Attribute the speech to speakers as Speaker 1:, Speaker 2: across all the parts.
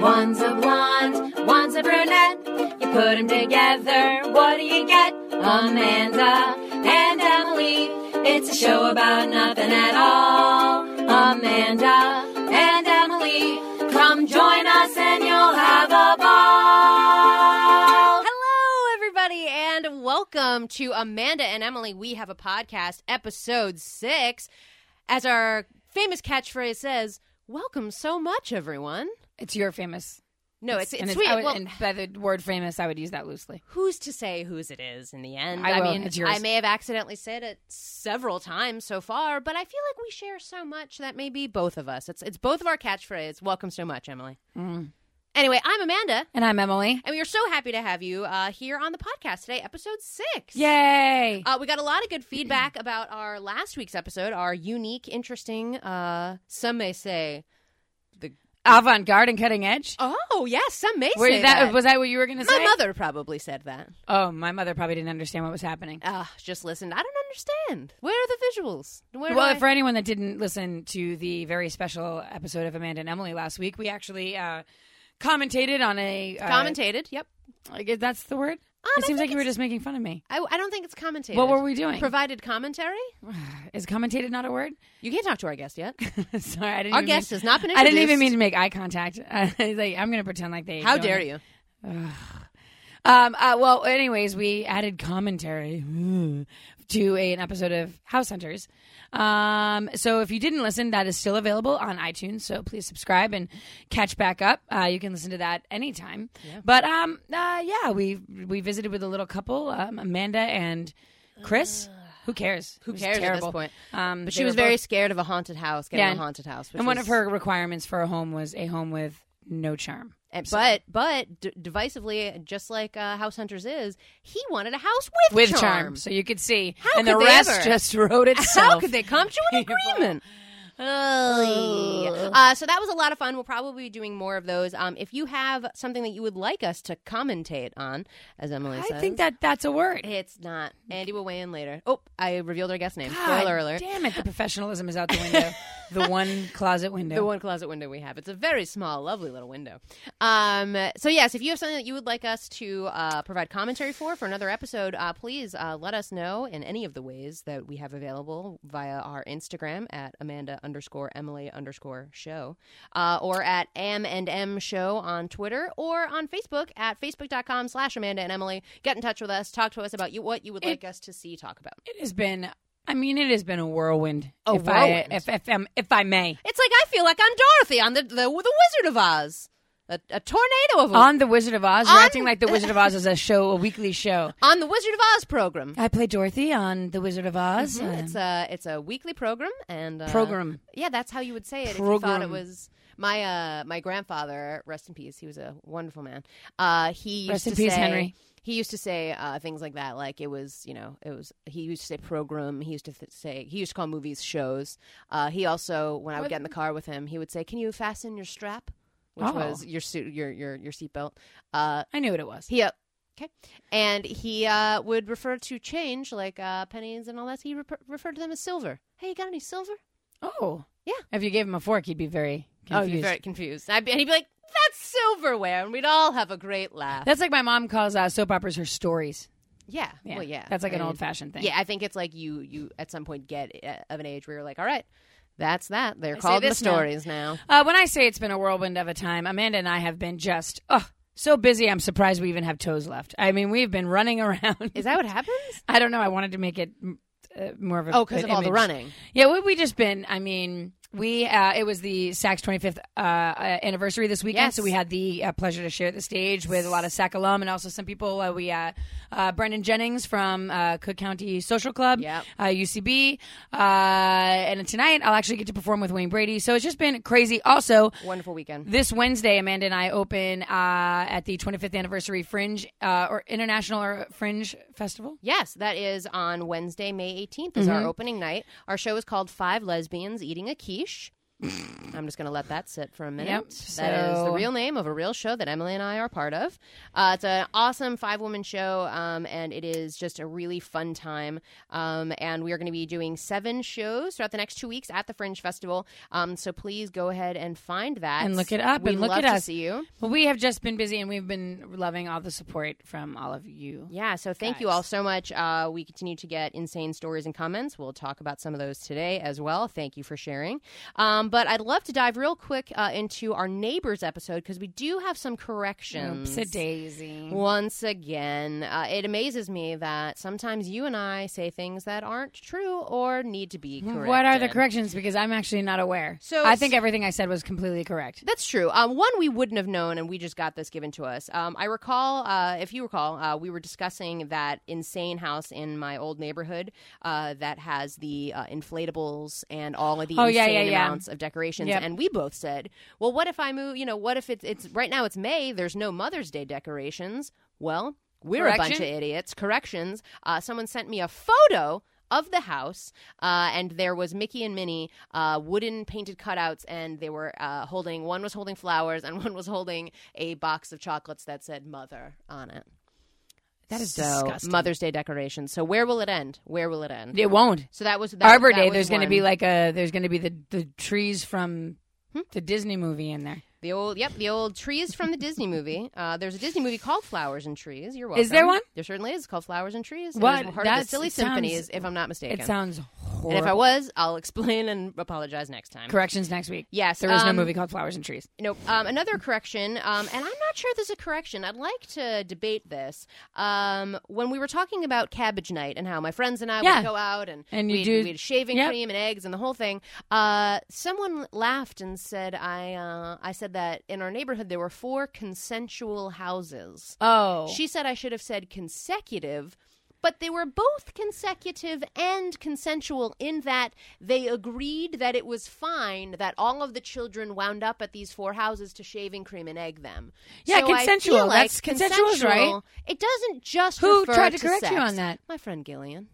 Speaker 1: One's a blonde, one's a brunette. You put 'em together, what do you get? Amanda and Emily. It's a show about nothing at all. Amanda and Emily, come join us and you'll have a ball.
Speaker 2: Hello, everybody, and welcome to Amanda and Emily. We have a podcast, episode six. As our famous catchphrase says, "Welcome so much, everyone."
Speaker 3: It's your famous.
Speaker 2: No, Oh, it's
Speaker 3: and
Speaker 2: it's sweet.
Speaker 3: I would-
Speaker 2: Well,
Speaker 3: and by the word famous, I would use that loosely.
Speaker 2: who's to say whose it is in the end?
Speaker 3: I will.
Speaker 2: mean,
Speaker 3: It's yours.
Speaker 2: I may have accidentally said it several times so far, but I feel like we share so much that maybe both of us. It's it's both of our catchphrase. Welcome so much, Emily. Anyway, I'm Amanda.
Speaker 3: And I'm Emily.
Speaker 2: And we are so happy to have you uh, here on the podcast today, episode six.
Speaker 3: Yay!
Speaker 2: Uh, we got a lot of good feedback about our last week's episode, our unique, interesting, uh, some may say,
Speaker 3: Avant garde and cutting edge.
Speaker 2: oh, yes, some may
Speaker 3: Were
Speaker 2: say
Speaker 3: you- that, was that what you were going to
Speaker 2: My
Speaker 3: say?
Speaker 2: mother probably said that.
Speaker 3: Oh, my mother probably didn't understand what was happening.
Speaker 2: Uh, just listened. I don't understand. Where are the visuals? Where do
Speaker 3: Well,
Speaker 2: I-
Speaker 3: for anyone that didn't listen to the very special episode of Amanda and Emily last week, we actually uh, commentated on a uh,
Speaker 2: commentated. Yep.
Speaker 3: like, That's the word.
Speaker 2: Um,
Speaker 3: it
Speaker 2: I
Speaker 3: seems
Speaker 2: think
Speaker 3: like you were just making fun of me.
Speaker 2: I, I don't think it's commentated.
Speaker 3: What were we doing?
Speaker 2: Provided commentary?
Speaker 3: Is commentated not a word?
Speaker 2: You can't talk to our guest yet.
Speaker 3: Sorry, I didn't.
Speaker 2: Our
Speaker 3: even
Speaker 2: guest
Speaker 3: mean,
Speaker 2: has not been
Speaker 3: I didn't
Speaker 2: introduced.
Speaker 3: even mean to make eye contact. I was like, I'm going to pretend like they.
Speaker 2: How
Speaker 3: don't
Speaker 2: dare
Speaker 3: know.
Speaker 2: you?
Speaker 3: Um, uh, well, anyways, we added commentary to an episode of House Hunters. Um, so if you didn't listen, that is still available on iTunes. So please subscribe and catch back up. Uh, you can listen to that anytime. But um, uh, yeah, we we visited with a little couple, um, Amanda and Chris. Who cares? Who
Speaker 2: cares at this point?
Speaker 3: Um,
Speaker 2: But
Speaker 3: they
Speaker 2: she
Speaker 3: were
Speaker 2: was very
Speaker 3: both-
Speaker 2: scared of a haunted house, getting
Speaker 3: Yeah.
Speaker 2: a haunted house. Which
Speaker 3: and one of
Speaker 2: was-
Speaker 3: her requirements for a home was a home with no charm.
Speaker 2: And, eh, but but d- divisively, just like uh, House Hunters is, he wanted a house with,
Speaker 3: with charm. so you could see.
Speaker 2: How
Speaker 3: and
Speaker 2: could
Speaker 3: the
Speaker 2: they
Speaker 3: rest
Speaker 2: ever?
Speaker 3: just wrote itself.
Speaker 2: How could they come to an agreement? Uh, so that was a lot of fun. We'll probably be doing more of those. Um, if you have something that you would like us to commentate on, as Emily
Speaker 3: I
Speaker 2: says,
Speaker 3: think that that's a word.
Speaker 2: it's not. Andy will weigh in later. Oh, I revealed our guest name.
Speaker 3: Mm. God
Speaker 2: Spoiler alert.
Speaker 3: Damn it, the professionalism is out the window. the one closet window.
Speaker 2: The one closet window we have. It's a very small, lovely little window. Um, so, yes, if you have something that you would like us to uh, provide commentary for for another episode, uh, please uh, let us know in any of the ways that we have available via our Instagram at Amanda underscore Emily underscore show uh, or at Am and M show on Twitter or on Facebook at facebook.com slash Amanda and Emily. Get in touch with us. Talk to us about you what you would like us to see talk about.
Speaker 3: It has been I mean, it has been a whirlwind.
Speaker 2: A
Speaker 3: if
Speaker 2: whirlwind.
Speaker 3: I if if, um, if I may.
Speaker 2: It's like I feel like I'm Dorothy on the, the, the Wizard of Oz. A, a tornado of
Speaker 3: On The Wizard of Oz, you're
Speaker 2: On-
Speaker 3: acting like The Wizard of Oz is a show, a weekly show.
Speaker 2: on the Wizard of Oz program.
Speaker 3: I play Dorothy on The Wizard of Oz. uh,
Speaker 2: It's a it's a weekly program and uh,
Speaker 3: Program.
Speaker 2: Yeah, that's how you would say it if you thought it
Speaker 3: Program.
Speaker 2: was my uh my grandfather. Rest in peace. He was a wonderful man. Uh, he used
Speaker 3: Rest
Speaker 2: to
Speaker 3: in peace,
Speaker 2: say-
Speaker 3: Henry.
Speaker 2: He used to say uh, things like that, like it was, you know, it was. He used to say program. He used to th- say he used to call movies shows. Uh, he also, when I would get in the car with him, he would say, "Can you fasten your strap?" Which
Speaker 3: Oh.
Speaker 2: was your suit, your your your seatbelt. Uh,
Speaker 3: I knew what it was.
Speaker 2: he uh, okay, and he uh, would refer to change like uh, pennies and all that. He rep- referred to them as silver. Hey, you got any silver?
Speaker 3: Oh.
Speaker 2: Yeah.
Speaker 3: If you gave him a fork, he'd be very confused.
Speaker 2: Oh, you're very confused. I'd be, and he'd be like, "That's silverware," and we'd all have a great laugh.
Speaker 3: That's like my mom calls uh, soap operas her stories.
Speaker 2: yeah. Well, yeah.
Speaker 3: That's like an
Speaker 2: I mean,
Speaker 3: old fashioned thing.
Speaker 2: Yeah, I think it's like you you at some point get uh, of an age where you're like, "All right, that's that." They're
Speaker 3: say
Speaker 2: called the
Speaker 3: this now.
Speaker 2: stories now.
Speaker 3: Uh, when I say it's been a whirlwind of a time, Amanda and I have been just oh so busy. I'm surprised we even have toes left. I mean, we've been running around.
Speaker 2: Is that what happens?
Speaker 3: I don't know. I wanted to make it mm, uh, more of a
Speaker 2: Oh, because
Speaker 3: an
Speaker 2: of all the
Speaker 3: image.
Speaker 2: running.
Speaker 3: Yeah, we we just been. I mean. We uh, it was the Saks 25th uh, uh, anniversary this weekend,
Speaker 2: Yes.
Speaker 3: so we had the uh, pleasure to share the stage with a lot of Sac alum and also some people. Uh, we uh, uh, Brendan Jennings from uh, Cook County Social Club,
Speaker 2: Yep.
Speaker 3: uh, UCB, uh, and tonight I'll actually get to perform with Wayne Brady. So it's just been crazy. Also,
Speaker 2: Wonderful weekend.
Speaker 3: this Wednesday, Amanda and I open uh, at the 25th anniversary Fringe uh, or International or Fringe Festival.
Speaker 2: Yes, that is
Speaker 3: Mm-hmm.
Speaker 2: on Wednesday, May 18th is our opening night. Our show is called Five Lesbians Eating a Quiche. I'm just going to let that sit for a minute.
Speaker 3: Yep,
Speaker 2: That is the
Speaker 3: so-
Speaker 2: real name of a real show that Emily and I are part of. Uh, it's an awesome five woman show, um, and it is just a really fun time. Um, and we are going to be doing seven shows throughout the next two weeks at the Fringe Festival. Um, so please go ahead and find that
Speaker 3: And look it up
Speaker 2: We'd
Speaker 3: and look
Speaker 2: love
Speaker 3: at
Speaker 2: to
Speaker 3: us.
Speaker 2: see you.
Speaker 3: But we have just been busy and we've been loving all the support from all of you.
Speaker 2: Yeah, so thank you
Speaker 3: guys.
Speaker 2: all so much. Uh, we continue to get insane stories and comments. We'll talk about some of those today as well. Thank you for sharing. Um, but I'd love to dive real quick uh, into our neighbors episode because we do have some corrections.
Speaker 3: Oops a daisy.
Speaker 2: Once again, uh, it amazes me that sometimes you and I say things that aren't true or need to be corrected.
Speaker 3: What are the corrections? Because I'm actually not aware.
Speaker 2: So-
Speaker 3: So I think everything I said was completely correct.
Speaker 2: That's true. Um, one we wouldn't have known, and we just got this given to us. Um, I recall, uh, if you recall, uh, we were discussing that insane house in my old neighborhood uh, that has the uh, inflatables and all of the
Speaker 3: Oh, yeah,
Speaker 2: insane
Speaker 3: yeah, yeah.
Speaker 2: amounts of decorations.
Speaker 3: Yep.
Speaker 2: And we both said, "Well, what if I move? You know, what if it's it's right now? It's May. There's no Mother's Day decorations. Well." We're a bunch of
Speaker 3: Correction?
Speaker 2: idiots. Corrections. Uh, someone sent me a photo of the house, uh, and there was Mickey and Minnie, uh, wooden painted cutouts, and they were uh, holding. One was holding flowers, and one was holding a box of chocolates that said "Mother" on it.
Speaker 3: That is
Speaker 2: so
Speaker 3: disgusting.
Speaker 2: Mother's Day decorations. So where will it end? Where will it end?
Speaker 3: It won't.
Speaker 2: So that was that,
Speaker 3: Arbor
Speaker 2: that
Speaker 3: Day.
Speaker 2: was
Speaker 3: There's going to
Speaker 2: one.
Speaker 3: be like a. There's going to be the the trees from
Speaker 2: Hmm?
Speaker 3: the Disney movie in there.
Speaker 2: the old yep the old trees from the Disney movie. Uh, there's a Disney movie called Flowers and Trees. You're welcome.
Speaker 3: Is there one?
Speaker 2: There certainly is. It's called Flowers and Trees.
Speaker 3: What?
Speaker 2: It was part of
Speaker 3: That's-
Speaker 2: the Silly
Speaker 3: it sounds-
Speaker 2: Symphonies, if I'm not mistaken.
Speaker 3: It sounds horrible.
Speaker 2: And if I was, I'll explain and apologize next time.
Speaker 3: corrections next week.
Speaker 2: Yes,
Speaker 3: there is
Speaker 2: um,
Speaker 3: no movie called Flowers and Trees.
Speaker 2: Nope. Um, another correction, um, and I'm not sure this is a correction. I'd like to debate this. Um, when we were talking about cabbage night and how my friends and I
Speaker 3: Yeah.
Speaker 2: would go out and,
Speaker 3: And you
Speaker 2: we'd,
Speaker 3: do-
Speaker 2: we'd shaving
Speaker 3: Yep.
Speaker 2: cream and eggs and the whole thing, uh, someone laughed and said, "I uh, I said that in our neighborhood there were four consensual houses."
Speaker 3: Oh,
Speaker 2: She said I should have said consecutive, but they were both consecutive and consensual in that they agreed that it was fine that all of the children wound up at these four houses to shaving cream and egg them.
Speaker 3: Yeah,
Speaker 2: So I feel
Speaker 3: consensual.
Speaker 2: like
Speaker 3: That's- consensual is right.
Speaker 2: consensual- It doesn't just
Speaker 3: Who
Speaker 2: refer
Speaker 3: tried to
Speaker 2: to
Speaker 3: correct you
Speaker 2: sex.
Speaker 3: on that?
Speaker 2: My friend Gillian.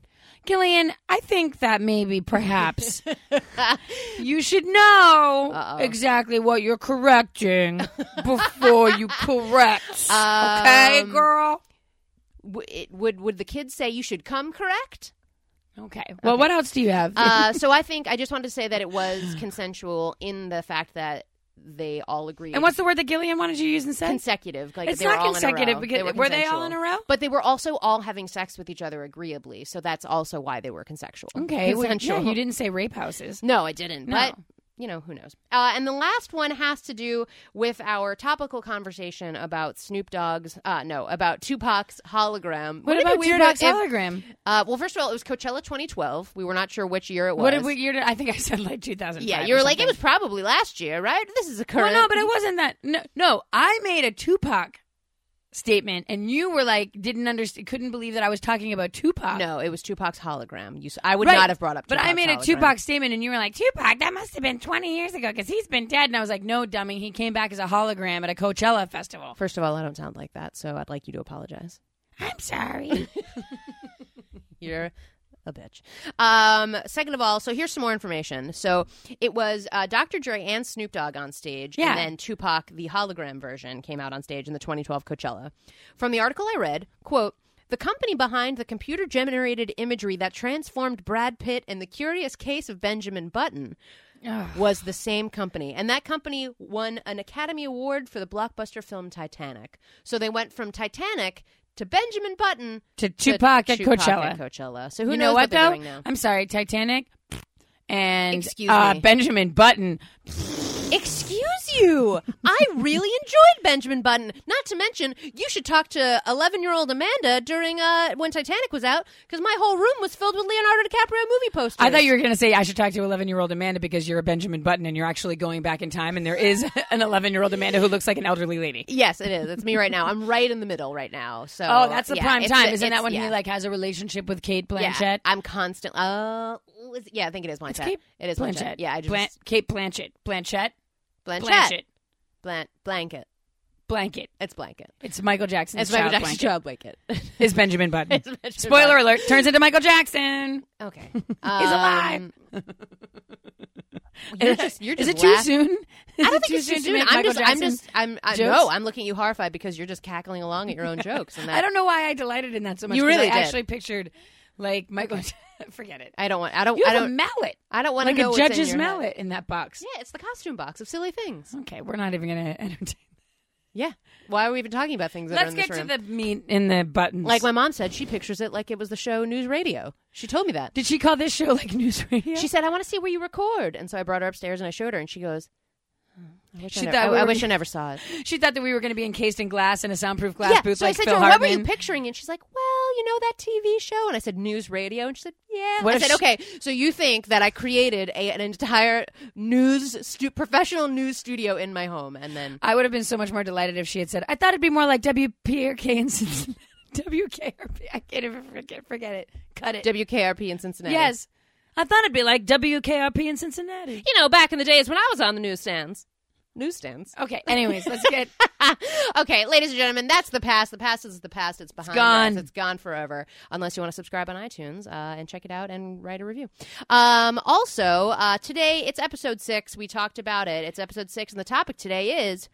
Speaker 3: Gillian, I think that maybe perhaps you should know exactly what you're correcting before you correct. okay,
Speaker 2: Um,
Speaker 3: girl.
Speaker 2: W- it, would would the kids say you should come correct?
Speaker 3: Okay. Well, what else do you have?
Speaker 2: Uh, so I think I just wanted to say that it was consensual in the fact that they all agreed.
Speaker 3: and what's the word that Gillian wanted you to use instead?
Speaker 2: consecutive. Like
Speaker 3: It's
Speaker 2: they were
Speaker 3: not
Speaker 2: all in a row.
Speaker 3: consecutive because- were they all in
Speaker 2: consensual.
Speaker 3: a row?
Speaker 2: But they were also all having sex with each other agreeably, so that's also why they were consensual.
Speaker 3: okay. well,
Speaker 2: consensual.
Speaker 3: yeah, you didn't say rape houses.
Speaker 2: No, I didn't.
Speaker 3: No.
Speaker 2: But you know who knows. Uh, and the last one has to do with our topical conversation about Snoop Dogg's. Uh, no, about Tupac's hologram.
Speaker 3: What,
Speaker 2: Wouldn't it
Speaker 3: about
Speaker 2: be weird
Speaker 3: Weird Doc's
Speaker 2: if-
Speaker 3: hologram?
Speaker 2: Uh, well, first of all, it was Coachella 2012. We were not sure which year it was.
Speaker 3: What did we? Year did, I think I said like 2005.
Speaker 2: yeah,
Speaker 3: or
Speaker 2: you were like, it
Speaker 3: something.
Speaker 2: was probably last year, right? This is a
Speaker 3: Well,
Speaker 2: current.
Speaker 3: no, but it wasn't that. No, no, I made a Tupac statement, and you were like, didn't understand, couldn't believe that I was talking about Tupac.
Speaker 2: No, it was Tupac's hologram. You, s- I would
Speaker 3: Right.
Speaker 2: not have brought up.
Speaker 3: But I
Speaker 2: Tupac's
Speaker 3: made a
Speaker 2: hologram.
Speaker 3: Tupac statement, and you were like, Tupac, that must have been 20 years ago because he's been dead. And I was like, no, dummy, he came back as a hologram at a Coachella festival.
Speaker 2: First of all, I don't sound like that, so I'd like you to apologize.
Speaker 3: I'm sorry.
Speaker 2: You're a bitch. Um, second of all, so here's some more information. So it was uh, Dr. Dre and Snoop Dogg on stage,
Speaker 3: Yeah.
Speaker 2: and then Tupac, the hologram version, came out on stage in the 2012 Coachella. From the article I read, quote, the company behind the computer generated imagery that transformed Brad Pitt in The Curious Case of Benjamin Button
Speaker 3: Ugh.
Speaker 2: was the same company. And that company won an Academy Award for the blockbuster film Titanic. So they went from Titanic to Benjamin Button
Speaker 3: to Tupac at
Speaker 2: Tupac
Speaker 3: Coachella.
Speaker 2: at Coachella. So who
Speaker 3: you
Speaker 2: knows
Speaker 3: know
Speaker 2: what,
Speaker 3: what,
Speaker 2: they're
Speaker 3: though?
Speaker 2: doing now?
Speaker 3: I'm sorry, Titanic. And
Speaker 2: Excuse
Speaker 3: uh,
Speaker 2: me.
Speaker 3: Benjamin Button.
Speaker 2: Excuse you. I really enjoyed Benjamin Button. Not to mention, you should talk to 11-year-old Amanda during uh, when Titanic was out because my whole room was filled with Leonardo DiCaprio movie posters.
Speaker 3: I thought you were going to say I should talk to 11 year old Amanda because you're a Benjamin Button and you're actually going back in time, and there is an 11 year old Amanda who looks like an elderly lady.
Speaker 2: Yes, it is. It's me right now. I'm right in the middle right now. So
Speaker 3: Oh, that's the
Speaker 2: yeah,
Speaker 3: prime
Speaker 2: it's
Speaker 3: time,
Speaker 2: a-
Speaker 3: isn't
Speaker 2: it's-
Speaker 3: that when
Speaker 2: yeah.
Speaker 3: he like has a relationship with Kate Blanchett?
Speaker 2: Yeah, I'm constant. Uh, is- yeah, I think it is Blanchett.
Speaker 3: It's Kate
Speaker 2: it is
Speaker 3: Blanchett.
Speaker 2: Blanchett. Yeah, I just
Speaker 3: Blan- Kate Blanchett. Blanchett.
Speaker 2: Blanchett.
Speaker 3: Blanchett.
Speaker 2: Blan- blanket.
Speaker 3: blanket.
Speaker 2: It's blanket.
Speaker 3: It's Michael Jackson's
Speaker 2: It's Michael
Speaker 3: child
Speaker 2: Jackson's
Speaker 3: blanket.
Speaker 2: child blanket.
Speaker 3: It's Benjamin Button.
Speaker 2: It's Benjamin
Speaker 3: Spoiler alert: turns into Michael Jackson.
Speaker 2: Okay, Um,
Speaker 3: He's alive.
Speaker 2: You're just, you're
Speaker 3: Is
Speaker 2: just
Speaker 3: it too
Speaker 2: laugh-
Speaker 3: soon?
Speaker 2: I don't think it's too soon. I'm just, I'm just, I'm, I, no,
Speaker 3: jokes?
Speaker 2: I'm looking at you horrified because you're just cackling along at your own jokes, and that,
Speaker 3: I don't know why I delighted in that so much.
Speaker 2: You
Speaker 3: 'cause
Speaker 2: really
Speaker 3: I
Speaker 2: did.
Speaker 3: actually pictured like Michael. Forget it.
Speaker 2: I don't want, I don't,
Speaker 3: You
Speaker 2: I
Speaker 3: have a
Speaker 2: don't,
Speaker 3: mallet,
Speaker 2: I don't want
Speaker 3: like
Speaker 2: to know
Speaker 3: a
Speaker 2: what's in
Speaker 3: judge's
Speaker 2: your head.
Speaker 3: mallet, in that box.
Speaker 2: Yeah, it's the costume box of silly things.
Speaker 3: Okay, we're not even gonna entertain.
Speaker 2: Yeah, why are we even talking about things? That are
Speaker 3: Let's
Speaker 2: in
Speaker 3: get
Speaker 2: this
Speaker 3: to
Speaker 2: room?
Speaker 3: the meat in the buttons.
Speaker 2: Like my mom said, she pictures it like it was the show News Radio. She told me that.
Speaker 3: did she call this show like news radio?
Speaker 2: She said, "I want to see where you record," and so I brought her upstairs and I showed her, and she goes, "Hmm, "I wish,
Speaker 3: She
Speaker 2: I,
Speaker 3: thought
Speaker 2: never,
Speaker 3: we
Speaker 2: I, I
Speaker 3: were-
Speaker 2: wish I never saw it."
Speaker 3: She thought that we were going to be encased in glass in a soundproof glass
Speaker 2: yeah.
Speaker 3: booth
Speaker 2: so
Speaker 3: like
Speaker 2: I said
Speaker 3: Phil
Speaker 2: to her,
Speaker 3: Hartman.
Speaker 2: "What were you picturing?" And she's like, "Well, you know that TV show." And I said, "News radio," and she said, "Yeah."
Speaker 3: What
Speaker 2: I
Speaker 3: if
Speaker 2: said,
Speaker 3: she-
Speaker 2: "Okay, so you think that I created a, an entire news stu- professional news studio in my home, and then
Speaker 3: I would have been so much more delighted if she had said, "I thought it'd be more like WPRK in Cincinnati." WKRP. I can't even forget. Forget it. Cut it.
Speaker 2: WKRP in Cincinnati?"
Speaker 3: yes, I thought it'd be like WKRP in Cincinnati.
Speaker 2: You know, back in the days when I was on the newsstands, newsstands.
Speaker 3: Okay. Anyways, let's get.
Speaker 2: okay, ladies and gentlemen, that's the past. The past is the past. It's behind
Speaker 3: gone.
Speaker 2: us. It's gone forever. Unless you want to subscribe on iTunes uh, and check it out and write a review. Um, also, uh, today it's episode six. We talked about it. It's episode six, and the topic today is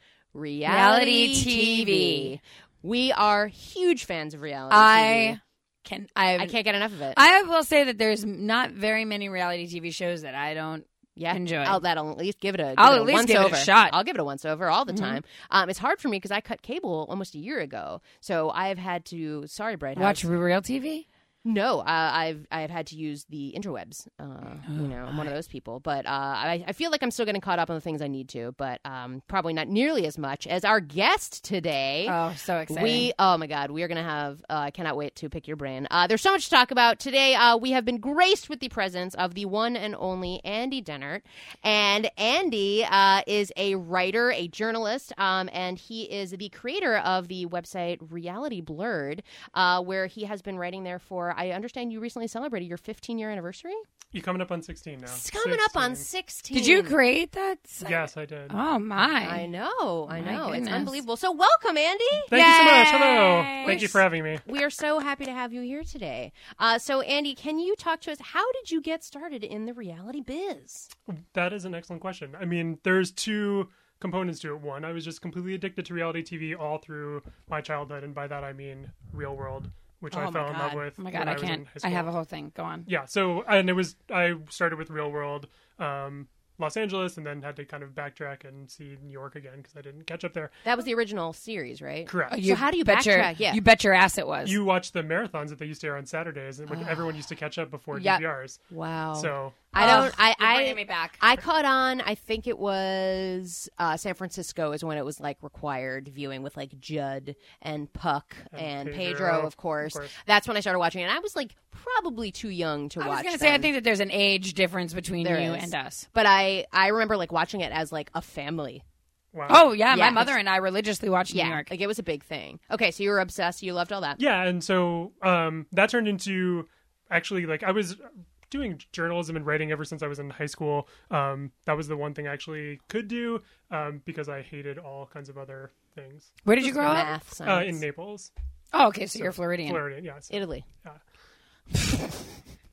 Speaker 2: reality,
Speaker 3: Reality
Speaker 2: TV. We are huge fans of reality.
Speaker 3: I
Speaker 2: TV.
Speaker 3: can. I.
Speaker 2: I can't get enough of it.
Speaker 3: I will say that there's not very many reality TV shows that I don't.
Speaker 2: Yeah,
Speaker 3: Enjoy.
Speaker 2: I'll, that'll at least give it a. give it
Speaker 3: I'll at
Speaker 2: a
Speaker 3: least
Speaker 2: once
Speaker 3: give it a
Speaker 2: over.
Speaker 3: shot. Mm-hmm.
Speaker 2: I'll give it a once over all the time. Um, it's hard for me because I cut cable almost a year ago, so I've had to. Sorry, Bright House.
Speaker 3: Watch real TV.
Speaker 2: No, uh, I've I've had to use the interwebs. Uh, you know, I'm one of those people. But uh, I, I feel like I'm still getting caught up on the things I need to, but um, probably not nearly as much as our guest today.
Speaker 3: Oh, so exciting.
Speaker 2: We oh my god, we are gonna have. uh, I cannot wait to pick your brain. Uh, there's so much to talk about today. Uh, we have been graced with the presence of the one and only Andy Dennert, and Andy uh, is a writer, a journalist, um, and he is the creator of the website Reality Blurred, uh, where he has been writing there for. I understand you recently celebrated your 15 year anniversary.
Speaker 4: You're coming up on 16 now.
Speaker 2: It's coming up on 16.
Speaker 3: Did you create that? site?
Speaker 4: Yes, I did.
Speaker 3: Oh my.
Speaker 2: I know, I
Speaker 3: My
Speaker 2: know, it's
Speaker 3: goodness.
Speaker 2: unbelievable. So welcome, Andy.
Speaker 4: Thank you so much. Hello.
Speaker 3: Yay.
Speaker 4: Thank you for having me.
Speaker 2: We are so happy to have you here today. Uh, so, Andy, can you talk to us? How did you get started in the reality biz?
Speaker 4: That is an excellent question. I mean, there's two components to it. One, I was just completely addicted to reality TV all through my childhood, and by that I mean real world, which I
Speaker 3: Oh my
Speaker 4: fell in love
Speaker 3: God.
Speaker 4: with.
Speaker 3: Oh my god,
Speaker 4: when
Speaker 3: I
Speaker 4: was in
Speaker 3: can't.
Speaker 4: high
Speaker 3: I
Speaker 4: school.
Speaker 3: have a whole thing. Go on.
Speaker 4: yeah so and it was i started with real world um los angeles and then had to kind of backtrack and see new york again because i didn't catch up there
Speaker 2: That was the original series, right?
Speaker 4: correct
Speaker 2: So how do you
Speaker 3: bet your-
Speaker 2: backtrack? Yeah.
Speaker 3: Oh, You bet your ass it was.
Speaker 4: you watch the marathons that they used to air on saturdays and when everyone used to catch up before
Speaker 2: Yeah.
Speaker 4: dvrs
Speaker 3: Oh.
Speaker 2: Wow.
Speaker 4: so
Speaker 2: I don't.
Speaker 3: Ugh,
Speaker 2: I.
Speaker 3: you're
Speaker 2: I
Speaker 3: bringing me back.
Speaker 2: I caught on. I think it was uh, San Francisco is when it was like required viewing with like Judd and Puck and,
Speaker 4: And
Speaker 2: Pedro,
Speaker 4: Pedro,
Speaker 2: of, course.
Speaker 4: of course.
Speaker 2: That's when I started watching, it. and I was like probably too young to
Speaker 3: I
Speaker 2: watch.
Speaker 3: was gonna say I
Speaker 2: them.
Speaker 3: think that there's an age difference between
Speaker 2: There
Speaker 3: you
Speaker 2: is.
Speaker 3: and us.
Speaker 2: but I I remember like watching it as like a family.
Speaker 4: wow
Speaker 3: Oh yeah,
Speaker 2: Yeah.
Speaker 3: my mother and I religiously watched
Speaker 2: Yeah,
Speaker 3: New York.
Speaker 2: like it was a big thing. Okay, so you were obsessed. You loved all that.
Speaker 4: yeah and so um that turned into actually like i was doing journalism and writing ever since i was in high school um that was the one thing i actually could do um because i hated all kinds of other things
Speaker 3: Where did you grow up?
Speaker 2: Math,
Speaker 4: uh,
Speaker 2: science,
Speaker 4: in naples
Speaker 3: Oh, okay, so you're Floridian.
Speaker 4: floridian yeah so-
Speaker 2: Italy.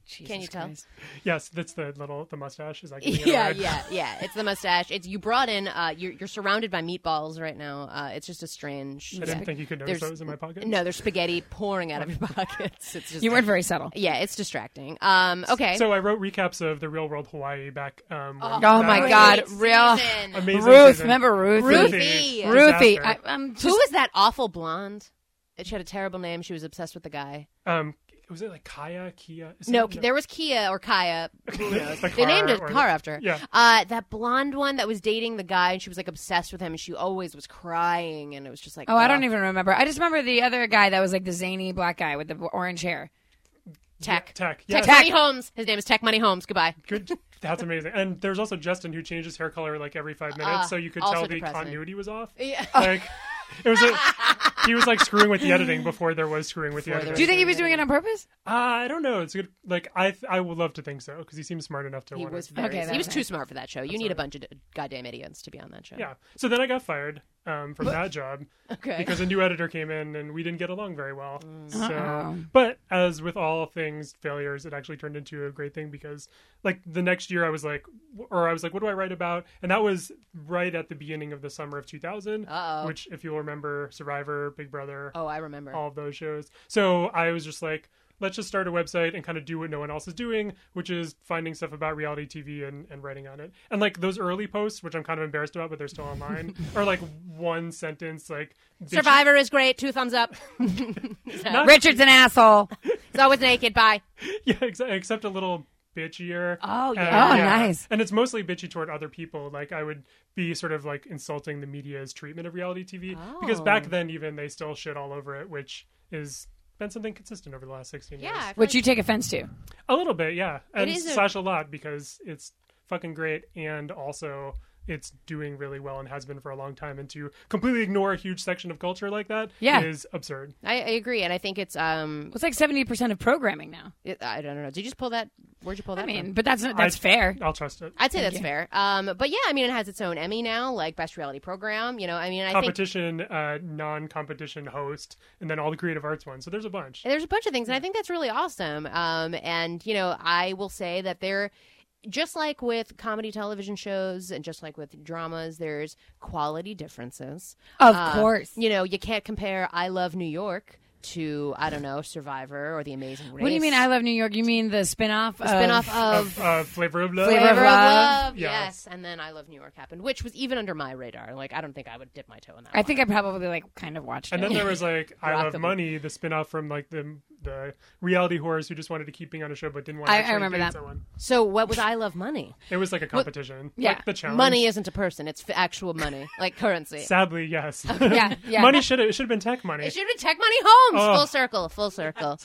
Speaker 3: Jesus
Speaker 2: Can you tell?
Speaker 3: Christ.
Speaker 4: Yes, that's the little the mustache. Is like
Speaker 2: Yeah, yeah, yeah. It's the mustache. It's you brought in. Uh, you're you're surrounded by meatballs right now. Uh, it's just a strange.
Speaker 4: I didn't think you could
Speaker 2: There's-
Speaker 4: notice that was in my pocket.
Speaker 2: No, there's spaghetti pouring out of your pockets. It's just
Speaker 3: You weren't very subtle.
Speaker 2: Yeah, it's distracting. Um, okay.
Speaker 4: So I wrote recaps of the Real World Hawaii back. Um, when-
Speaker 3: Oh my
Speaker 4: that-
Speaker 3: God,
Speaker 2: Great
Speaker 3: real-
Speaker 2: season.
Speaker 4: Amazing
Speaker 3: Ruth,
Speaker 4: season.
Speaker 3: remember Ruth?
Speaker 2: Ruthie.
Speaker 4: Ruthie.
Speaker 3: Ruthie. I,
Speaker 4: Disaster.
Speaker 3: I'm
Speaker 2: Who
Speaker 3: just,
Speaker 2: was that awful blonde? She had a terrible name. She was obsessed with the guy.
Speaker 4: Um, was it like Kaya Kia? Is
Speaker 2: No,
Speaker 4: it-
Speaker 2: there was Kia or Kaya. Who knows?
Speaker 4: Like
Speaker 2: they named a
Speaker 4: Kara or-
Speaker 2: car after.
Speaker 4: Yeah.
Speaker 2: Uh, that blonde one that was dating the guy, and she was like obsessed with him, and she always was crying, and it was just like,
Speaker 3: oh, I don't
Speaker 2: ugh.
Speaker 3: even remember. I just remember the other guy that was like the zany black guy with the orange hair.
Speaker 2: Tech. Tech
Speaker 4: Tech. Yes.
Speaker 2: Money Holmes. His name is Tech Money Holmes. Goodbye.
Speaker 4: Good. That's amazing. And there's also Justin who changes hair color like every five minutes,
Speaker 2: Ah,
Speaker 4: so you could
Speaker 2: also
Speaker 4: tell the
Speaker 2: depressing.
Speaker 4: continuity was off.
Speaker 2: Yeah.
Speaker 4: Like it was. A, he was like screwing with the editing before there was screwing with the
Speaker 2: Before there
Speaker 4: editing.
Speaker 3: Do you think he was doing it on purpose?
Speaker 4: uh, I don't know. It's a good. Like I, th- I would love to think so because he seems smart enough to.
Speaker 2: He
Speaker 4: want
Speaker 2: was
Speaker 4: to-
Speaker 2: very.
Speaker 3: Okay,
Speaker 2: he was
Speaker 3: that-
Speaker 2: too smart for that show. You need a bunch of d- goddamn idiots to be on that show.
Speaker 4: Yeah. So then I got fired, um, from that job
Speaker 2: Okay. Mm.
Speaker 4: because a new editor came in and we didn't get along very well.
Speaker 2: Uh-huh.
Speaker 3: Uh-oh.
Speaker 4: So, but as with all things failures, it actually turned into a great thing because, like, the next year I was like, or I was like, what do I write about? And that was right at the beginning of the summer of 2000,
Speaker 2: Uh-oh.
Speaker 4: which, if you'll remember, Survivor, Big Brother,
Speaker 2: oh, I remember.
Speaker 4: all of those shows. So I was just like, let's just start a website and kind of do what no one else is doing, which is finding stuff about reality TV and, and writing on it. And like those early posts, which I'm kind of embarrassed about, but they're still online, are like one sentence, like bitch-
Speaker 2: Survivor is great. Two thumbs up.
Speaker 4: Not-
Speaker 3: Richard's an asshole.
Speaker 2: It's always naked. Bye.
Speaker 4: yeah, ex- except a little bitchier.
Speaker 2: Oh, yeah.
Speaker 4: And,
Speaker 3: Oh, nice.
Speaker 4: And it's mostly bitchy toward other people. Like I would be sort of like insulting the media's treatment of reality TV because back
Speaker 2: Oh.
Speaker 4: then even they still shit all over it, which is been something consistent over the last 16
Speaker 2: Yeah.
Speaker 4: years.
Speaker 2: I feel
Speaker 3: Which
Speaker 2: like-
Speaker 3: you take offense to.
Speaker 4: A little bit, yeah, and
Speaker 2: is a-
Speaker 4: slash a lot because it's fucking great, and also it's doing really well and has been for a long time. And to completely ignore a huge section of culture like that
Speaker 3: Yeah.
Speaker 4: is absurd.
Speaker 2: I, I agree, and I think it's um.
Speaker 3: It's like 70% of programming now.
Speaker 2: It, I don't know. Did you just pull that? Where'd you pull that?
Speaker 3: I
Speaker 2: from?
Speaker 3: mean, but that's that's
Speaker 4: I-
Speaker 3: fair.
Speaker 4: I'll trust it.
Speaker 2: I'd say that's fair. Um, but yeah, I mean, it has its own Emmy now, like best reality program. You know, I mean, I think
Speaker 4: Competition, uh, non-competition host, and then all the creative arts ones. So there's a bunch.
Speaker 2: there's a bunch of things, and I think that's really awesome. Um, and you know, I will say that there, just like with comedy television shows, and just like with dramas, there's quality differences.
Speaker 3: Of
Speaker 2: Uh,
Speaker 3: course.
Speaker 2: you know, you can't compare I Love New York to I don't know Survivor or The Amazing Race.
Speaker 3: What do you mean I love New York? You mean the spin-off the
Speaker 2: spinoff of
Speaker 4: Of uh, Flavor of Love.
Speaker 3: Flavor
Speaker 2: Flavor of
Speaker 3: Love.
Speaker 2: Love, yes.
Speaker 4: Yes.
Speaker 2: and then I Love New York happened, which was even under my radar. Like I don't think I would dip my toe in that.
Speaker 3: I think I probably like kind of watched
Speaker 4: And
Speaker 3: it.
Speaker 4: then there was like I Love
Speaker 2: Rockable.
Speaker 4: Money, the spin-off from like the the reality whores who just wanted to keep being on a show but didn't want to
Speaker 3: I- I
Speaker 4: actually
Speaker 3: remember
Speaker 4: date
Speaker 3: that.
Speaker 4: someone.
Speaker 2: so. What was I Love Money?
Speaker 4: It was like a competition.
Speaker 3: yeah.
Speaker 4: Like the challenge.
Speaker 2: Money isn't a person; it's f- actual money, like currency.
Speaker 4: Sadly, yes.
Speaker 3: yeah, yeah.
Speaker 4: Money should it should have been tech money.
Speaker 2: It should be Tech Money Homes.
Speaker 4: Oh.
Speaker 2: Full circle. Full circle.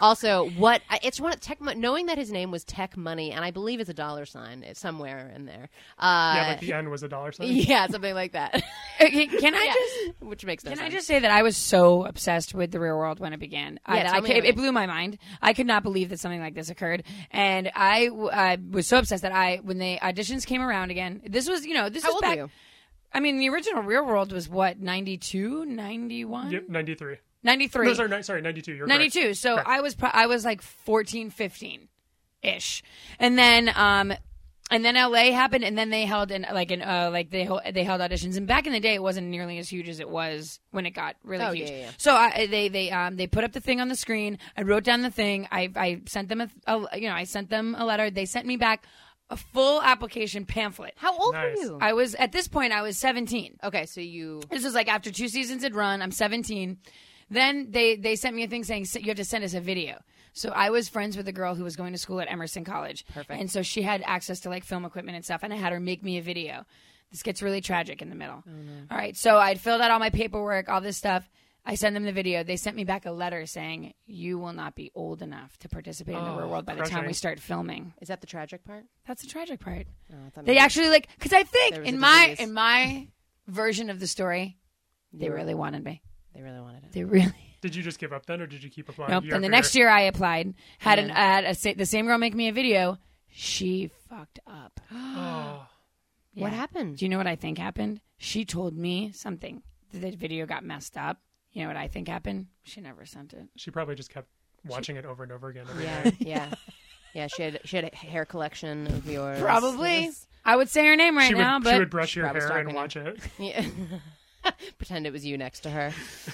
Speaker 2: also, what I- it's one of Tech Mon- knowing that his name was Tech Money, and I believe it's a dollar sign it's somewhere in there. Uh,
Speaker 4: yeah, like the N was a dollar sign.
Speaker 2: yeah, something like that.
Speaker 3: Okay, can I
Speaker 2: Yeah,
Speaker 3: just
Speaker 2: which makes no
Speaker 3: Can I
Speaker 2: sense.
Speaker 3: just say that I was so obsessed with the real world when it began? I,
Speaker 2: Yeah, tell
Speaker 3: I
Speaker 2: me
Speaker 3: ca-
Speaker 2: about
Speaker 3: it
Speaker 2: it.
Speaker 3: blew my mind. I could not believe that something like this occurred, and I, w- I was so obsessed that I, when the auditions came around again, this was you know this
Speaker 2: How
Speaker 3: was
Speaker 2: old
Speaker 3: back.
Speaker 2: are you?
Speaker 3: I mean, the original Real World was what 92, 91?
Speaker 4: Yep, 93.
Speaker 3: 93.
Speaker 4: No, sorry, ni- sorry, 92. You're correct.
Speaker 3: 92 so i was pro- i was like 14 15 ish and then um and then LA happened, and then they held an like an uh, like they hel- they held auditions. And back in the day, it wasn't nearly as huge as it was when it got really
Speaker 2: Oh,
Speaker 3: huge.
Speaker 2: yeah, yeah.
Speaker 3: So I, they they um they put up the thing on the screen. I wrote down the thing. I I sent them a, a you know I sent them a letter. They sent me back a full application pamphlet.
Speaker 2: How old
Speaker 4: Nice.
Speaker 2: were you?
Speaker 3: I was at this point I was seventeen.
Speaker 2: okay, so you.
Speaker 3: This was like after two seasons had run. I'm 17. Then they they sent me a thing saying "S- you have to send us a video. So I was friends with a girl who was going to school at Emerson College. Perfect. And so she had access to like film equipment and stuff, and I had her make me a video. This gets really tragic in the middle. All right. So I'd filled out all my paperwork, all this stuff. I send them the video. They sent me back a letter saying you will not be old enough to participate in the real world by the time
Speaker 4: crushing.
Speaker 3: we start filming.
Speaker 2: Is that the tragic part?
Speaker 3: That's the tragic part.
Speaker 2: Oh, I thought
Speaker 3: They
Speaker 2: maybe-
Speaker 3: actually like because I think
Speaker 2: There was a
Speaker 3: in my
Speaker 2: disease.
Speaker 3: in my version of the story, they really wanted me.
Speaker 2: they really wanted it.
Speaker 3: They really.
Speaker 4: Did you just give up then, or did you keep applying?
Speaker 3: Nope. And the next year, I applied. Had an ad. A, sa- the same girl make me a video. She fucked up. Yeah.
Speaker 2: What happened?
Speaker 3: Do you know what I think happened? She told me something. The video got messed up. You know what I think happened? She never sent it.
Speaker 4: she probably just kept watching it over and over again. every
Speaker 2: Yeah,
Speaker 4: night.
Speaker 2: yeah, yeah. She had she had a hair collection of yours.
Speaker 3: Probably.
Speaker 2: Yes.
Speaker 3: I would say her name right
Speaker 4: she would,
Speaker 3: now,
Speaker 4: she
Speaker 3: but
Speaker 4: would brush your
Speaker 2: probably
Speaker 4: hair
Speaker 2: stalking you.
Speaker 4: and watch it.
Speaker 2: Yeah. Pretend it was you next to her.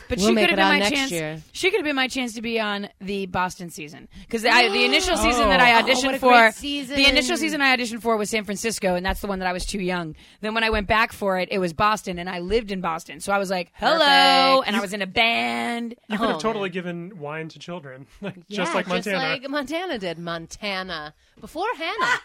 Speaker 3: but
Speaker 2: We'll
Speaker 3: she
Speaker 2: make
Speaker 3: could have
Speaker 2: it
Speaker 3: been
Speaker 2: on
Speaker 3: my
Speaker 2: next
Speaker 3: chance.
Speaker 2: year.
Speaker 3: She could have been my chance to be on the Boston season because the, the initial season that I
Speaker 2: Oh, what
Speaker 3: auditioned
Speaker 2: a
Speaker 3: for,
Speaker 2: great season.
Speaker 3: the initial season I auditioned for was San Francisco, and that's the one that I was too young. Then when I went back for it, it was Boston, and I lived in Boston, so I was like, "Hello,"
Speaker 2: Perfect.
Speaker 3: and I was in a band.
Speaker 4: You could have
Speaker 2: Oh,
Speaker 4: totally given wine to children, like, just
Speaker 2: Yeah,
Speaker 4: like Montana.
Speaker 2: Just like Montana did. Montana. Before Hannah.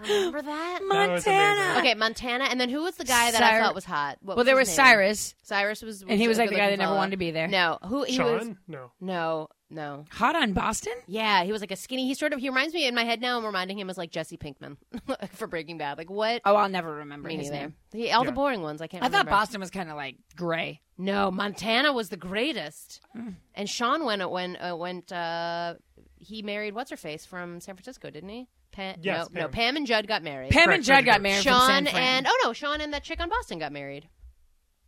Speaker 2: Remember that?
Speaker 4: That was amazing.
Speaker 2: Okay, Montana. And then who was the guy that I
Speaker 3: Cyr-
Speaker 2: thought was hot? What
Speaker 3: Well, there
Speaker 2: his
Speaker 3: was
Speaker 2: name?
Speaker 3: Cyrus,
Speaker 2: Cyrus was,
Speaker 3: And he
Speaker 2: a
Speaker 3: was, like, the
Speaker 2: good-looking
Speaker 3: guy that never
Speaker 2: fella.
Speaker 3: wanted to be there.
Speaker 2: No, who he
Speaker 4: Sean,
Speaker 2: was?
Speaker 4: no.
Speaker 2: No, no.
Speaker 3: hot on Boston.
Speaker 2: Yeah, he was like a skinny. He sort of he reminds me in my head now. I'm reminding him as like Jesse Pinkman for Breaking Bad. Like what?
Speaker 3: Oh, I'll never remember
Speaker 2: Me
Speaker 3: his
Speaker 2: neither.
Speaker 3: name.
Speaker 2: He- all the
Speaker 4: Yeah.
Speaker 2: boring ones I can't.
Speaker 3: I thought
Speaker 2: remember.
Speaker 3: Boston was kind of like gray.
Speaker 2: No, Montana was the greatest. And uh, Sean went when uh, went uh, he married what's her face from San Francisco, didn't he? Pam,
Speaker 4: Yes,
Speaker 2: no, no,
Speaker 4: Pam.
Speaker 2: Pam and Judd got married.
Speaker 3: Pam
Speaker 4: Correct,
Speaker 3: and Judd
Speaker 4: Frederick.
Speaker 3: got married. from San
Speaker 2: Sean
Speaker 3: Fran.
Speaker 2: and oh no, Sean and that chick on Boston got married.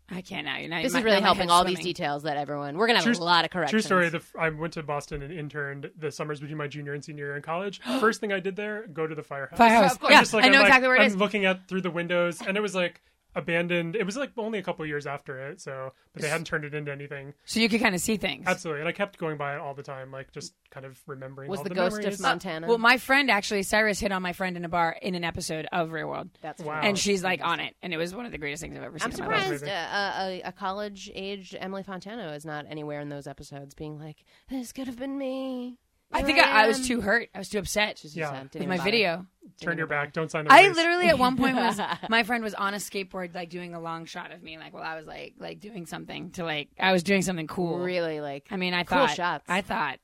Speaker 3: I can't now. You're not.
Speaker 2: This
Speaker 3: my-
Speaker 2: is really
Speaker 3: now my
Speaker 2: helping
Speaker 3: head's
Speaker 2: all these
Speaker 3: swimming.
Speaker 2: details that everyone. We're gonna have
Speaker 4: True-
Speaker 2: a lot of corrections.
Speaker 4: True story. The, f- I went to Boston and interned the summers between my junior and senior year in college. First thing I did there, go to the firehouse.
Speaker 3: Firehouse.
Speaker 2: Of course.
Speaker 3: Yeah,
Speaker 4: Just like,
Speaker 3: I know
Speaker 4: I'm like-
Speaker 3: exactly where it
Speaker 4: I'm
Speaker 3: is.
Speaker 4: looking at through the windows, and it was like abandoned. It was like only a couple years after it, so but they hadn't turned it into anything.
Speaker 3: so you can kind of see things.
Speaker 4: Absolutely, and I kept going by it all the time, like just kind of remembering.
Speaker 2: was
Speaker 4: all
Speaker 2: the,
Speaker 4: the,
Speaker 2: ghost
Speaker 4: memories.
Speaker 2: of Uh, Montana.
Speaker 3: Well, my friend actually, Cyrus hit on my friend in a bar in an episode of Real World,
Speaker 2: That's
Speaker 4: Wow.
Speaker 2: funny.
Speaker 3: and she's like on it, and it was one of the greatest things I've ever seen.
Speaker 2: I'm
Speaker 3: in my life.
Speaker 2: surprised uh, a, a college aged Emily Fontano is not anywhere in those episodes being like, this could have been me.
Speaker 3: I
Speaker 2: Here
Speaker 3: think I, I was
Speaker 2: am."
Speaker 3: too hurt. I was too upset
Speaker 2: um, She's
Speaker 4: Yeah.
Speaker 2: upset, didn't
Speaker 3: with
Speaker 2: even
Speaker 3: my
Speaker 2: bother.
Speaker 3: video.
Speaker 4: Turn your back. Don't sign the
Speaker 3: I
Speaker 4: release.
Speaker 3: literally at one point was my friend was on a skateboard like doing a long shot of me like while I was like like doing something to like I was doing something cool.
Speaker 2: Really, like,
Speaker 3: I mean I
Speaker 2: Cool
Speaker 3: thought
Speaker 2: shots.
Speaker 3: I thought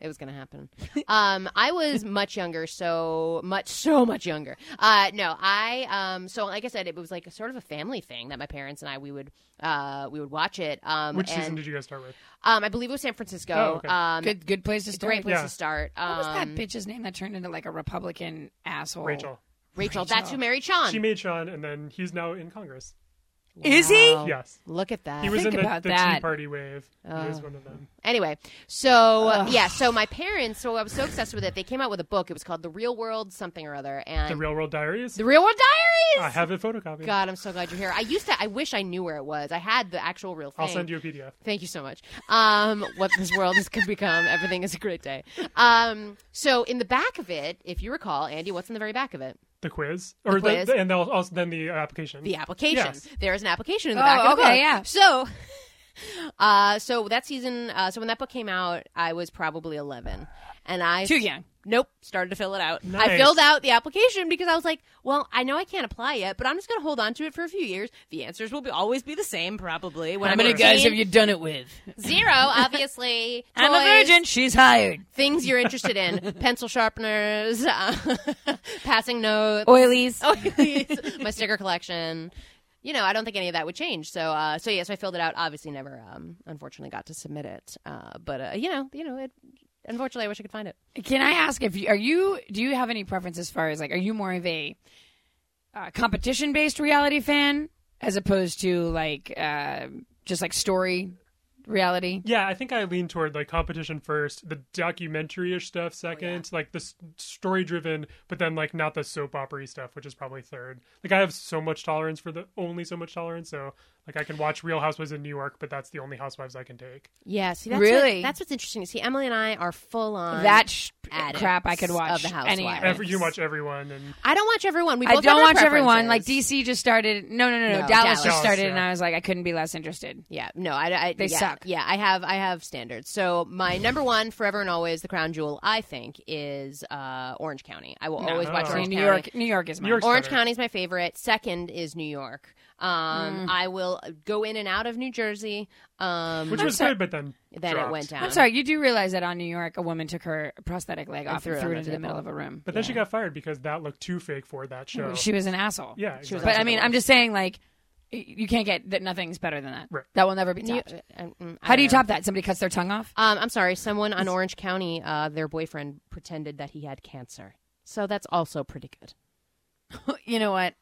Speaker 2: it was gonna happen. um, I was much younger, so much, so much younger. Uh, no, I um, so like I said, it was like a sort of a family thing that my parents and I we would uh we would watch it. Um,
Speaker 4: Which
Speaker 2: and,
Speaker 4: season did you guys start with?
Speaker 2: Um, I believe it was San Francisco.
Speaker 4: Oh, okay.
Speaker 2: Um,
Speaker 3: good good place to start.
Speaker 2: great place
Speaker 4: Yeah.
Speaker 2: to start. Um,
Speaker 3: What was that bitch's name that turned into like a Republican asshole?
Speaker 4: Rachel.
Speaker 2: Rachel, that's who married Sean.
Speaker 4: She made Sean, and then he's now in Congress.
Speaker 3: Is he?
Speaker 2: Wow.
Speaker 4: Yes.
Speaker 2: Look at that.
Speaker 4: He was
Speaker 3: Oh. Think
Speaker 4: in the,
Speaker 3: about
Speaker 4: the
Speaker 3: that.
Speaker 4: Tea Party wave. he was one of them.
Speaker 2: Anyway, so uh, yeah, so my parents, so I was so obsessed with it, they came out with a book. It was called The Real World something or other, and
Speaker 4: The Real World Diaries.
Speaker 2: The Real World
Speaker 4: I
Speaker 2: Diaries.
Speaker 4: have it photocopied.
Speaker 2: God, I'm so glad you're here. I used to, I wish I knew where it was. I had the actual real thing.
Speaker 4: I'll send you a PDF.
Speaker 2: Thank you so much. Um, what this world has could become. Everything is a great day. Um, so in the back of it, if you recall, Andy, what's in the very back of it?
Speaker 4: The quiz, or the,
Speaker 2: quiz.
Speaker 4: the- and they'll also then the application.
Speaker 2: the application.
Speaker 4: Yes.
Speaker 2: There is an application in the
Speaker 3: Oh,
Speaker 2: back of the
Speaker 3: okay,
Speaker 2: book.
Speaker 3: yeah.
Speaker 2: So, uh, so that season, uh, so when that book came out, I was probably eleven, and I
Speaker 3: Too young.
Speaker 2: Nope, started to fill it out. I
Speaker 4: Nice.
Speaker 2: filled out the application because I was like, well, I know I can't apply yet, but I'm just going to hold on to it for a few years. The answers will be always be the same, probably. When
Speaker 3: How
Speaker 2: I'm
Speaker 3: many guys
Speaker 2: 18.
Speaker 3: have you done it with?
Speaker 2: Zero, obviously.
Speaker 3: I'm a
Speaker 2: Toys,
Speaker 3: virgin. She's hired.
Speaker 2: Things you're interested in: pencil sharpeners, uh, passing notes,
Speaker 3: Oilies.
Speaker 2: Oh, please. my sticker collection. You know, I don't think any of that would change. So, uh, so yeah, so I filled it out. Obviously, never, um, unfortunately, got to submit it. Uh, but uh, you know, you know, it, unfortunately, I wish I could find it.
Speaker 3: Oh, Can I ask if you are you do you have any preference as far as like are you more of a uh, competition based reality fan as opposed to like uh, just like story reality?
Speaker 4: Yeah, I think I lean toward like competition first, the documentary ish
Speaker 2: Oh,
Speaker 4: stuff second, like the s- story driven, but then like not the soap opera stuff, which is probably third. Like I have so much tolerance for the only so much tolerance, so like I can watch Real Housewives in New York, but that's the only Housewives I can take.
Speaker 2: Yeah, see,
Speaker 3: that's
Speaker 2: that's
Speaker 3: Really? what-
Speaker 2: that's
Speaker 3: that's
Speaker 2: what's interesting. See, Emily and I are full on
Speaker 3: That sh-
Speaker 2: addicts
Speaker 3: crap I could watch
Speaker 2: of the
Speaker 3: any
Speaker 2: Housewives.
Speaker 3: of it.
Speaker 4: Every, you can watch everyone, and
Speaker 2: I don't watch everyone. We both
Speaker 3: I don't
Speaker 2: have our
Speaker 3: watch everyone. Like
Speaker 2: preferences.
Speaker 3: DC just started. No, no, no, no.
Speaker 2: No,
Speaker 3: Dallas,
Speaker 2: Dallas.
Speaker 3: just
Speaker 4: Dallas,
Speaker 3: started,
Speaker 4: yeah.
Speaker 3: and I was like, I couldn't be less interested.
Speaker 2: Yeah, no, I, I
Speaker 3: They
Speaker 2: yeah,
Speaker 3: suck.
Speaker 2: Yeah, I have I have standards. So my number one, forever and always, the crown jewel, I think, is uh, Orange County. I will always watch
Speaker 4: Oh.
Speaker 3: I mean,
Speaker 2: Orange
Speaker 3: New
Speaker 2: County.
Speaker 3: York, New York is mine.
Speaker 4: New York's
Speaker 2: Orange
Speaker 4: better.
Speaker 2: County is my favorite. Second is New York.
Speaker 3: Mm.
Speaker 2: Um, I will go in and out of New Jersey. Um,
Speaker 4: which was good, but then
Speaker 2: then it
Speaker 4: dropped.
Speaker 2: went down.
Speaker 3: I'm sorry, you do realize that on New York, a woman took her prosthetic leg off
Speaker 2: threw it
Speaker 3: and threw
Speaker 2: on
Speaker 3: it
Speaker 2: the
Speaker 3: into the
Speaker 2: table.
Speaker 3: middle of a room.
Speaker 4: But then she got fired because that looked too fake for that
Speaker 2: Oh,
Speaker 4: show.
Speaker 3: She was an asshole.
Speaker 4: yeah,
Speaker 2: She was
Speaker 4: exactly.
Speaker 3: But I mean, I'm just saying, like, y- you can't get that. Nothing's better than that.
Speaker 4: Right.
Speaker 3: That will never be
Speaker 2: New,
Speaker 3: topped.
Speaker 2: uh, mm, I
Speaker 3: How
Speaker 2: don't
Speaker 3: do you
Speaker 2: know.
Speaker 3: top that? Somebody cuts their tongue off.
Speaker 2: Um, I'm sorry. Someone on Orange County, uh, their boyfriend pretended that he had cancer. So that's also pretty good.
Speaker 3: you know what?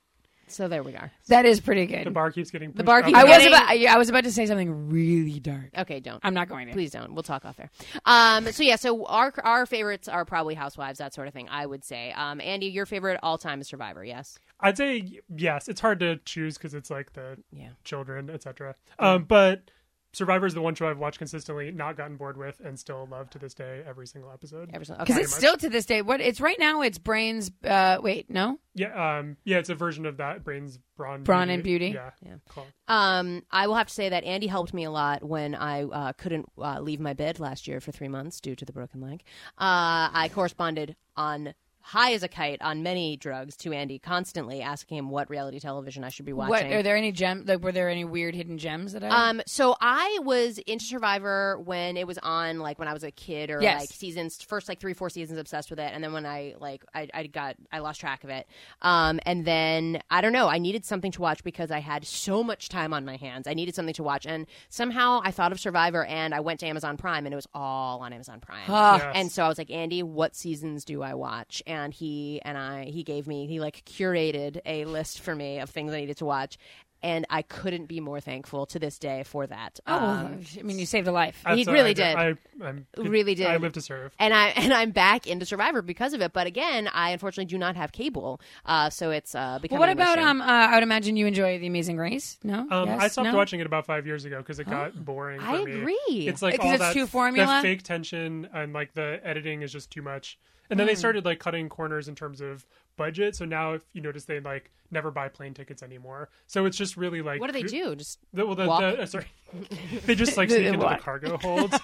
Speaker 2: So there we are.
Speaker 3: That is pretty
Speaker 4: the
Speaker 3: good.
Speaker 4: bar keeps getting pushed
Speaker 2: bar
Speaker 4: up.
Speaker 2: keeps-
Speaker 3: I was
Speaker 2: Getting-
Speaker 3: about. I I was about to say something really dark.
Speaker 2: Okay, don't.
Speaker 3: I'm not going to.
Speaker 2: Please don't. We'll talk off air. Um, so yeah, so our our favorites are probably Housewives, that sort of thing. I would say. Um, Andy, your favorite all time is Survivor. Yes.
Speaker 4: I'd say yes. It's hard to choose because it's like the
Speaker 2: Yeah.
Speaker 4: children, etc. Um, but Survivor is the one show I've watched consistently, not gotten bored with, and still love to this day every single episode.
Speaker 2: Every single.
Speaker 3: Because
Speaker 2: Okay.
Speaker 3: it's still to this day. What it's right now. It's brains. Uh, wait, no.
Speaker 4: yeah, um, yeah, it's a version of that. Brains, brawn,
Speaker 3: Brawn and Beauty?
Speaker 4: Yeah, yeah. Cool.
Speaker 2: Um, I will have to say that Andy helped me a lot when I uh, couldn't uh, leave my bed last year for three months due to the broken leg. Uh, I corresponded on high as a kite on many drugs to Andy constantly, asking him what reality television I should be watching.
Speaker 3: What are there any gem? Like, were there any weird hidden gems that I?
Speaker 2: Um, so I was into Survivor when it was on, like when I was a kid, or
Speaker 3: Yes.
Speaker 2: like seasons first, like three, four seasons obsessed with it, and then when I like I, I got I lost track of it, um, and then I don't know, I needed something to watch because I had so much time on my hands. I needed something to watch, and somehow I thought of Survivor, and I went to Amazon Prime, and it was all on Amazon Prime.
Speaker 3: Ah.
Speaker 4: Yes.
Speaker 2: And so I was like, Andy, what seasons do I watch? and he and I he gave me he like curated a list for me of things I needed to watch, and I couldn't be more thankful to this day for that.
Speaker 3: Oh, well,
Speaker 2: Um,
Speaker 3: I mean, you saved a life.
Speaker 2: He
Speaker 4: That's what
Speaker 2: really
Speaker 4: I
Speaker 2: did.
Speaker 4: I I'm,
Speaker 2: Really did.
Speaker 4: I live to serve.
Speaker 2: and I and I'm back into Survivor because of it. But again, I unfortunately do not have cable, uh, so it's uh,
Speaker 3: Well,
Speaker 2: becoming.
Speaker 3: what
Speaker 2: an
Speaker 3: about
Speaker 2: issue.
Speaker 3: um? Uh, I would imagine you enjoy The Amazing Race. No,
Speaker 4: Um,
Speaker 3: Yes?
Speaker 4: I stopped
Speaker 3: No?
Speaker 4: watching it about five years ago because it got boring. For
Speaker 2: Oh, I
Speaker 4: me.
Speaker 2: agree.
Speaker 4: It's like
Speaker 3: Because
Speaker 4: all
Speaker 3: it's
Speaker 4: that
Speaker 3: too formula?
Speaker 4: the fake tension, and like the editing is just too much. And
Speaker 2: Mm.
Speaker 4: then they started like cutting corners in terms of budget. So now, if you notice, they like never buy plane tickets anymore. So it's just really like
Speaker 2: what do they
Speaker 4: who-
Speaker 2: do? Just
Speaker 4: The, well, the,
Speaker 2: Walk?
Speaker 4: the- uh, sorry, they just like sneak into the
Speaker 3: Walk.
Speaker 4: cargo holds.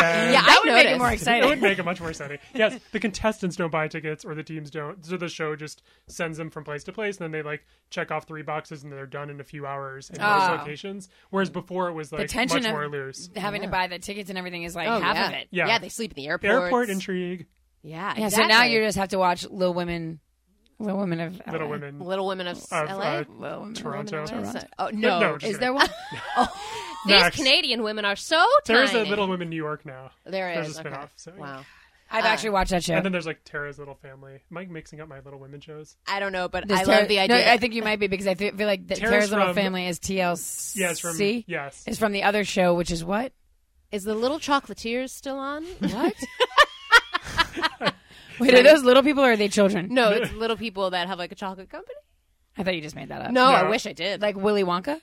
Speaker 4: Uh,
Speaker 2: yeah,
Speaker 3: That
Speaker 2: I
Speaker 3: would
Speaker 2: noticed.
Speaker 3: make it more
Speaker 4: It would
Speaker 3: exciting.
Speaker 4: make it much more exciting. Yes, the contestants don't buy tickets, or the teams don't. So the show just sends them from place to place, and then they like check off three boxes, and they're done in a few hours in
Speaker 3: Oh.
Speaker 4: those locations. Whereas before it was like
Speaker 3: tension
Speaker 4: much
Speaker 3: of-
Speaker 4: more loose.
Speaker 3: Having to buy the tickets and everything is like
Speaker 2: Oh,
Speaker 3: half
Speaker 2: yeah.
Speaker 3: of it.
Speaker 2: Yeah.
Speaker 4: Yeah.
Speaker 2: they sleep in the airport.
Speaker 4: Airport intrigue,
Speaker 2: Yeah,
Speaker 3: Yeah,
Speaker 2: exactly.
Speaker 3: so now you just have to watch Little Women, Little Women of
Speaker 4: Little
Speaker 3: LA.
Speaker 4: Women.
Speaker 2: Little Women of,
Speaker 4: Of,
Speaker 2: LA.
Speaker 4: uh,
Speaker 3: Little Women of
Speaker 4: Toronto.
Speaker 3: LA.
Speaker 4: Toronto.
Speaker 2: Oh no,
Speaker 4: no, just
Speaker 2: is there one? oh, these
Speaker 4: Next.
Speaker 2: Canadian women are so
Speaker 4: There
Speaker 2: tiny.
Speaker 4: is a Little Women New York now.
Speaker 2: There
Speaker 4: There's
Speaker 2: is,
Speaker 4: a
Speaker 2: okay.
Speaker 4: spinoff. So, yeah.
Speaker 2: Wow,
Speaker 3: I've
Speaker 2: Uh,
Speaker 3: actually watched that show.
Speaker 4: And then there's like Tara's Little Family. Am I mixing up my Little Women shows?
Speaker 2: I don't know, but
Speaker 3: Does
Speaker 2: I
Speaker 3: Tara-
Speaker 2: love the
Speaker 3: no,
Speaker 2: idea.
Speaker 3: I think you might be because I fe- feel like the, Tara's,
Speaker 4: Tara's
Speaker 3: Little
Speaker 4: from-
Speaker 3: Family is TLC.
Speaker 4: Yeah, it's from yes.
Speaker 3: It's from the other show, which is what?
Speaker 2: is the Little Chocolatiers still on?
Speaker 3: What? Wait, are those little people or are they children?
Speaker 2: no, it's little people that have like a chocolate company.
Speaker 3: I thought you just made that up.
Speaker 2: No, I
Speaker 4: No.
Speaker 2: wish I did. Like,
Speaker 3: Like Willy Wonka?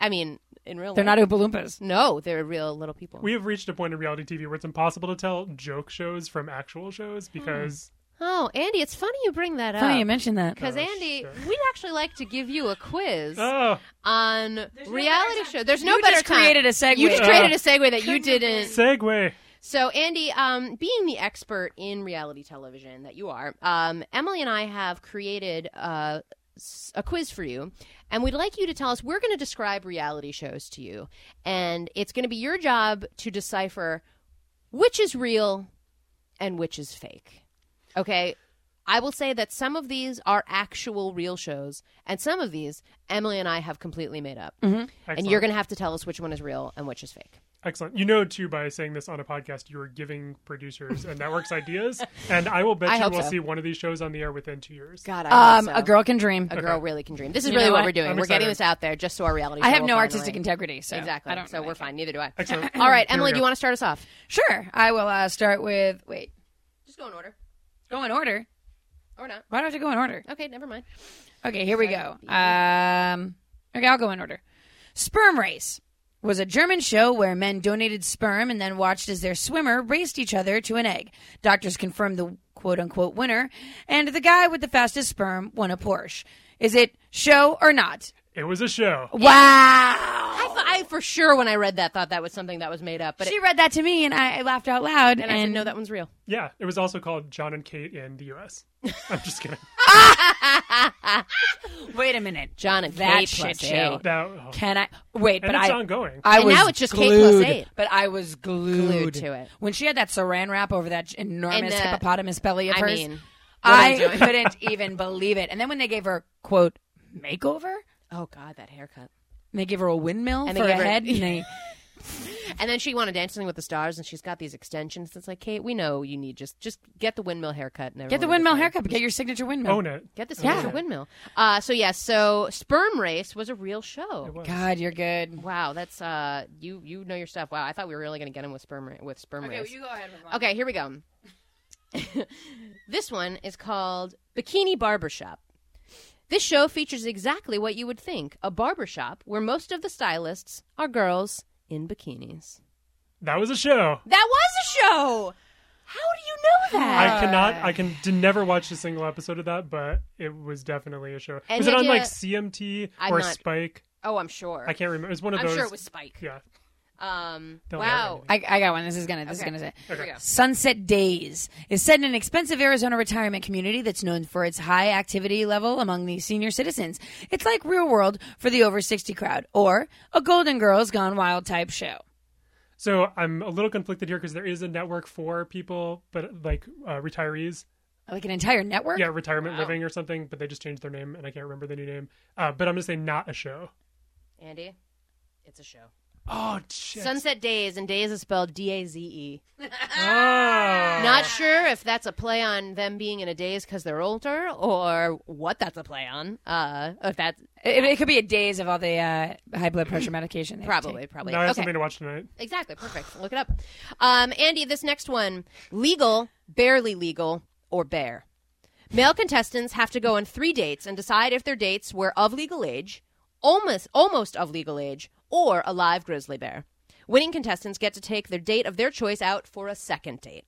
Speaker 2: I mean, in real
Speaker 3: They're
Speaker 2: life,
Speaker 3: not Oompa Loompas.
Speaker 2: No, they're real little people.
Speaker 4: We have reached a point in reality TV where it's impossible to tell joke shows from actual shows because
Speaker 2: oh, Andy, it's funny you bring that
Speaker 3: Funny you
Speaker 2: up.
Speaker 3: mentioned that.
Speaker 2: Because
Speaker 4: Oh,
Speaker 2: Andy,
Speaker 4: shit.
Speaker 2: we'd actually like to give you a quiz
Speaker 4: oh,
Speaker 2: on reality show. There's no
Speaker 3: You
Speaker 2: better
Speaker 3: just
Speaker 2: time.
Speaker 3: created a segue.
Speaker 2: You just created
Speaker 4: Uh,
Speaker 2: a segue that you didn't.
Speaker 4: segue.
Speaker 2: So, Andy, um, being the expert in reality television that you are, um, Emily and I have created uh, s- a quiz for you, and we'd like you to tell us. We're going to describe reality shows to you, and it's going to be your job to decipher which is real and which is fake. Okay. I will say that some of these are actual real shows, and some of these Emily and I have completely made up. And you're
Speaker 4: Excellent.
Speaker 2: going to have to tell us which one is real and which is fake.
Speaker 4: Excellent. You know, too, by saying this on a podcast, you are giving producers and networks ideas, and I will bet
Speaker 2: I
Speaker 4: you
Speaker 2: hope
Speaker 4: we'll
Speaker 2: so.
Speaker 4: see one of these shows on the air within two years.
Speaker 2: God, I
Speaker 3: Um, A girl can dream.
Speaker 2: Oh, a girl really can dream. This is
Speaker 3: You
Speaker 2: really
Speaker 3: know
Speaker 2: what
Speaker 3: what?
Speaker 2: we're doing.
Speaker 4: I'm
Speaker 2: we're getting
Speaker 4: excited.
Speaker 2: this out there just so our reality.
Speaker 3: I
Speaker 2: show
Speaker 3: have
Speaker 2: will
Speaker 3: no
Speaker 2: finally-
Speaker 3: artistic integrity, so
Speaker 2: Exactly.
Speaker 3: I don't
Speaker 2: so
Speaker 3: really
Speaker 2: we're
Speaker 3: care.
Speaker 2: fine. Neither do I.
Speaker 4: Excellent.
Speaker 2: All right,
Speaker 4: Here we
Speaker 2: Emily, do you
Speaker 4: go.
Speaker 2: want to start us off?
Speaker 3: Sure, I will uh, start with wait.
Speaker 2: Just go in order,
Speaker 3: Go in order.
Speaker 2: or not?
Speaker 3: Why do I have to go in order?
Speaker 2: Oh, Okay, never mind.
Speaker 3: Okay, here we go. Um, okay, I'll go in order. Sperm Race was a German show where men donated sperm and then watched as their swimmer raced each other to an egg. Doctors confirmed the quote unquote winner, and the guy with the fastest sperm won a Porsche. Is it show or not?
Speaker 4: It was a show.
Speaker 3: Wow.
Speaker 2: I, thought, I for sure when I read that thought that was something that was made up, but it,
Speaker 3: She read that to me and I, I laughed out loud.
Speaker 2: and I said no, that one's real.
Speaker 4: Yeah, it was also called John and Kate in the U.S. I'm just kidding.
Speaker 3: Wait a minute.
Speaker 2: John and
Speaker 3: That
Speaker 2: Kate
Speaker 3: shit
Speaker 2: plus
Speaker 3: show.
Speaker 2: eight.
Speaker 4: That, oh.
Speaker 3: Can I wait?
Speaker 4: And
Speaker 3: but
Speaker 4: it's
Speaker 3: I
Speaker 4: ongoing.
Speaker 3: I
Speaker 2: And
Speaker 3: was
Speaker 2: now it's just K
Speaker 3: glued,
Speaker 2: plus eight.
Speaker 3: But I was glued.
Speaker 2: Glued to it.
Speaker 3: when she had that Saran wrap over that
Speaker 2: And,
Speaker 3: enormous
Speaker 2: uh,
Speaker 3: hippopotamus belly of
Speaker 2: I
Speaker 3: hers.
Speaker 2: mean, what are you
Speaker 3: I
Speaker 2: doing?
Speaker 3: couldn't even believe it. And then when they gave her quote makeover,
Speaker 2: Oh God, that haircut.
Speaker 3: and they gave her a windmill
Speaker 2: And they
Speaker 3: for a
Speaker 2: gave her-
Speaker 3: head, and they
Speaker 2: And then she wanted Dancing with the Stars, and she's got these extensions. It's like, Kate, we know you need just just get the windmill haircut. And
Speaker 3: get the
Speaker 2: everyone will be
Speaker 3: windmill
Speaker 2: fine.
Speaker 3: haircut, but get your signature windmill.
Speaker 4: Own it.
Speaker 2: Get the
Speaker 4: Own
Speaker 2: signature
Speaker 4: it.
Speaker 2: windmill. Uh, so yes, so Sperm Race was a real show.
Speaker 4: It was.
Speaker 3: God, you're good.
Speaker 2: Wow, that's uh, you you know your stuff. Wow, I thought we were really gonna get him with sperm ra- with sperm race.
Speaker 3: go ahead.
Speaker 2: okay, here we go. this one is called Bikini Barbershop. This show features exactly what you would think: a barbershop where most of the stylists are girls in bikinis.
Speaker 4: That was a show.
Speaker 2: That was a show. How do you know that?
Speaker 4: I cannot. I can d- never watch a single episode of that, but it was definitely a show.
Speaker 2: And
Speaker 4: was
Speaker 2: the
Speaker 4: it on
Speaker 2: idea-
Speaker 4: like CMT
Speaker 2: I'm
Speaker 4: or
Speaker 2: not-
Speaker 4: Spike?
Speaker 2: oh, I'm sure.
Speaker 4: I can't remember. It was one of
Speaker 2: I'm
Speaker 4: those.
Speaker 2: sure it was Spike.
Speaker 4: Yeah.
Speaker 2: Um,
Speaker 4: Don't worry
Speaker 2: wow.
Speaker 4: about
Speaker 3: I, I got one. This is gonna. This
Speaker 2: Okay.
Speaker 3: is gonna.
Speaker 2: Here we go.
Speaker 3: Sunset Days is set in an expensive Arizona retirement community that's known for its high activity level among the senior citizens. It's like Real World for the over 60 crowd, or a Golden Girls Gone Wild type show.
Speaker 4: So I'm a little conflicted here because there is a network for people, but like uh, retirees.
Speaker 3: Like an entire network?
Speaker 4: Yeah, retirement living or something, but they just changed their name and I can't remember the new name. Uh, but I'm gonna say not a show.
Speaker 2: Andy, it's a show.
Speaker 4: Oh shit.
Speaker 2: Sunset Days, and Days is spelled D A Z E.
Speaker 4: Ah.
Speaker 2: Not sure if that's a play on them being in a daze because they're older, or what that's a play on. Uh, if that's
Speaker 3: It, it could be a days of all the uh, high blood pressure medication. they have to
Speaker 2: probably,
Speaker 3: take.
Speaker 2: probably
Speaker 4: Now I have
Speaker 2: okay.
Speaker 4: something to watch tonight.
Speaker 2: Exactly. Perfect. Look it up. Um, Andy, this next one legal, barely legal, or bare. Male contestants have to go on three dates and decide if their dates were of legal age, almost, almost of legal age, or a live grizzly bear. Winning contestants get to take their date of their choice out for a second date.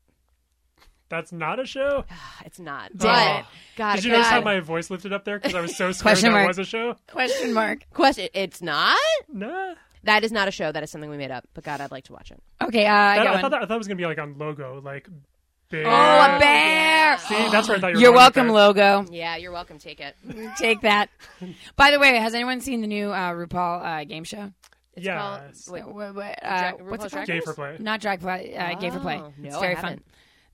Speaker 4: That's not a show.
Speaker 3: Oh,
Speaker 2: It's not.
Speaker 4: Damn
Speaker 2: But, God,
Speaker 4: Did you
Speaker 2: God.
Speaker 4: notice how my voice lifted up there? Because I was so scared
Speaker 3: Question
Speaker 4: that
Speaker 3: mark.
Speaker 4: was a show.
Speaker 3: Question mark.
Speaker 2: Question. It's not?
Speaker 4: Nah.
Speaker 2: That is not a show. That is something we made up. But, God, I'd like to watch it.
Speaker 3: Okay, uh, I
Speaker 4: That-
Speaker 3: got
Speaker 4: I, thought
Speaker 3: one.
Speaker 4: that, I thought it was gonna be like on logo, like big.
Speaker 3: Oh, a bear.
Speaker 4: See, that's where I thought you were.
Speaker 3: You're
Speaker 4: going with
Speaker 3: welcome,
Speaker 4: that.
Speaker 3: logo.
Speaker 2: Yeah, you're welcome. Take it.
Speaker 3: Take that. By the way, has anyone seen the new uh, RuPaul uh, game show?
Speaker 2: It's
Speaker 4: Yes.
Speaker 2: called- wait,
Speaker 3: What- what, uh,
Speaker 2: Drag- RuPaul's
Speaker 3: what's it
Speaker 2: Drag
Speaker 3: called?
Speaker 4: Gay for play.
Speaker 3: Not drag play. Uh, Gay for play.
Speaker 2: Oh, no,
Speaker 3: it's
Speaker 2: I
Speaker 3: very fun.
Speaker 2: haven't.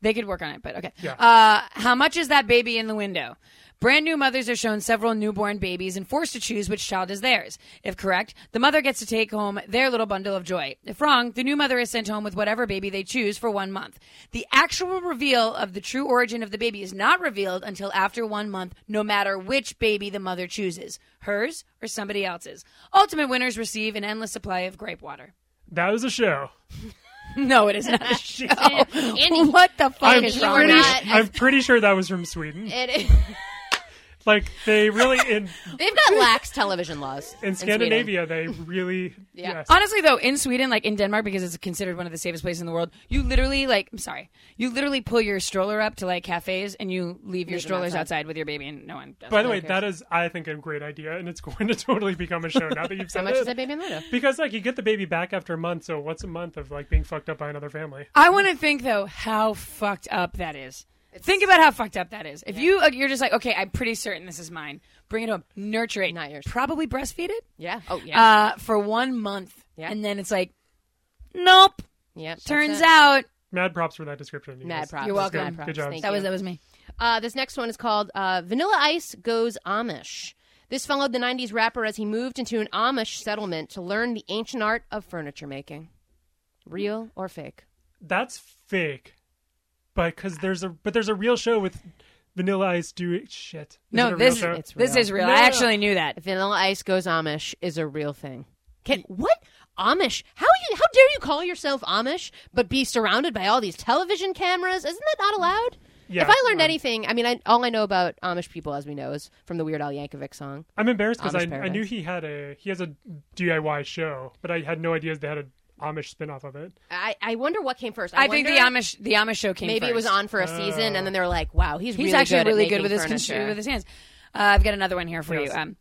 Speaker 3: They could work on it, but okay.
Speaker 4: Yeah.
Speaker 3: Uh, how much is that baby in the window? Brand new mothers are shown several newborn babies and forced to choose which child is theirs. If correct, the mother gets to take home their little bundle of joy. If wrong, the new mother is sent home with whatever baby they choose for one month. The actual reveal of the true origin of the baby is not revealed until after one month, no matter which baby the mother chooses hers or somebody else's. Ultimate winners receive an endless supply of grape water.
Speaker 4: That was a show.
Speaker 3: No, it is not a show.
Speaker 2: Andy,
Speaker 3: what the fuck
Speaker 4: I'm
Speaker 3: is
Speaker 2: you
Speaker 3: wrong
Speaker 2: were
Speaker 3: with
Speaker 2: not-
Speaker 3: you?
Speaker 2: that?
Speaker 4: I'm pretty sure that was from Sweden.
Speaker 2: It,
Speaker 4: Like they really in
Speaker 2: they've got lax television laws
Speaker 4: in
Speaker 2: Sweden.
Speaker 4: Scandinavia they really
Speaker 2: Yeah.
Speaker 4: yes.
Speaker 3: Honestly, though, in Sweden, like in Denmark, because it's considered one of the safest places in the world, you literally, like, I'm sorry, you literally pull your stroller up to like cafes and you leave your strollers outside. with your baby, and no one. Does
Speaker 4: By the way, that is I think a great idea, and it's going to totally become a show now that you've said
Speaker 2: How much
Speaker 4: it.
Speaker 2: is that baby in the window?
Speaker 4: Because like you get the baby back after a month, so what's a month of like being fucked up by another family?
Speaker 3: I want to think though how fucked up that is. think about how fucked up that is. If you uh, you're just like, okay, I'm pretty certain this is mine. Bring it home, nurture it,
Speaker 2: Not yours.
Speaker 3: Probably breastfeed it
Speaker 2: Yeah. Oh yeah.
Speaker 3: uh, for one month,
Speaker 2: Yeah.
Speaker 3: and then it's like, nope.
Speaker 2: yeah.
Speaker 3: Turns out
Speaker 4: Mad props for that description. you
Speaker 2: Mad
Speaker 4: guys.
Speaker 2: props.
Speaker 3: You're
Speaker 4: That's
Speaker 3: welcome.
Speaker 4: Good,
Speaker 3: Mad
Speaker 4: good
Speaker 2: props.
Speaker 4: job.
Speaker 2: Thank
Speaker 3: that
Speaker 2: you.
Speaker 3: was that was me.
Speaker 2: Uh, this next one is called uh, Vanilla Ice Goes Amish. This followed the '90s rapper as he moved into an Amish settlement to learn the ancient art of furniture making. Real or fake?
Speaker 4: That's fake. But because there's a but there's a real show with Vanilla Ice do shit. Is it
Speaker 3: No,
Speaker 4: a
Speaker 3: this
Speaker 4: real show?
Speaker 2: it's
Speaker 3: this
Speaker 2: real.
Speaker 3: is real.
Speaker 4: No,
Speaker 3: I
Speaker 4: no, no.
Speaker 3: actually knew that.
Speaker 2: Vanilla Ice Goes Amish is a real thing. Can, what Amish? How you? How dare you call yourself Amish but be surrounded by all these television cameras? Isn't that not allowed?
Speaker 4: Yeah,
Speaker 2: if I learned
Speaker 4: um,
Speaker 2: anything, I mean, I, all I know about Amish people, as we know, is from the Weird Al Yankovic song.
Speaker 4: I'm embarrassed because I,
Speaker 2: Amish
Speaker 4: I
Speaker 2: Paradise.
Speaker 4: knew he had a he has a DIY show, but I had no idea they had an Amish spin-off of it.
Speaker 2: I, I wonder what came first. I,
Speaker 3: I, think the
Speaker 2: wonder-
Speaker 3: Amish the Amish show came.
Speaker 2: Maybe it was
Speaker 3: first.
Speaker 2: on for a season, and then they were like, "Wow, he's,
Speaker 3: He's
Speaker 2: really
Speaker 3: actually
Speaker 2: good at
Speaker 3: really good
Speaker 2: making
Speaker 3: with his cons-
Speaker 2: furniture."
Speaker 3: with his hands. Uh, I've got another one here for
Speaker 4: Yes.
Speaker 3: you. Um,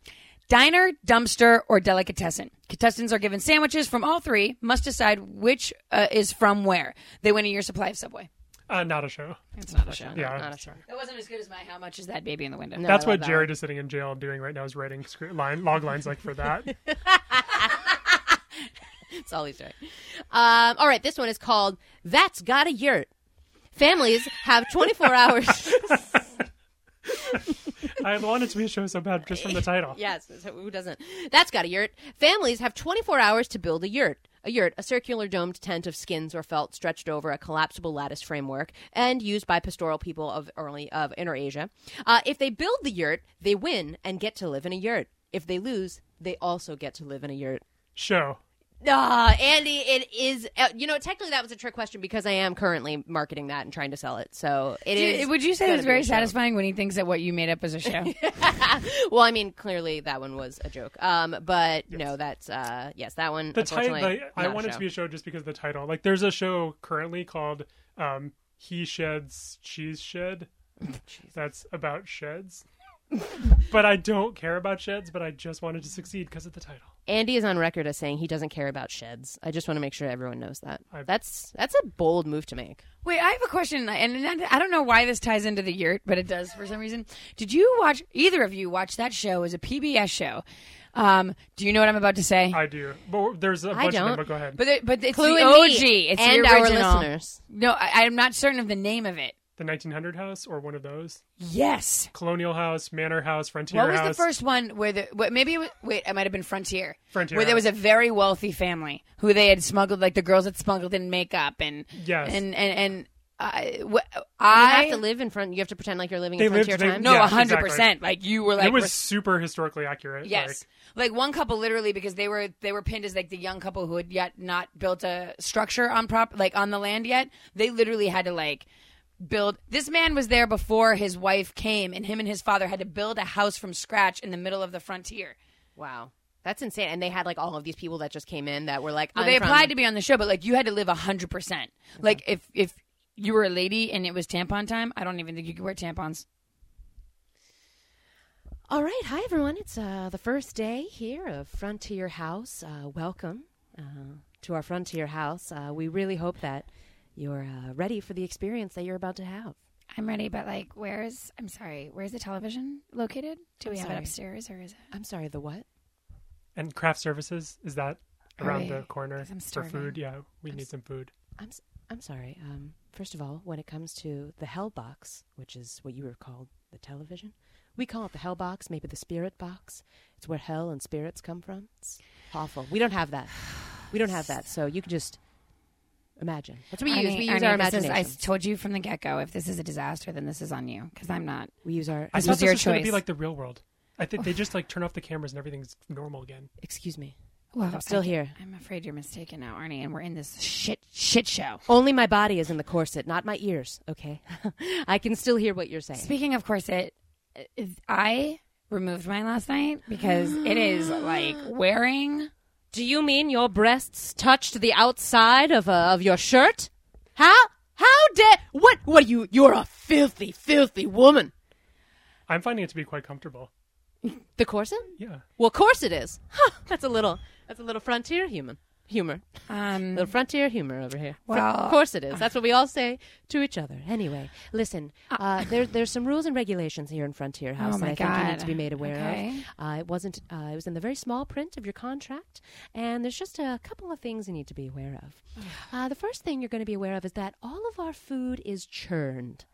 Speaker 3: diner, dumpster, or delicatessen. Contestants are given sandwiches from all three. Must decide which uh, is from where. They win a year supply of Subway.
Speaker 4: Uh, not a show.
Speaker 3: It's not a show.
Speaker 4: Yeah,
Speaker 2: Not a show.
Speaker 3: That wasn't as good as my. How much is that baby in the window?
Speaker 2: No,
Speaker 4: that's
Speaker 2: I love
Speaker 4: what
Speaker 2: that
Speaker 4: Jared is sitting in jail doing right now is writing script line log lines like for that.
Speaker 2: It's always right. Um, all right, this one is called "That's Got a Yurt." Families have 24 hours.
Speaker 4: I wanted to be a show so bad just from the title.
Speaker 2: Yes, so who doesn't? That's got a yurt. Families have 24 hours to build a yurt. A yurt, a circular domed tent of skins or felt stretched over a collapsible lattice framework and used by pastoral people of early of Inner Asia. Uh, if they build the yurt, they win and get to live in a yurt. If they lose, they also get to live in a yurt.
Speaker 4: Show.
Speaker 2: Ah, Andy, it is. Uh, you know, technically that was a trick question because I am currently marketing that and trying to sell it. So it is.
Speaker 3: Would you say
Speaker 2: gonna
Speaker 3: it was
Speaker 2: be
Speaker 3: very
Speaker 2: a show.
Speaker 3: satisfying when he thinks that what you made up was a show?
Speaker 2: Well, I mean, clearly that one was a joke. Um, but no, that's uh, yes, that one.
Speaker 4: The title.
Speaker 2: unfortunately,
Speaker 4: I
Speaker 2: not a
Speaker 4: wanted
Speaker 2: show.
Speaker 4: to be a show just because of the title. Like, there's a show currently called um, "He Sheds Cheese Shed." That's about sheds. but I don't care about sheds. But I just wanted to succeed because of the title.
Speaker 2: Andy is on record as saying he doesn't care about sheds. I just want to make sure everyone knows that.
Speaker 4: I-
Speaker 2: That's that's a bold move to make.
Speaker 3: Wait, I have a question, and I don't know why this ties into the yurt, but it does for some reason. Did you watch either of you watch that show? It was a PBS show. Um, do you know what I'm about to say?
Speaker 4: I do. But there's a bunch of
Speaker 2: don't,
Speaker 4: them. But go ahead.
Speaker 3: but the, but it's
Speaker 2: Clue
Speaker 3: the
Speaker 2: and
Speaker 3: OG.
Speaker 2: me
Speaker 3: It's
Speaker 2: and
Speaker 3: the
Speaker 2: our
Speaker 3: original.
Speaker 2: listeners.
Speaker 3: No, I, I'm not certain of the name of it.
Speaker 4: the 1900 house or one of those
Speaker 3: Yes.
Speaker 4: colonial house manor house frontier
Speaker 3: what was
Speaker 4: house
Speaker 3: the first one where the what, maybe it was, wait it might have been Frontier.
Speaker 4: Frontier
Speaker 3: Where there
Speaker 4: House.
Speaker 3: was a very wealthy family who they had smuggled like the girls had smuggled in makeup and
Speaker 4: Yes.
Speaker 3: and and and I wh-
Speaker 2: You
Speaker 3: I
Speaker 2: have to live in front. You have to pretend like you're living
Speaker 4: They
Speaker 2: in
Speaker 4: lived-
Speaker 2: frontier
Speaker 4: they-
Speaker 2: times.
Speaker 3: no
Speaker 4: Yeah,
Speaker 3: a hundred
Speaker 4: exactly.
Speaker 3: percent like you were like
Speaker 4: it was
Speaker 3: res-
Speaker 4: super historically accurate
Speaker 3: yes like, one couple literally because they were they were pinned as like the young couple who had yet not built a structure on prop like on the land yet they literally had to like build this man was there before his wife came and him and his father had to build a house from scratch in the middle of the frontier
Speaker 2: Wow, that's insane. And they had like all of these people that just came in that were like,
Speaker 3: Well,
Speaker 2: I'm
Speaker 3: they
Speaker 2: from-
Speaker 3: applied to be on the show, but like you had to live hundred percent. Like if if you were a lady and it was tampon time, I don't even think you could wear tampons.
Speaker 2: All right, hi everyone. It's uh, the first day here of Frontier House. Uh, welcome uh, to our Frontier House. Uh, we really hope that you're uh, ready for the experience that you're about to have.
Speaker 5: I'm ready, but like, where's? I'm sorry, where's the television located? Do we have
Speaker 2: sorry.
Speaker 5: it upstairs or is it?
Speaker 2: I'm sorry, the what?
Speaker 4: and craft services is that around
Speaker 5: Right,
Speaker 4: the corner
Speaker 5: 'cause I'm
Speaker 4: for food
Speaker 5: starving.
Speaker 4: yeah we need some food
Speaker 2: I'm s- I'm sorry. Um, first of all, when it comes to the Hell Box, which is what you were called the television, we call it the Hell Box, maybe the Spirit Box. It's where hell and spirits come from. It's awful. We don't have that. We don't have that. So you can just imagine. That's what we use.
Speaker 5: Arnie,
Speaker 2: we use
Speaker 5: Arnie,
Speaker 2: our
Speaker 5: this is-
Speaker 2: imagination.
Speaker 5: I told you from the get go. If this is a disaster, then this is on you because I'm not.
Speaker 2: we use our.
Speaker 4: i
Speaker 5: This
Speaker 4: thought
Speaker 5: was
Speaker 4: this
Speaker 5: your
Speaker 4: was going to be
Speaker 5: choice.
Speaker 4: like the real world i think they just like turn off the cameras and everything's normal again
Speaker 2: Excuse me.
Speaker 5: Well,
Speaker 2: I'm still
Speaker 5: I-
Speaker 2: here.
Speaker 5: I'm afraid you're mistaken now, Arnie, and we're in this shit shit show.
Speaker 2: Only my body is in the corset, not my ears. Okay, I can still hear what you're saying.
Speaker 5: Speaking of corset, is- I removed mine last night because it is like wearing.
Speaker 2: Do you mean your breasts touched the outside of uh, of your shirt? How how dare what what are you you're a filthy filthy woman.
Speaker 4: i'm finding it to be quite comfortable
Speaker 2: The corset?
Speaker 4: yeah
Speaker 2: Well, of course it is. Huh, that's a little that's a little frontier human humor.
Speaker 5: Um,
Speaker 2: Little frontier humor over here. Fr-
Speaker 5: Well-
Speaker 2: of course it is. That's what we all say to each other. Anyway, listen, uh, there, there's some rules and regulations here in Frontier House
Speaker 5: Oh my
Speaker 2: that I think you need
Speaker 5: God.
Speaker 2: to be made aware
Speaker 5: Okay.
Speaker 2: of. Uh, it wasn't. Uh, it was in the very small print of your contract, and there's just a couple of things you need to be aware of.
Speaker 5: Oh.
Speaker 2: Uh, the first thing you're going to be aware of is that all of our food is churned.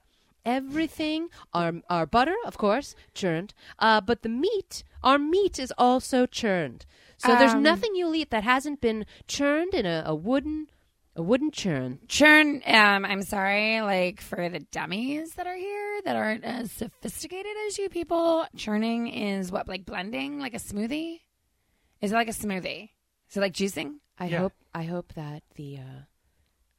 Speaker 2: Everything, our our butter, of course, churned, uh, but the meat, our meat is also churned. So there's nothing you'll eat that hasn't been churned in a, a wooden a wooden churn.
Speaker 5: Churn, um, I'm sorry, like for the dummies that are here that aren't as sophisticated as you people, churning is what, like blending, like a smoothie? Is it like a smoothie? Is it like juicing?
Speaker 2: I
Speaker 4: Yeah.
Speaker 2: hope I hope that the uh,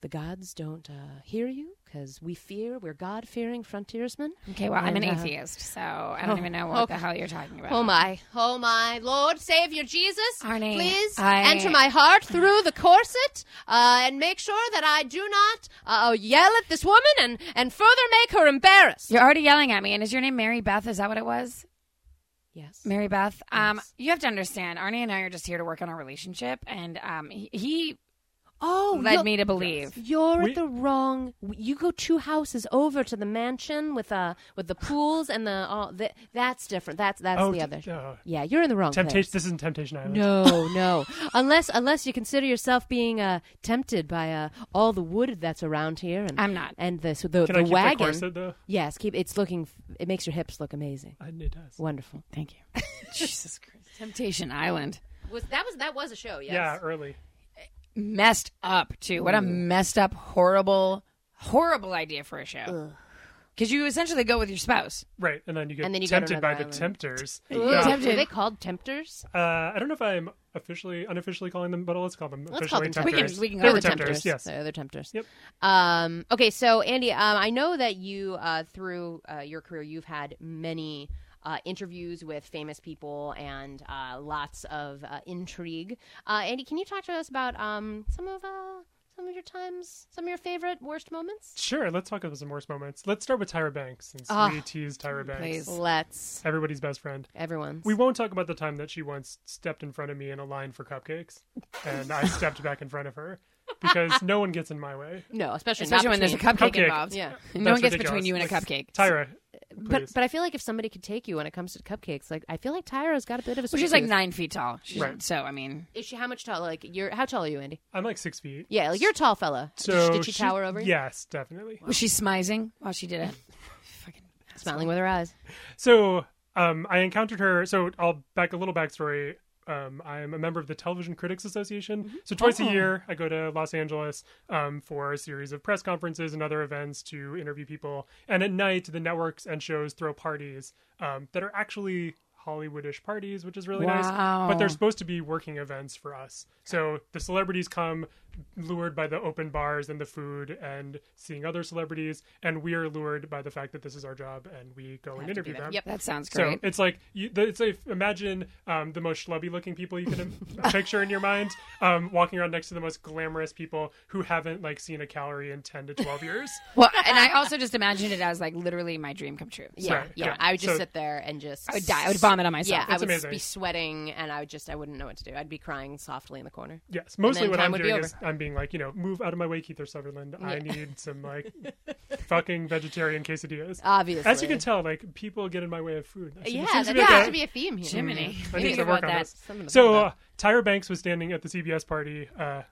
Speaker 2: the gods don't uh, hear you because we fear we're God fearing frontiersmen.
Speaker 5: Okay, well, I'm an
Speaker 2: And, uh,
Speaker 5: atheist, so I don't even know what the hell you're talking about.
Speaker 2: my, oh my, Lord, save your Jesus,
Speaker 5: Arnie, I-
Speaker 2: heart through the corset, uh, and make sure that I do not uh, yell at this woman and and further make her embarrassed.
Speaker 5: You're already yelling at me. And is your name Mary Beth? Is that what it was?
Speaker 2: Yes.
Speaker 5: Mary Beth, um,
Speaker 2: Yes.
Speaker 5: you have to understand, Arnie and I are just here to work on our relationship, and um, he, he
Speaker 2: Oh,
Speaker 5: led
Speaker 2: you're-
Speaker 5: me to believe.
Speaker 2: You're
Speaker 4: We-
Speaker 2: at the wrong. You go two houses over to the mansion with uh with the pools and the oh the, that's different. That's that's
Speaker 4: oh
Speaker 2: the
Speaker 4: t-
Speaker 2: other.
Speaker 4: uh,
Speaker 2: Yeah, you're in the wrong
Speaker 4: temptation
Speaker 2: place.
Speaker 4: this isn't temptation island
Speaker 2: No, no. unless unless you consider yourself being uh, tempted by uh, all the wood that's around here, and
Speaker 5: I'm not.
Speaker 2: And this the,
Speaker 4: can
Speaker 2: the
Speaker 4: i keep
Speaker 2: wagon.
Speaker 4: my corset though
Speaker 2: Yes, keep it's looking. It makes your hips look amazing.
Speaker 4: I- it does
Speaker 2: Wonderful.
Speaker 5: Thank you. Jesus Christ. Temptation Island.
Speaker 2: Was that was that was a show? Yes.
Speaker 4: yeah early
Speaker 5: messed up too. What a messed up, horrible, horrible idea for a show. Because you essentially go with your spouse.
Speaker 4: right and then you get
Speaker 2: And then you go to
Speaker 4: tempted
Speaker 2: another
Speaker 4: by
Speaker 2: island.
Speaker 4: the tempters
Speaker 2: Were
Speaker 4: Yeah.
Speaker 2: they called tempters?
Speaker 4: Uh, I don't know if I'm officially, unofficially calling them, but let's call them
Speaker 2: Let's call
Speaker 4: officially
Speaker 2: them tempters.
Speaker 4: tempters.
Speaker 5: We can- we can
Speaker 4: they
Speaker 5: call
Speaker 4: were
Speaker 5: them
Speaker 4: tempters. Yes.
Speaker 2: They're, they're tempters.
Speaker 4: Yep.
Speaker 2: Um, okay, so Andy, um, I know that you uh, through uh, your career you've had many uh, interviews with famous people and uh, lots of uh, intrigue. Uh, Andy, can you talk to us about um, some of uh, some of your times, some of your favorite worst moments?
Speaker 4: Sure. Let's talk about some worst moments. Let's start with Tyra Banks since
Speaker 2: Ah,
Speaker 4: we teased Tyra Banks,
Speaker 5: please.
Speaker 2: Let's
Speaker 4: everybody's best friend.
Speaker 2: everyone's.
Speaker 4: We won't talk about the time that she once stepped in front of me in a line for cupcakes, and I stepped back in front of her because no one gets in my way.
Speaker 2: no, especially,
Speaker 5: Especially
Speaker 2: not
Speaker 5: when there's a
Speaker 2: between-
Speaker 5: cupcake,
Speaker 4: Cupcake.
Speaker 5: involved.
Speaker 2: Yeah.
Speaker 5: No one
Speaker 4: That's
Speaker 5: gets between
Speaker 4: ridiculous.
Speaker 5: you and a
Speaker 4: Like,
Speaker 5: cupcake.
Speaker 4: Tyra,
Speaker 2: But
Speaker 4: Please.
Speaker 2: but I feel like if somebody could take you when it comes to cupcakes, like I feel like Tyra's got a bit of a.
Speaker 3: Well,
Speaker 2: sweet
Speaker 3: she's like
Speaker 2: tooth.
Speaker 3: nine feet tall. She's,
Speaker 4: Right.
Speaker 3: So I mean,
Speaker 2: Is she how much tall? Like you're how tall are you, Andy?
Speaker 4: I'm like six feet.
Speaker 2: Yeah, like you're a tall fella. Did she-
Speaker 4: So
Speaker 2: did she, tower over you?
Speaker 4: Yes, definitely.
Speaker 3: was she smizing while she did it? Fucking
Speaker 2: smiling with her eyes.
Speaker 4: So um, I encountered her. So I'll back a little backstory. Um, I'm a member of the Television Critics Association. So twice a year, I go to Los Angeles um, for a series of press conferences and other events to interview people. And at night, the networks and shows throw parties um, that are actually Hollywoodish parties, which is really nice. But
Speaker 3: Wow.
Speaker 4: they're supposed to be working events for us. So the celebrities come lured by the open bars and the food and seeing other celebrities, and we are lured by the fact that this is our job and we go and interview them.
Speaker 3: That sounds
Speaker 4: So
Speaker 3: great.
Speaker 4: it's like you, the- it's like imagine um, the most schlubby looking people you can im- picture in your mind um, walking around next to the most glamorous people who haven't like seen a calorie in ten to twelve years.
Speaker 3: well, and I also just imagined it as like literally my dream come true.
Speaker 2: Yeah,
Speaker 4: Right,
Speaker 2: yeah.
Speaker 4: yeah.
Speaker 2: I would just
Speaker 4: So-
Speaker 2: sit there and just.
Speaker 3: I would die. I would vomit on myself.
Speaker 2: Yeah, I would
Speaker 4: amazing.
Speaker 2: be sweating, and I would just I wouldn't know what to do. I'd be crying softly in the corner.
Speaker 4: Yes, mostly
Speaker 2: then
Speaker 4: what
Speaker 2: time
Speaker 4: I'm
Speaker 2: would be
Speaker 4: doing
Speaker 2: over.
Speaker 4: is I'm being like, you know, move out of my way, Keith or Sutherland. I need some like fucking vegetarian quesadillas.
Speaker 2: Obviously,
Speaker 4: As you can tell, like people get in my way of food. That should-
Speaker 2: yeah,
Speaker 4: seems
Speaker 2: that
Speaker 4: to be
Speaker 2: seems
Speaker 4: like
Speaker 2: to
Speaker 4: a-
Speaker 2: be a theme here.
Speaker 3: Jiminy.
Speaker 4: I need
Speaker 2: Maybe
Speaker 4: to
Speaker 2: about
Speaker 4: work on
Speaker 2: that.
Speaker 4: this.
Speaker 2: Something to
Speaker 4: So
Speaker 2: think
Speaker 4: uh, Tyra Banks was standing at the CBS party, uh,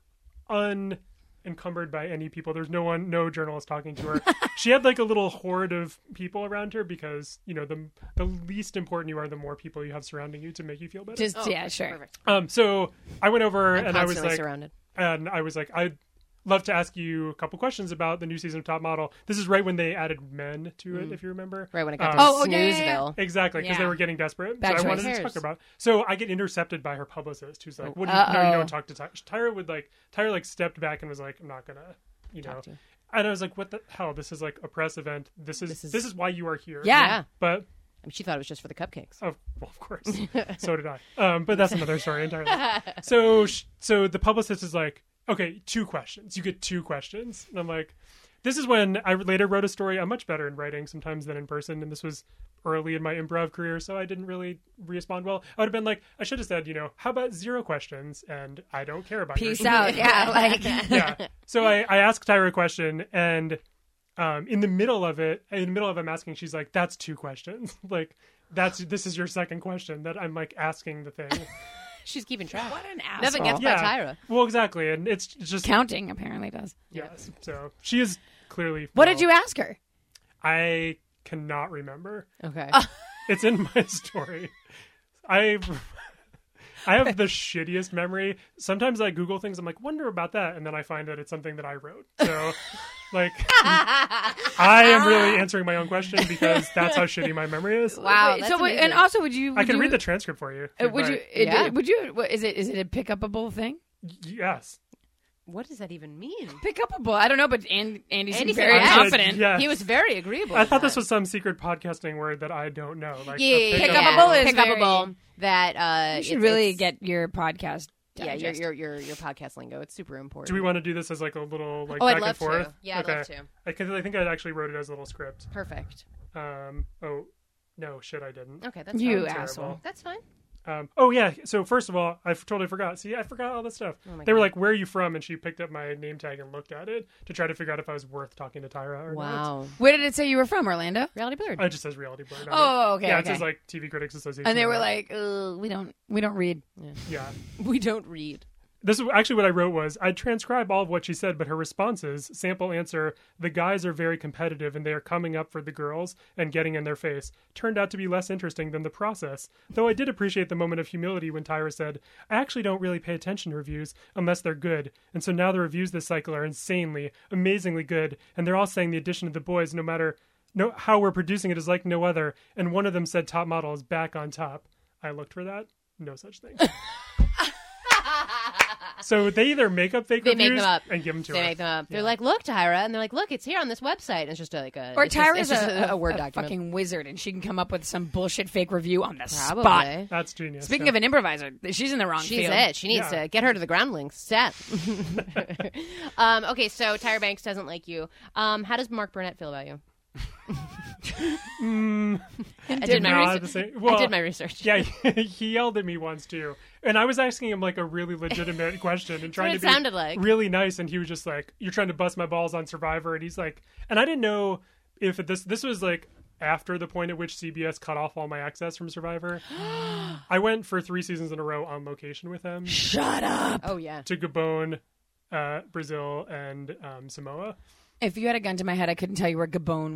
Speaker 4: unencumbered by any people. There's no one, no journalist talking to her. she had like a little horde of people around her because you know the the least important you are, the more people you have surrounding you to make you feel better.
Speaker 3: Just
Speaker 2: about.
Speaker 3: yeah, sure.
Speaker 2: Oh, Perfect.
Speaker 4: um, so I went over
Speaker 2: I'm
Speaker 4: and I was
Speaker 2: constantly
Speaker 4: like,
Speaker 2: surrounded.
Speaker 4: and I was like, I'd love to ask you a couple questions about the new season of Top Model. This is right when they added men to it, if you remember.
Speaker 2: Right when it got
Speaker 4: Um,
Speaker 2: to
Speaker 3: Oh, oh, yeah, yeah, yeah.
Speaker 2: Snoozeville.
Speaker 4: Exactly, because they
Speaker 3: Yeah.
Speaker 4: were getting desperate.
Speaker 3: Bad
Speaker 4: so I
Speaker 3: choice.
Speaker 4: wanted to
Speaker 2: Cares.
Speaker 4: talk about. So I get intercepted by her publicist, who's like, "What do you? No,
Speaker 3: Uh-oh.
Speaker 4: you don't talk to Tyra." Tyra would like Tyra like stepped back and was like, "I'm not gonna." You know, and I was like, "What the hell? This is like a press event. This is this is, why you are here."
Speaker 3: Yeah.
Speaker 2: Yeah.
Speaker 4: but
Speaker 2: I mean, she thought it was just for the cupcakes.
Speaker 4: of, well, of course, so did I. Um, but that's another story entirely. So, sh- so the publicist is like, "Okay, two questions. You get two questions," and I'm like, "This is when I later wrote a story. I'm much better in writing sometimes than in person, and this was." Early in my improv career, so I didn't really respond well. I would have been like, I should have said, you know, how about zero questions and I don't care about your
Speaker 3: Peace out. Oh, Yeah, like
Speaker 4: yeah. So I, I asked Tyra a question, and um, in the middle of it, in the middle of I'm asking, she's like, "That's two questions. like, that's this is your second question that I'm like asking the thing."
Speaker 2: She's keeping track.
Speaker 3: what an asshole.
Speaker 2: Nothing gets by Tyra.
Speaker 4: Well, exactly, and it's just
Speaker 3: Counting apparently does.
Speaker 4: yes. So she is clearly.
Speaker 3: What did you ask her?
Speaker 4: I cannot remember.
Speaker 2: Okay.
Speaker 4: Uh, It's in my story. I. I have the shittiest memory. Sometimes I Google things. I'm like, wonder about that, and then I find that it's something that I wrote. So, like, I am really answering my own question because that's how shitty my memory is.
Speaker 2: Wow,
Speaker 3: Wait,
Speaker 2: that's
Speaker 3: so wait, and
Speaker 2: amazing.
Speaker 3: also would you? Would
Speaker 4: I can
Speaker 3: you,
Speaker 4: read the transcript for you.
Speaker 3: uh, Would you?
Speaker 4: Right.
Speaker 3: it-
Speaker 2: Yeah.
Speaker 3: Would you? What, is it? Is it a pick upable thing?
Speaker 4: Yes.
Speaker 2: what does that even mean?
Speaker 3: Pick upable. I don't know, but and,
Speaker 2: Andy
Speaker 3: Andy seemed
Speaker 2: said
Speaker 3: very
Speaker 2: yes.
Speaker 3: confident.
Speaker 4: Yeah.
Speaker 2: He was very agreeable.
Speaker 4: I
Speaker 2: in
Speaker 4: thought
Speaker 2: that.
Speaker 4: this was some secret podcasting word that I don't know. Like
Speaker 2: yeah, yeah,
Speaker 4: a
Speaker 2: yeah,
Speaker 4: pickup-
Speaker 3: Pick
Speaker 2: yeah.
Speaker 3: upable is
Speaker 2: pick
Speaker 3: very-
Speaker 2: upable. That uh,
Speaker 3: You should
Speaker 2: it's-
Speaker 3: really
Speaker 2: it's-
Speaker 3: get your podcast.
Speaker 2: yeah your,
Speaker 3: digest.
Speaker 2: your your your podcast lingo. It's super important.
Speaker 4: Do we want to do this as like a little like
Speaker 2: Oh, I'd
Speaker 4: back
Speaker 2: love
Speaker 4: and forth?
Speaker 2: to. Yeah, I'd
Speaker 4: okay.
Speaker 2: love to.
Speaker 4: I, can, I think I actually wrote it as a little script.
Speaker 2: Perfect.
Speaker 4: Um. Oh no, shit, I didn't.
Speaker 2: Okay, that's
Speaker 3: You
Speaker 2: fine.
Speaker 4: Terrible.
Speaker 3: asshole.
Speaker 2: That's fine.
Speaker 4: Um, oh yeah. So first of all, I f- totally forgot. See, I forgot all this stuff.
Speaker 2: my
Speaker 3: Oh
Speaker 4: they were like, "Where are you from?" And she picked up my name tag and looked at it to try to figure out if I was worth talking to Tyra or not.
Speaker 2: Wow.
Speaker 3: Where did it say you were from? Orlando.
Speaker 2: Reality blurred.
Speaker 4: It just says reality blurred. on
Speaker 3: Oh,
Speaker 4: it.
Speaker 3: okay,
Speaker 4: Yeah,
Speaker 3: okay.
Speaker 4: it says like TV Critics Association.
Speaker 3: And they were
Speaker 4: uh,
Speaker 3: like, "Uh, we don't, we don't read.
Speaker 4: "Yeah."
Speaker 2: we don't read.
Speaker 4: This is actually what I wrote was I transcribe all of what she said, but her responses, sample answer, the guys are very competitive and they are coming up for the girls and getting in their face, turned out to be less interesting than the process. Though I did appreciate the moment of humility when Tyra said, I actually don't really pay attention to reviews unless they're good. And so now the reviews this cycle are insanely, amazingly good, and they're all saying the addition of the boys, no matter no how we're producing it is like no other, and one of them said top model is back on top. I looked for that. No such thing. So they either make up fake
Speaker 2: They make
Speaker 4: reviews
Speaker 2: them up.
Speaker 4: and give them to
Speaker 2: They
Speaker 4: her.
Speaker 2: make them up. They're like, look, Tyra, and they're like, look, it's here on this website. And it's just a, like a
Speaker 3: Or
Speaker 2: it's just-
Speaker 3: Tyra's
Speaker 2: it's just
Speaker 3: a,
Speaker 2: a, word
Speaker 3: a
Speaker 2: document.
Speaker 3: fucking wizard, and she can come up with some bullshit fake review on the
Speaker 2: Probably.
Speaker 3: spot.
Speaker 4: That's genius.
Speaker 3: Speaking
Speaker 4: yeah.
Speaker 3: of an improviser, she's in the wrong
Speaker 2: She's
Speaker 3: field.
Speaker 2: it. She needs
Speaker 4: Yeah.
Speaker 2: to get her to the groundlings. Stat. um, okay, so Tyra Banks doesn't like you. Um, how does Mark Burnett feel about you? I did my
Speaker 4: Mm. not
Speaker 2: research.
Speaker 4: the same- well,
Speaker 2: I did my research.
Speaker 4: yeah, he yelled at me once too, and I was asking him like a really legitimate question and trying
Speaker 2: what
Speaker 4: to
Speaker 2: it
Speaker 4: be
Speaker 2: sounded like.
Speaker 4: really nice, and he was just like, "You're trying to bust my balls on Survivor," and he's like, and I didn't know if this this was like after the point at which CBS cut off all my access from Survivor. I went for three seasons in a row on location with them
Speaker 3: Shut up.
Speaker 2: Oh yeah.
Speaker 4: to Gabon, uh, Brazil, and um, Samoa.
Speaker 3: If you had a gun to my head, I couldn't tell you where Gabon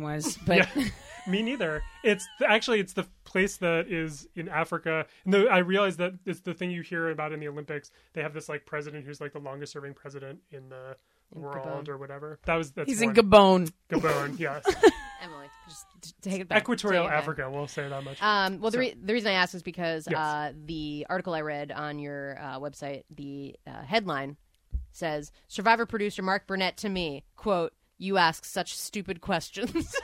Speaker 3: was, but
Speaker 4: Yeah, me neither. It's actually it's the place that is in Africa. And the, I realize that it's the thing you hear about in the Olympics. They have this like president who's like the longest serving president in the world or whatever. That was that's
Speaker 3: he's in
Speaker 4: one.
Speaker 3: Gabon.
Speaker 4: Gabon. Yes,
Speaker 2: Emily, just t- take it back.
Speaker 4: Equatorial
Speaker 2: Take it back.
Speaker 4: Africa. We'll say that much.
Speaker 2: Um, well, the, re- the reason I asked is because
Speaker 4: Yes.
Speaker 2: uh, the article I read on your uh, website, the uh, headline says Survivor producer Mark Burnett to me, quote, you ask such stupid questions.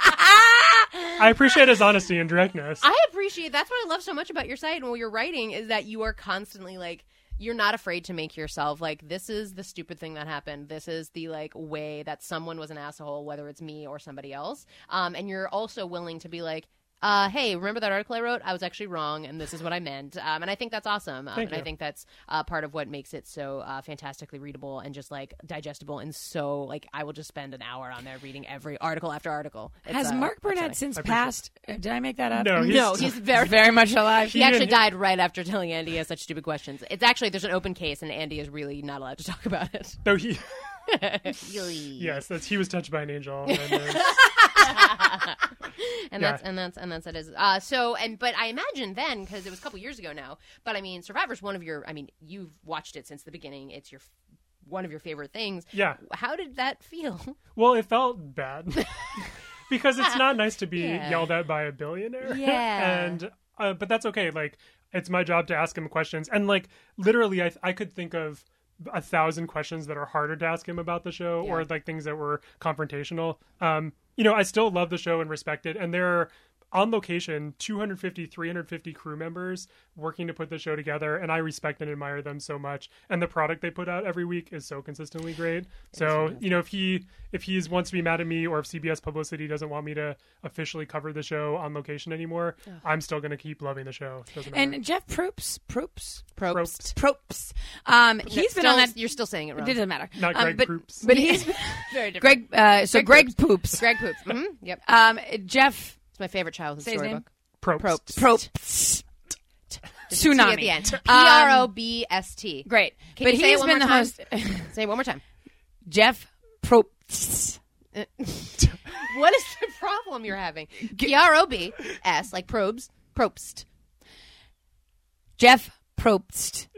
Speaker 4: I appreciate his honesty and directness.
Speaker 2: I appreciate that's what I love so much about your site and what you're writing is that you are constantly like you're not afraid to make yourself like this is the stupid thing that happened. This is the like way that someone was an asshole, whether it's me or somebody else. Um, and you're also willing to be like, uh, hey, remember that article I wrote? I was actually wrong, and this is what I meant. Um, and I think that's awesome. Um,
Speaker 4: Thank
Speaker 2: and I
Speaker 4: you.
Speaker 2: think that's uh, part of what makes it so uh, fantastically readable and just like digestible. And so like I will just spend an hour on there reading every article after article. It's,
Speaker 3: Has
Speaker 2: uh,
Speaker 3: Mark Burnett
Speaker 2: upsetting.
Speaker 3: since
Speaker 4: appreciate
Speaker 3: passed? uh, Did I make that up?
Speaker 4: No, he's-
Speaker 2: No, he's very
Speaker 3: very much alive.
Speaker 2: He
Speaker 4: He
Speaker 2: actually
Speaker 4: and-
Speaker 2: died right after telling Andy he has such stupid questions. It's actually there's an open case and Andy is really not allowed to talk about it.
Speaker 4: Though he, yes, that's he was touched by an angel. And uh, there's-
Speaker 2: And
Speaker 4: Yeah.
Speaker 2: that's and that's and that's it is. Uh, so and but I imagine then because it was a couple years ago now. But I mean, Survivor's one of your. I mean, you've watched it since the beginning. It's your f- one of your favorite things.
Speaker 4: yeah.
Speaker 2: How did that feel?
Speaker 4: Well, it felt bad because it's not nice to be
Speaker 2: Yeah.
Speaker 4: yelled at by a billionaire.
Speaker 2: Yeah.
Speaker 4: and uh, but that's okay. Like it's my job to ask him questions, and like literally, I I could think of a thousand questions that are harder to ask him about the show, or
Speaker 2: Yeah.
Speaker 4: like things that were confrontational. Um, you know, I still love the show and respect it, and there are on location 250 350 crew members working to put the show together and i respect and admire them so much and the product they put out every week is so consistently great so you know if he if he wants to be mad at me or if cbs publicity doesn't want me to officially cover the show on location anymore i'm still going to keep loving the show doesn't matter
Speaker 3: And Jeff Proops, Proops,
Speaker 4: Probst.
Speaker 3: Proops. Um, he's been
Speaker 2: Still-
Speaker 3: on that.
Speaker 2: You're still saying it
Speaker 3: It
Speaker 2: wrong.
Speaker 3: doesn't matter.
Speaker 4: Not
Speaker 3: Um,
Speaker 4: Greg
Speaker 3: but,
Speaker 4: Proops.
Speaker 3: But he's
Speaker 2: Very different.
Speaker 3: Greg. Uh, so Greg, Poops.
Speaker 2: Greg poops. hmm Yep.
Speaker 3: Um, Jeff
Speaker 2: It's my favorite childhood
Speaker 3: his
Speaker 2: storybook.
Speaker 4: Probst.
Speaker 2: Probst.
Speaker 3: Proops.
Speaker 2: T
Speaker 3: Tsunami
Speaker 2: at the end. P
Speaker 3: Um,
Speaker 2: R O B S T.
Speaker 3: Great.
Speaker 2: Can
Speaker 3: but
Speaker 2: you
Speaker 3: he's
Speaker 2: say it one
Speaker 3: been the
Speaker 2: more time?
Speaker 3: host.
Speaker 2: Say it one more time.
Speaker 3: Jeff Probst.
Speaker 2: What is the problem you're having? P R O B S like probes. Probst.
Speaker 3: Jeff Probst.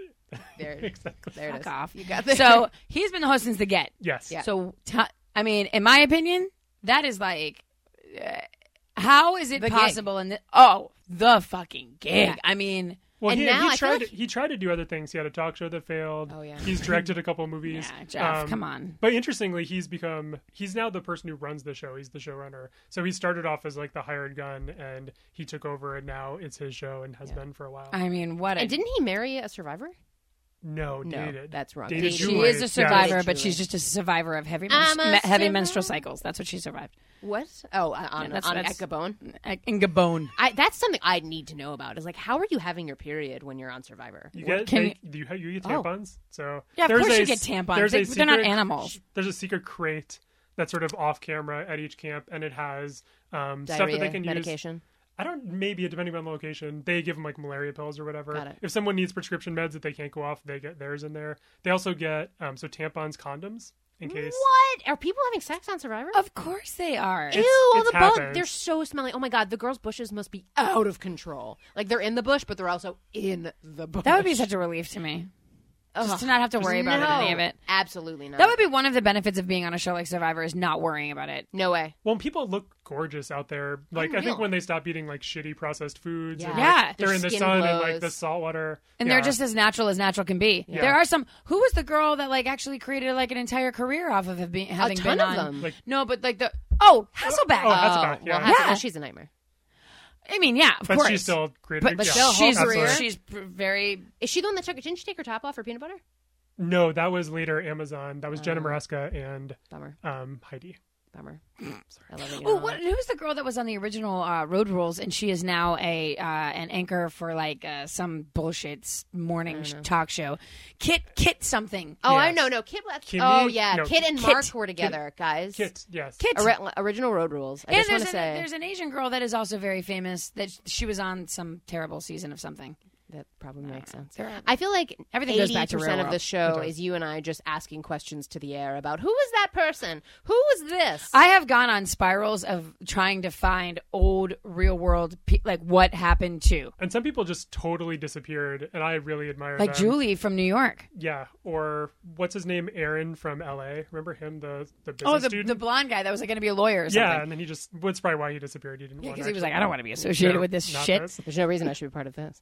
Speaker 2: There,
Speaker 4: Exactly.
Speaker 2: there it is.
Speaker 3: off.
Speaker 2: You got this.
Speaker 3: So he's been the host since the get.
Speaker 4: yes
Speaker 2: Yeah.
Speaker 3: So t- I mean, in my opinion, that is like, uh, how is it
Speaker 2: The gig.
Speaker 3: possible? And oh, the fucking gig. I mean,
Speaker 4: well
Speaker 2: And
Speaker 4: he,
Speaker 2: now I
Speaker 4: he
Speaker 2: feel
Speaker 4: tried
Speaker 2: like-
Speaker 4: he tried to do other things he had a talk show that failed
Speaker 2: Oh, yeah.
Speaker 4: he's directed a couple movies
Speaker 3: yeah, Jeff,
Speaker 4: Um,
Speaker 3: come on.
Speaker 4: But interestingly, he's become he's now the person who runs the show. He's the showrunner. So he started off as like the hired gun, and he took over, and now it's his show, and has been for a while.
Speaker 3: I mean, what? A,
Speaker 2: and didn't he marry a survivor?
Speaker 4: no,
Speaker 2: No,
Speaker 4: dated.
Speaker 2: that's wrong.
Speaker 4: Dated
Speaker 2: Dated.
Speaker 3: she
Speaker 4: Julie.
Speaker 3: is a
Speaker 4: Yeah.
Speaker 3: survivor,
Speaker 2: Julie.
Speaker 3: but she's just a survivor of heavy
Speaker 2: I'm
Speaker 3: men-
Speaker 2: a
Speaker 3: me- heavy
Speaker 2: survivor.
Speaker 3: menstrual cycles. That's what she survived
Speaker 2: What? Oh, uh, on
Speaker 3: that's-
Speaker 2: on
Speaker 3: that's-
Speaker 2: Ekabone.
Speaker 3: Uh, in Gabon.
Speaker 2: I, that's something I need to know about. Is like, how are you having your period when you're on Survivor?
Speaker 4: You get
Speaker 3: Can
Speaker 4: they, you, ha- you get
Speaker 2: Oh.
Speaker 4: tampons. So
Speaker 3: Yeah, of
Speaker 4: there's
Speaker 3: course
Speaker 4: a
Speaker 3: you get
Speaker 4: s-
Speaker 3: tampons.
Speaker 4: there's a
Speaker 3: They- they're not
Speaker 4: secret-
Speaker 3: animals.
Speaker 4: There's a secret crate that's sort of off camera at each camp, and it has um, stuff
Speaker 2: Diarrhea,
Speaker 4: that they can use.
Speaker 2: medication.
Speaker 4: I don't. Maybe depending on the location, they give them like malaria pills or whatever.
Speaker 2: Got it.
Speaker 4: If someone needs prescription meds that they can't go off, they get theirs in there. They also get um, so tampons, condoms in case.
Speaker 2: What are people having sex on Survivor?
Speaker 3: Of course they are.
Speaker 2: Ew!
Speaker 4: It's-
Speaker 2: all
Speaker 4: it's
Speaker 2: the bugs.
Speaker 4: happened.
Speaker 2: They're so smelly. Oh my god! The girls' bushes must be out of control. Like they're in the bush, but they're also in the bush.
Speaker 3: That would be such a relief to me. Just to not have to worry about
Speaker 2: no,
Speaker 3: any of it.
Speaker 2: Absolutely not.
Speaker 3: That would be one of the benefits of being on a show like Survivor is not worrying about it.
Speaker 2: no way.
Speaker 4: Well, people look gorgeous out there. Like I
Speaker 2: Unreal.
Speaker 4: think when they stop eating like shitty processed foods, and,
Speaker 2: Yeah.
Speaker 4: like, they're
Speaker 2: Their
Speaker 4: in the
Speaker 2: skin
Speaker 4: sun and
Speaker 2: glows.
Speaker 4: like the salt water,
Speaker 3: And
Speaker 4: Yeah.
Speaker 3: they're just as natural as natural can be.
Speaker 4: Yeah.
Speaker 3: There are some. Who was the girl that like actually created like an entire career off of being, having
Speaker 2: ton
Speaker 3: been
Speaker 2: of
Speaker 3: on?
Speaker 2: them.
Speaker 4: Like-
Speaker 3: no, but like the oh Hasselbeck.
Speaker 4: Oh, Hasselbeck,
Speaker 2: Well,
Speaker 4: yeah.
Speaker 2: Hazel-
Speaker 3: Yeah.
Speaker 2: well, she's a nightmare.
Speaker 3: I mean, yeah, of
Speaker 4: but
Speaker 3: course.
Speaker 4: she's still great.
Speaker 3: but, but
Speaker 4: yeah.
Speaker 3: still, she's
Speaker 4: Absolutely.
Speaker 3: she's pr- very.
Speaker 2: Is she the one that took? Didn't she take her top off for peanut butter?
Speaker 4: No, that was later Amazon. That was Jenna Maresca and
Speaker 2: Bummer.
Speaker 4: um, Heidi.
Speaker 2: Bummer. I love it.
Speaker 3: Oh, what, who's the girl that was on the original uh, Road Rules, and she is now a uh, an anchor for like uh, some bullshit s- morning sh- talk show? Kit, Kit something. Uh,
Speaker 2: Oh, I
Speaker 4: Yes.
Speaker 2: know, no. Kit. Left-
Speaker 4: Kimmy-
Speaker 2: oh, yeah.
Speaker 4: no,
Speaker 2: Kit and
Speaker 4: Kit.
Speaker 2: Mark were together, guys.
Speaker 4: Kit, yes.
Speaker 3: Kit.
Speaker 2: Ori- original road rules. I
Speaker 3: and
Speaker 2: just want
Speaker 3: there's,
Speaker 2: to
Speaker 3: an,
Speaker 2: say
Speaker 3: there's an Asian girl that is also very famous. That sh- she was on some terrible season of something.
Speaker 2: that probably makes sense.
Speaker 3: There are-
Speaker 2: I feel like
Speaker 3: Everything goes back to real
Speaker 2: percent of
Speaker 3: world.
Speaker 2: the show is you and I just asking questions to the air about who is that person, who is this.
Speaker 3: I have gone on spirals of trying to find old real world pe- like what happened to
Speaker 4: And some people just totally disappeared, and I really admire
Speaker 3: like
Speaker 4: them.
Speaker 3: Julie from New York.
Speaker 4: Yeah, or what's his name? Aaron from L.A. Remember him, the the business
Speaker 3: Oh, the,
Speaker 4: student.
Speaker 3: the blonde guy that was like going to be a lawyer or something.
Speaker 4: yeah, and then he just. That's probably why he disappeared. He didn't want
Speaker 3: because
Speaker 4: to.
Speaker 3: he was like, I don't want to be associated with this shit.
Speaker 2: There's no reason I should be part of this.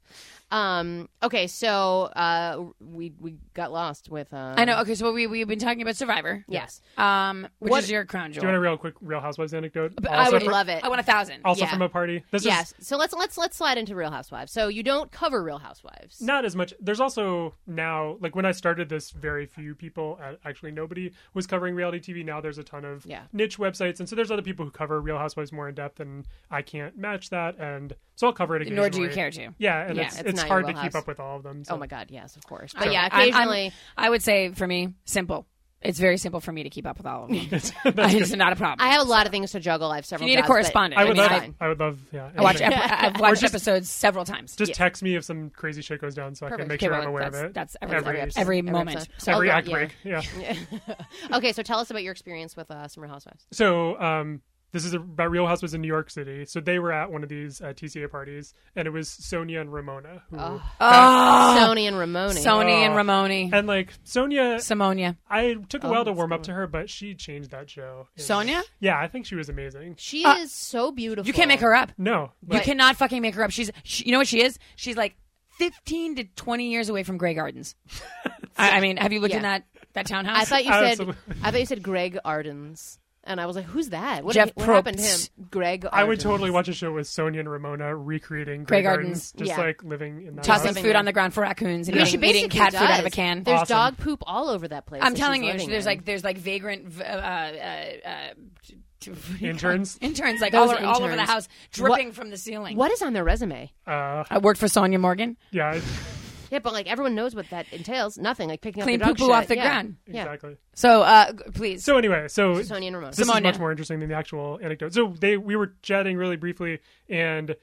Speaker 2: Um, okay, so uh, we we got lost with. Uh,
Speaker 3: I know. Okay, so we we've been talking about Survivor.
Speaker 2: Yes.
Speaker 3: Um, which
Speaker 2: What-
Speaker 3: is your crown jewel?
Speaker 4: Do you want a real quick Real Housewives anecdote?
Speaker 3: But
Speaker 2: I
Speaker 4: Also
Speaker 2: would
Speaker 4: fr-
Speaker 2: love it.
Speaker 3: I want a thousand.
Speaker 4: Also
Speaker 2: yeah.
Speaker 4: from a party. This is
Speaker 2: yes. So let's let's let's slide into Real Housewives. So you don't cover Real Housewives.
Speaker 4: not as much there's also now like when i started this very few people uh, actually nobody was covering reality tv now there's a ton of
Speaker 2: Yeah.
Speaker 4: niche websites and so there's other people who cover real housewives more in depth and i can't match that and so i'll cover it again
Speaker 3: Nor do you care to.
Speaker 4: yeah and
Speaker 3: Yeah,
Speaker 4: it's,
Speaker 2: it's
Speaker 4: it's,
Speaker 2: not your
Speaker 4: hard to
Speaker 2: wheelhouse.
Speaker 4: keep up with all of them so.
Speaker 2: Oh my God! Yes, of course. But yeah,
Speaker 3: I'm- I'm-
Speaker 2: occasionally.
Speaker 3: I would say for me, simple. It's very simple for me to keep up with all of them.
Speaker 4: That's
Speaker 3: it's not a problem.
Speaker 2: I have a lot of things to juggle. I have several.
Speaker 3: you need a
Speaker 2: jobs, but
Speaker 3: correspondent.
Speaker 4: i would
Speaker 3: I mean,
Speaker 4: love
Speaker 3: I-
Speaker 4: i would love yeah
Speaker 3: I watch.
Speaker 4: anything.
Speaker 3: Ep- I've watched
Speaker 4: just-
Speaker 3: episodes several times.
Speaker 4: just text me if some crazy shit goes down so i
Speaker 2: Perfect.
Speaker 4: can make
Speaker 2: Okay,
Speaker 4: sure i'm
Speaker 2: well,
Speaker 4: aware of
Speaker 3: That's,
Speaker 4: it
Speaker 3: that's every,
Speaker 4: every,
Speaker 3: every,
Speaker 4: every,
Speaker 2: every
Speaker 3: moment.
Speaker 2: episode. Oh,
Speaker 4: act
Speaker 2: yeah.
Speaker 4: break yeah
Speaker 2: okay, so tell us about your experience with uh, Summer Housewives.
Speaker 4: So, um, this is about Real Housewives in New York City. So they were at one of these uh, TCA parties, and it was Sonia and Ramona. Who,
Speaker 3: Oh!
Speaker 2: Sony and Ramone.
Speaker 3: Sony Oh. and Ramoni,
Speaker 4: And like Sonia,
Speaker 3: Simonia,
Speaker 4: I took a while to warm up to her, but she changed that show. And-
Speaker 3: Sonia.
Speaker 4: Yeah, I think she was amazing.
Speaker 2: she is so beautiful.
Speaker 3: Uh, You can't make her up.
Speaker 4: No,
Speaker 3: You
Speaker 4: like,
Speaker 3: cannot fucking make her up. She's, she, you know what she is? She's like fifteen to twenty years away from Grey Gardens. I, I mean, have you looked in
Speaker 2: Yeah.
Speaker 3: that that townhouse?
Speaker 2: I thought you said.
Speaker 4: Absolutely.
Speaker 2: I thought you said Greg Ardens, and I was like, "Who's that? What,
Speaker 3: Jeff
Speaker 2: what happened to him?"
Speaker 3: Probst.
Speaker 2: Greg. Ardens.
Speaker 4: I would totally watch a show with Sonia and Ramona recreating Grey
Speaker 3: Grey Gardens.
Speaker 4: Gardens, just
Speaker 2: Yeah.
Speaker 4: like living in that
Speaker 3: tossing
Speaker 4: house.
Speaker 2: Living
Speaker 3: food
Speaker 2: room.
Speaker 3: on the ground for raccoons and
Speaker 2: No, she
Speaker 3: eating, eating
Speaker 2: basically
Speaker 3: cat food out
Speaker 2: does.
Speaker 3: of a can.
Speaker 2: There's
Speaker 4: Awesome.
Speaker 2: dog poop all over that place.
Speaker 3: I'm
Speaker 2: that
Speaker 3: telling
Speaker 2: she's
Speaker 3: you,
Speaker 2: living
Speaker 3: there's
Speaker 2: in.
Speaker 3: like there's like vagrant v- uh, uh, uh, t- t- what do you call it?
Speaker 4: Interns?
Speaker 3: interns like all,
Speaker 2: Those
Speaker 3: over- all over the
Speaker 2: interns.
Speaker 3: house, dripping from the ceiling.
Speaker 2: what is on their resume?
Speaker 4: Uh,
Speaker 3: I worked for Sonia Morgan.
Speaker 4: yeah,
Speaker 2: Yeah, but like everyone knows what that entails. Nothing like picking
Speaker 3: Clean
Speaker 2: up your dog
Speaker 3: poo-poo
Speaker 2: shit.
Speaker 3: off the
Speaker 2: Yeah.
Speaker 3: ground.
Speaker 2: Yeah.
Speaker 4: exactly.
Speaker 3: So uh, g- please,
Speaker 4: So anyway, so
Speaker 2: Sonia and Ramona.
Speaker 4: this
Speaker 3: Simone,
Speaker 4: is much
Speaker 3: yeah.
Speaker 4: more interesting than the actual anecdote. So they we were chatting really briefly, and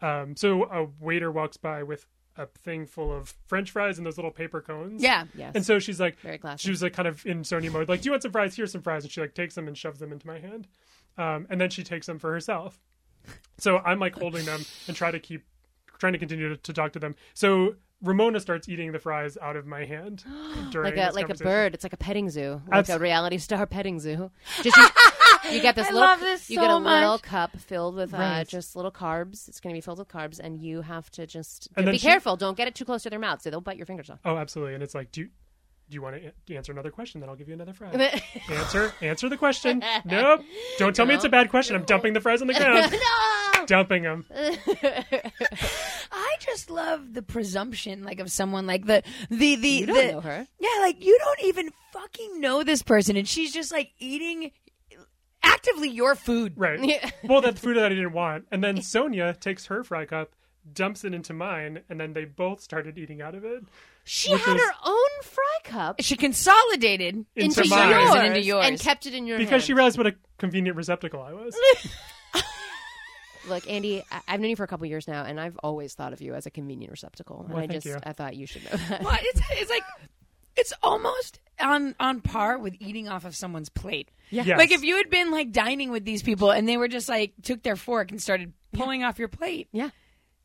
Speaker 4: um, so a waiter walks by with a thing full of French fries and those little paper cones.
Speaker 3: yeah.
Speaker 2: Yes.
Speaker 4: And so she's like,
Speaker 2: Very classy.
Speaker 4: she was like kind of in Sony mode, like, do you want some fries? Here's some fries. And she like takes them and shoves them into my hand, um, and then she takes them for herself. So I'm like holding them and try to keep trying to continue to, to talk to them. So Ramona starts eating the fries out of my hand during
Speaker 2: like a
Speaker 4: this
Speaker 2: like a
Speaker 4: conversation.
Speaker 2: bird. It's like a petting zoo, like
Speaker 4: Abs-
Speaker 2: a reality star petting zoo. Just you, you get this
Speaker 3: I
Speaker 2: little,
Speaker 3: love this
Speaker 2: you get a
Speaker 3: so
Speaker 2: little
Speaker 3: much.
Speaker 2: cup filled with uh,
Speaker 4: Right.
Speaker 2: just little carbs. It's going to be filled with carbs, and you have to just
Speaker 4: And then
Speaker 2: be
Speaker 4: she-
Speaker 2: careful. Don't get it too close to their mouth, so they'll bite your fingers off.
Speaker 4: Oh, absolutely. And it's like, do you, do you want to a- answer another question? Then I'll give you another fry. answer, answer the question. Nope. Don't tell me it's a bad question. I'm dumping the fries on the ground.
Speaker 2: no.
Speaker 4: dumping them.
Speaker 3: I just love the presumption, like of someone like the the the
Speaker 2: You don't
Speaker 3: the-
Speaker 2: know her.
Speaker 3: Yeah, like you don't even fucking know this person, and she's just like eating actively your food.
Speaker 4: Right. well, that food that I didn't want. And then Sonia takes her fry cup, dumps it into mine, and then they both started eating out of it.
Speaker 2: She
Speaker 4: Which
Speaker 2: had
Speaker 4: is-
Speaker 2: her own fry cup
Speaker 3: She consolidated
Speaker 4: Into
Speaker 3: into,
Speaker 4: mine.
Speaker 3: yours and
Speaker 2: yours
Speaker 3: into yours.
Speaker 2: and kept it in your
Speaker 4: Because she
Speaker 2: hand.
Speaker 4: realized what a convenient receptacle I was.
Speaker 2: Look, Andy, I- I've known you for a couple years now, and I've always thought of you as a convenient receptacle. and I
Speaker 4: thank
Speaker 2: just
Speaker 4: you.
Speaker 2: I thought you should know that.
Speaker 3: Well, it's, it's like it's almost on on par with eating off of someone's plate. Yeah.
Speaker 4: Yes.
Speaker 3: Like if you had been like dining with these people and they were just like took their fork and started pulling off your plate.
Speaker 2: yeah.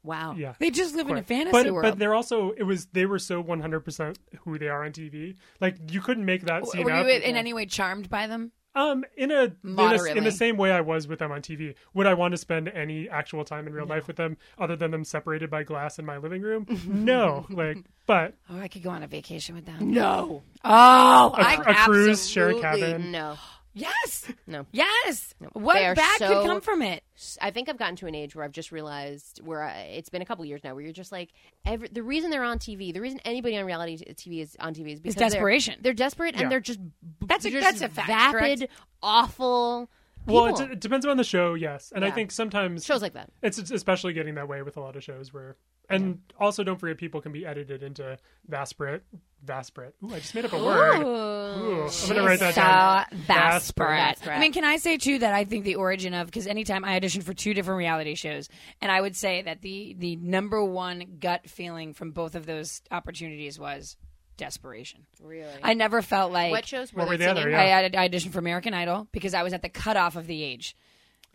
Speaker 2: Wow.
Speaker 4: Yeah.
Speaker 3: They just live in a fantasy
Speaker 4: but
Speaker 3: world.
Speaker 4: but they're also it was they were so 100% who they are on TV. Like you couldn't make that scene
Speaker 3: were
Speaker 4: up.
Speaker 3: you in any way charmed by them?
Speaker 4: Um, in a in, a in
Speaker 3: Moderately.
Speaker 4: the same way I was with them on TV, would I want to spend any actual time in real life with them other than them separated by glass in my living room? no, like, but
Speaker 3: Oh, I could go on a vacation with them.
Speaker 2: No.
Speaker 3: Oh,
Speaker 4: a,
Speaker 3: I
Speaker 4: a cruise, share a
Speaker 2: Absolutely
Speaker 4: cabin.
Speaker 2: No.
Speaker 3: yes,
Speaker 2: No.
Speaker 3: yes. What
Speaker 2: They are
Speaker 3: bad
Speaker 2: so-
Speaker 3: could come from it?
Speaker 2: I think I've gotten to an age where I've just realized where I, it's been a couple years now where you're just like every the reason they're on TV, the reason anybody on reality TV is on TV is because they're-
Speaker 3: desperation.
Speaker 2: They're, desperate and
Speaker 4: Yeah.
Speaker 2: they're just b-
Speaker 3: That's a-
Speaker 2: just
Speaker 3: that's a fact,
Speaker 2: vapid,
Speaker 3: correct?
Speaker 2: awful.
Speaker 4: Well, it,
Speaker 2: people.
Speaker 4: d- it depends on the show, yes, and I
Speaker 2: Yeah.
Speaker 4: think sometimes
Speaker 2: shows like that.
Speaker 4: it's it's especially getting that way with a lot of shows where, and also don't forget people can be edited into Vasprit, Vasprit. Ooh, I just made up a word. Ooh, I'm gonna write that
Speaker 3: so
Speaker 4: down.
Speaker 3: desperate.
Speaker 2: Desperate.
Speaker 3: I mean, can I say too that I think the origin of because anytime I auditioned for two different reality shows, and I would say that the the number one gut feeling from both of those opportunities was desperation.
Speaker 2: Really?
Speaker 3: I never felt like
Speaker 2: what shows were
Speaker 4: What
Speaker 2: they
Speaker 4: were the other?
Speaker 2: singing?
Speaker 4: Yeah.
Speaker 3: I, I auditioned for American Idol because I was at the cutoff of the age.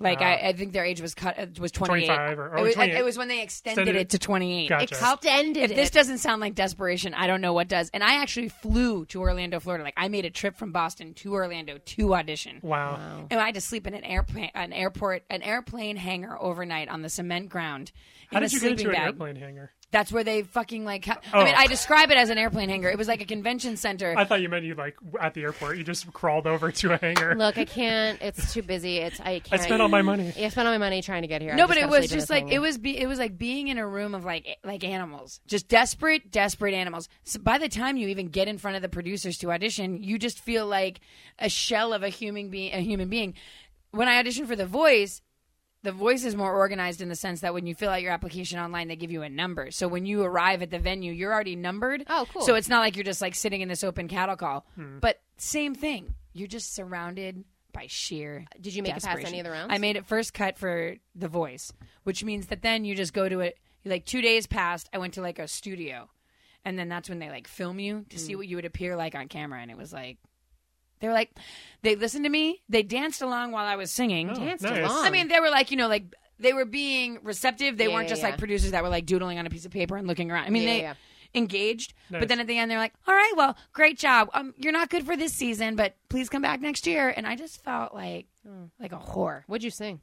Speaker 3: Like I, I think their age was cut it was twenty eight.
Speaker 4: 25 or- or
Speaker 3: it, was,
Speaker 4: 28.
Speaker 3: it was when they extended,
Speaker 4: Extended
Speaker 3: it
Speaker 4: it.
Speaker 3: to twenty eight.
Speaker 4: Gotcha.
Speaker 2: Extended
Speaker 3: If this
Speaker 2: it.
Speaker 3: doesn't sound like desperation, I don't know what does. And I actually flew to Orlando, Florida. Like I made a trip from Boston to Orlando to audition.
Speaker 4: Wow.
Speaker 3: And I had to sleep in an airplane, an airport, an airplane hangar overnight on the cement ground
Speaker 4: How
Speaker 3: in
Speaker 4: did
Speaker 3: a
Speaker 4: you get
Speaker 3: sleeping
Speaker 4: into an
Speaker 3: bag.
Speaker 4: airplane hangar?
Speaker 3: That's where they fucking like. ha-
Speaker 4: Oh.
Speaker 3: I mean, I describe it as an airplane hangar. It was like a convention center.
Speaker 4: I thought you meant you like at the airport. You just crawled over to a hangar.
Speaker 2: Look, I can't. It's too busy. It's I
Speaker 4: I
Speaker 2: can't.
Speaker 4: spent all my money.
Speaker 2: Yeah, I spent all my money trying to get here. I
Speaker 3: No, but
Speaker 2: just
Speaker 3: it
Speaker 2: gotta
Speaker 3: was
Speaker 2: sleep in
Speaker 3: just
Speaker 2: this
Speaker 3: like
Speaker 2: hangar.
Speaker 3: it was be it was like being in a room of like like animals, just desperate, desperate animals. So by the time you even get in front of the producers to audition, you just feel like a shell of a human being. A human being. When I auditioned for The Voice, The Voice is more organized in the sense that when you fill out your application online, they give you a number. So when you arrive at the venue, you're already numbered.
Speaker 2: Oh, cool.
Speaker 3: So it's not like you're just like sitting in this open cattle call. But same thing, you're just surrounded by sheer
Speaker 2: Did you make it past
Speaker 3: desperation.
Speaker 2: any of the rounds?
Speaker 3: I made it first cut for The Voice, which means that then you just go to it. Like two days passed, I went to like a studio, and then that's when they like film you to
Speaker 2: Mm.
Speaker 3: see what you would appear like on camera, and it was like. They were like, they listened to me. They danced along while I was singing.
Speaker 4: Oh,
Speaker 2: Danced
Speaker 4: nice.
Speaker 2: along.
Speaker 3: I mean, they were like, you know, like they were being receptive. They
Speaker 2: Yeah,
Speaker 3: weren't
Speaker 2: yeah,
Speaker 3: just
Speaker 2: yeah.
Speaker 3: like producers that were like doodling on a piece of paper and looking around. I mean,
Speaker 2: Yeah,
Speaker 3: they
Speaker 2: yeah,
Speaker 3: engaged.
Speaker 4: Nice.
Speaker 3: But then at the end, they're like, all right, well, great job. Um, you're not good for this season, but please come back next year. And I just felt like,
Speaker 2: Hmm.
Speaker 3: like a whore.
Speaker 2: What'd you sing?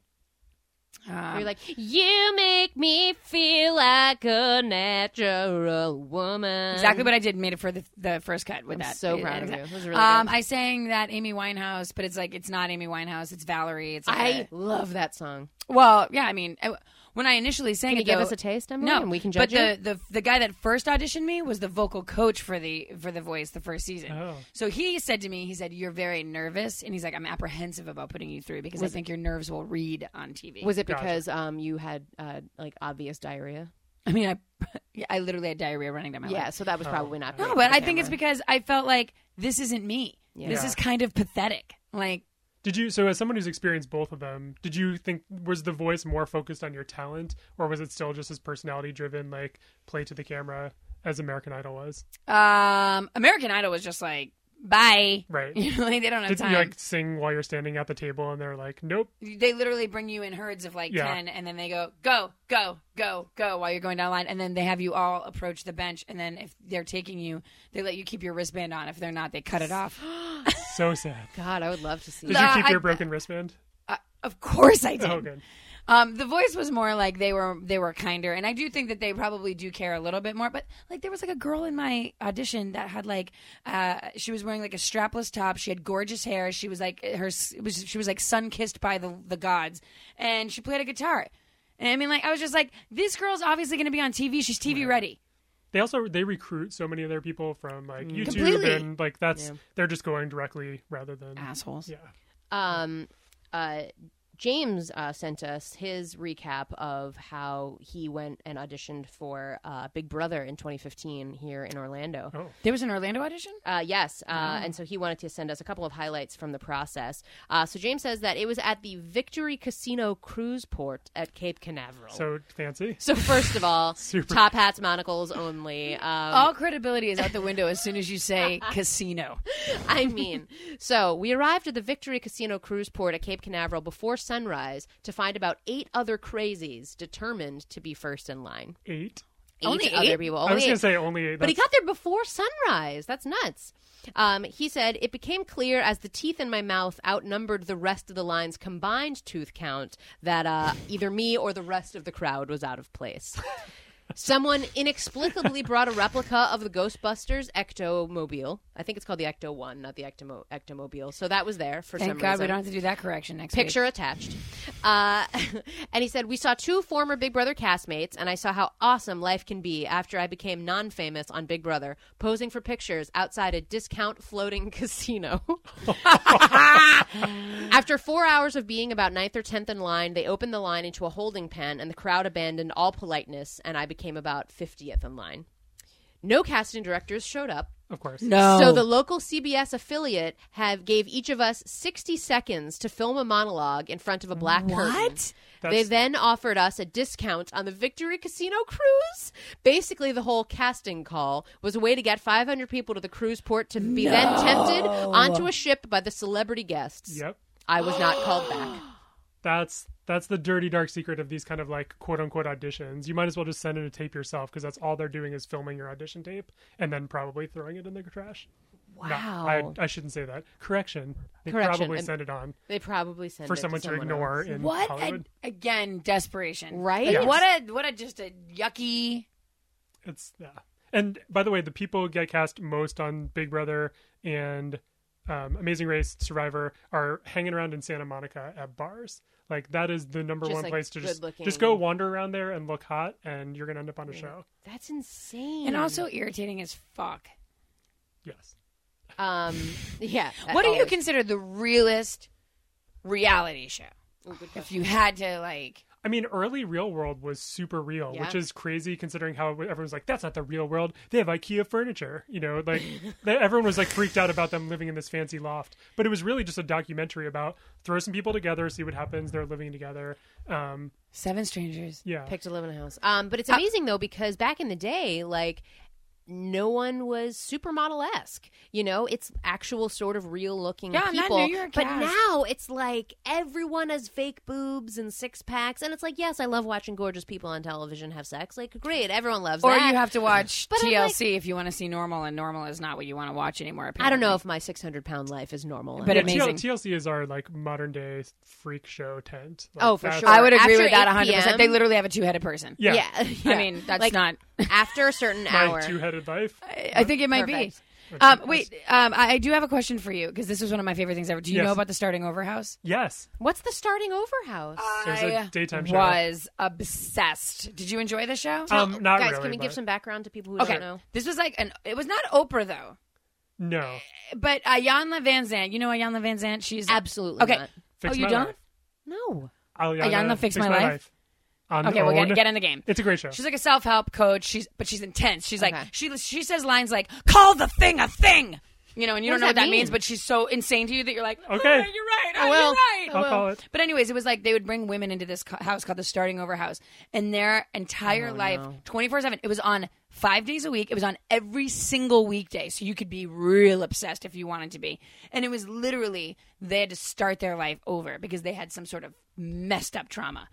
Speaker 3: Um,
Speaker 2: You're like, you make me feel like a natural woman.
Speaker 3: exactly what I did. Made it for the, the first cut with
Speaker 2: I'm
Speaker 3: that.
Speaker 2: so proud of you. It was really
Speaker 3: um,
Speaker 2: good.
Speaker 3: I sang that Amy Winehouse, but it's like it's not Amy Winehouse. It's Valerie. It's like
Speaker 2: I
Speaker 3: a-
Speaker 2: love that song.
Speaker 3: well, yeah. I mean, I- when I initially
Speaker 2: Can
Speaker 3: sang
Speaker 2: you
Speaker 3: it,
Speaker 2: give
Speaker 3: though-
Speaker 2: us a taste, Emily, and we can judge
Speaker 3: But the, the the guy that first auditioned me was the vocal coach for the for the voice the first season.
Speaker 4: Oh.
Speaker 3: So he said to me, he said, "You're very nervous," and he's like, "I'm apprehensive about putting you through because I think your nerves will read on TV."
Speaker 2: Was it
Speaker 4: Gotcha.
Speaker 2: because um, you had uh, like obvious diarrhea?
Speaker 3: I mean, I I literally had diarrhea running down my
Speaker 2: Yeah,
Speaker 3: legs.
Speaker 2: so that was probably not.
Speaker 3: No,
Speaker 2: great
Speaker 3: but
Speaker 2: for
Speaker 3: I
Speaker 2: the
Speaker 3: think it's
Speaker 2: camera.
Speaker 3: because I felt like this isn't me. This
Speaker 4: Yeah.
Speaker 3: is kind of pathetic. Like
Speaker 4: Did you? So, as someone who's experienced both of them, did you think was the voice more focused on your talent, or was it still just as personality driven, like play to the camera, as American Idol was?
Speaker 3: um American Idol was just like bye.
Speaker 4: Right.
Speaker 3: You know, like they don't have
Speaker 4: Did
Speaker 3: time.
Speaker 4: you like sing while you're standing at the table, and they're like, "Nope,
Speaker 3: they literally bring you in herds of like
Speaker 4: Yeah.
Speaker 3: 10 and then they go go go go go while you're going down the line and then they have you all approach the bench and then if they're taking you they let you keep your wristband on if they're not they cut it off
Speaker 4: so sad."
Speaker 2: God, I would love to see.
Speaker 4: Did
Speaker 2: that.
Speaker 3: No,
Speaker 4: you keep
Speaker 3: I-
Speaker 4: your broken wristband?
Speaker 3: uh, of course i did
Speaker 4: Oh, good.
Speaker 3: um, the voice was more like they were they were kinder and i do think that they probably do care a little bit more but like there was like a girl in my audition that had like uh, she was wearing like a strapless top she had gorgeous hair she was like her s- it was she was like sun-kissed by the, the gods and she played a guitar and i mean like i was just like this girl's obviously going to be on tv she's tv ready
Speaker 4: They also they recruit so many of their people from like YouTube
Speaker 3: Mm. Completely.
Speaker 4: and like that's they're just going directly rather than
Speaker 3: assholes
Speaker 4: yeah.
Speaker 2: um, uh, James uh, sent us his recap of how he went and auditioned for uh, Big Brother in 2015 here in Orlando.
Speaker 4: Oh.
Speaker 3: there was an orlando audition
Speaker 2: Uh, yes, uh, and so he wanted to send us a couple of highlights from the process. Uh, so James says that it was at the Victory Casino Cruise Port at Cape Canaveral.
Speaker 4: So fancy.
Speaker 2: So first of all,
Speaker 4: Super. Oh.
Speaker 2: top hats, monocles only. Um,
Speaker 3: all credibility is out the window as soon as you say casino
Speaker 2: I mean, so we arrived at the Victory Casino cruise port at Cape Canaveral before sunrise to find about eight other crazies determined to be first in line.
Speaker 4: Eight.
Speaker 2: Eight
Speaker 3: Only
Speaker 2: other
Speaker 3: eight?
Speaker 2: people.
Speaker 4: I was
Speaker 2: only
Speaker 4: gonna
Speaker 2: eight.
Speaker 4: say only eight.
Speaker 2: But he
Speaker 4: That's-
Speaker 2: got there before sunrise. That's nuts. Um, he said, It became clear as the teeth in my mouth outnumbered the rest of the line's combined tooth count that uh, either me or the rest of the crowd was out of place. Someone inexplicably brought a replica of the Ghostbusters Ectomobile. I think it's called the Ecto One, not the Ectomo- Ectomobile. So that was there for some
Speaker 3: Thank God
Speaker 2: reason.
Speaker 3: we don't have to do that correction next week.
Speaker 2: Picture attached. Uh, and he said, We saw two former Big Brother castmates, and I saw how awesome life can be after I became non famous on Big Brother, posing for pictures outside a discount floating casino. after four hours of being about ninth or 10th in line, they opened the line into a holding pen, and the crowd abandoned all politeness, and I became about 50th in line. No casting directors showed up.
Speaker 4: Of course.
Speaker 6: No.
Speaker 3: Oh.
Speaker 2: So the local CBS affiliate have gave each of us 60 seconds to film a monologue in front of a black curtain. They
Speaker 4: That's-
Speaker 2: then offered us a discount on the Victory Casino cruise. Basically, the whole casting call was a way to get 500 people to the cruise port to be then tempted onto a ship by the celebrity guests.
Speaker 4: Yep.
Speaker 2: I was not called back.
Speaker 4: That's that's the dirty dark secret of these kind of like quote unquote auditions. You might as well just send in a tape yourself because that's all they're doing is filming your audition tape and then probably throwing it in the trash. Wow. I, I shouldn't say that. Correction. They
Speaker 2: Correction,
Speaker 4: probably
Speaker 2: and-
Speaker 4: sent it on
Speaker 2: They probably sent
Speaker 4: for
Speaker 2: it
Speaker 4: someone to,
Speaker 2: someone
Speaker 4: ignore
Speaker 2: else.
Speaker 4: in
Speaker 3: What a,
Speaker 4: Hollywood.
Speaker 3: again desperation,
Speaker 2: Right?
Speaker 3: Like, What a what a just a yucky.
Speaker 4: It's yeah. And by the way, the people get cast most on Big Brother and um, Amazing Race Survivor are hanging around in Santa Monica at bars. Like that is the number
Speaker 2: Just,
Speaker 4: one
Speaker 2: like,
Speaker 4: place to just
Speaker 2: good-looking-
Speaker 4: just go wander around there and look hot, and you're gonna end up on a show.
Speaker 2: That's insane.
Speaker 3: and also irritating as fuck.
Speaker 4: Yes.
Speaker 2: um, yeah.
Speaker 3: What do you
Speaker 2: always.
Speaker 3: consider the realest reality show? If you had to like,
Speaker 4: I mean, early real world was super real, which
Speaker 2: Yeah.
Speaker 4: is crazy considering how everyone's like, "That's not the real world. They have IKEA furniture." You know, like they, everyone was like freaked out about them living in this fancy loft, but it was really just a documentary about throw some people together, see what happens. They're living together. Um,
Speaker 3: Seven Strangers.
Speaker 4: yeah,
Speaker 2: Picked to live in a house. Um, but it's
Speaker 3: Uh,
Speaker 2: amazing though because back in the day, like no one was supermodel esque. You know, it's actual sort of real looking
Speaker 3: Yeah, and that
Speaker 2: people.
Speaker 3: New York
Speaker 2: but
Speaker 3: cast.
Speaker 2: now it's like everyone has fake boobs and six packs, and it's like, yes, I love watching gorgeous people on television have sex. Like, great, everyone loves
Speaker 3: Or
Speaker 2: that.
Speaker 3: you have to watch
Speaker 2: But I'm
Speaker 3: TLC if you want to see normal, and normal is not what you want to watch anymore.
Speaker 2: I don't know
Speaker 3: apparently.
Speaker 2: if my 600 pound life is normal.
Speaker 3: But
Speaker 4: Yeah,
Speaker 3: it may- amazing.
Speaker 4: TL- TLC is our like modern day freak show tent. Like,
Speaker 2: Oh, for
Speaker 4: that's-
Speaker 2: sure.
Speaker 3: I would agree
Speaker 2: After
Speaker 3: with that
Speaker 2: 8
Speaker 3: 100. percent
Speaker 2: PM.
Speaker 3: They literally have a two-headed person.
Speaker 4: Yeah,
Speaker 2: yeah.
Speaker 3: I mean, that's
Speaker 2: Like,
Speaker 3: not.
Speaker 2: after a certain hour.
Speaker 4: my two-headed life.
Speaker 3: I think it might
Speaker 2: Perfect.
Speaker 3: be. Um, wait, um, I, I do have a question for you because this is one of my favorite things ever. Do you
Speaker 4: Yes.
Speaker 3: know about the starting over house?
Speaker 4: Yes,
Speaker 2: What's the starting over house?
Speaker 4: there's a daytime show.
Speaker 3: was obsessed. Did you enjoy the show?
Speaker 4: Um, not
Speaker 2: Guys,
Speaker 4: really.
Speaker 2: can we give
Speaker 4: but-
Speaker 2: some background to people who
Speaker 3: okay,
Speaker 2: don't know?
Speaker 3: this was like an. It was not Oprah though,
Speaker 4: No,
Speaker 3: but Ayanna Van Zant. You know Ayanna Van Zant? She's
Speaker 2: Absolutely
Speaker 3: okay.
Speaker 2: not.
Speaker 4: Fix
Speaker 3: oh, you
Speaker 4: My
Speaker 3: don't?
Speaker 4: Life. Oh,
Speaker 2: No.
Speaker 4: Aliana,
Speaker 3: Ayanna, Fix My Life?
Speaker 4: On
Speaker 3: Okay, well
Speaker 4: own.
Speaker 3: get, get in the game.
Speaker 4: It's a great show.
Speaker 3: She's like a self help coach. She's but she's intense. She's
Speaker 2: Okay.
Speaker 3: like she she says lines like "Call the thing a thing," you know, and you
Speaker 2: What does
Speaker 3: don't know what
Speaker 2: that
Speaker 3: that means,
Speaker 2: mean?
Speaker 3: but she's so insane to you that you're like,
Speaker 4: Okay.
Speaker 3: "All right, you're right.
Speaker 2: I
Speaker 3: Oh,
Speaker 2: will.
Speaker 3: you're right."
Speaker 4: I'll call it.
Speaker 3: But anyways, it was like they would bring women into this co- house called the Starting Over House, and their
Speaker 2: Oh,
Speaker 3: entire life, twenty four seven. It was on five days a week. It was on every single weekday, so you could be real obsessed if you wanted to be. And it was literally they had to start their life over because they had some sort of messed up trauma.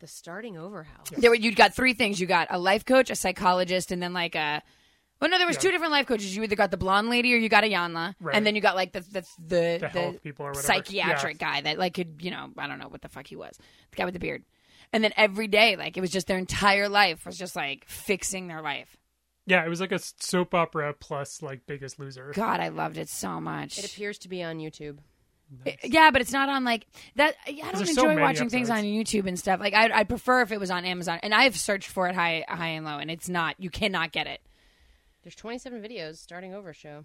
Speaker 2: The starting over house.
Speaker 3: There were you'd got three things. You got a life coach, a psychologist, and then like a. Well, no, there was two different life coaches. You either got the blonde lady or you got a Yanla,
Speaker 4: Right.
Speaker 3: and then you got like the the the,
Speaker 4: The health people or whatever.
Speaker 3: psychiatric guy that like could you know I don't know what the fuck he was, the guy with the beard, and then every day like it was just their entire life was just like fixing their life.
Speaker 4: Yeah, it was like a s- soap opera plus like Biggest Loser.
Speaker 3: God, I loved it so much.
Speaker 2: It appears to be on YouTube.
Speaker 3: Yeah, but it's not on like that. I don't
Speaker 4: there's
Speaker 3: enjoy
Speaker 4: so many
Speaker 3: watching things on
Speaker 4: episodes.
Speaker 3: YouTube and stuff. Like I, I prefer if it was on Amazon, and I've searched for it high, high and low, and it's not. You cannot get it.
Speaker 2: There's 27 videos starting over show.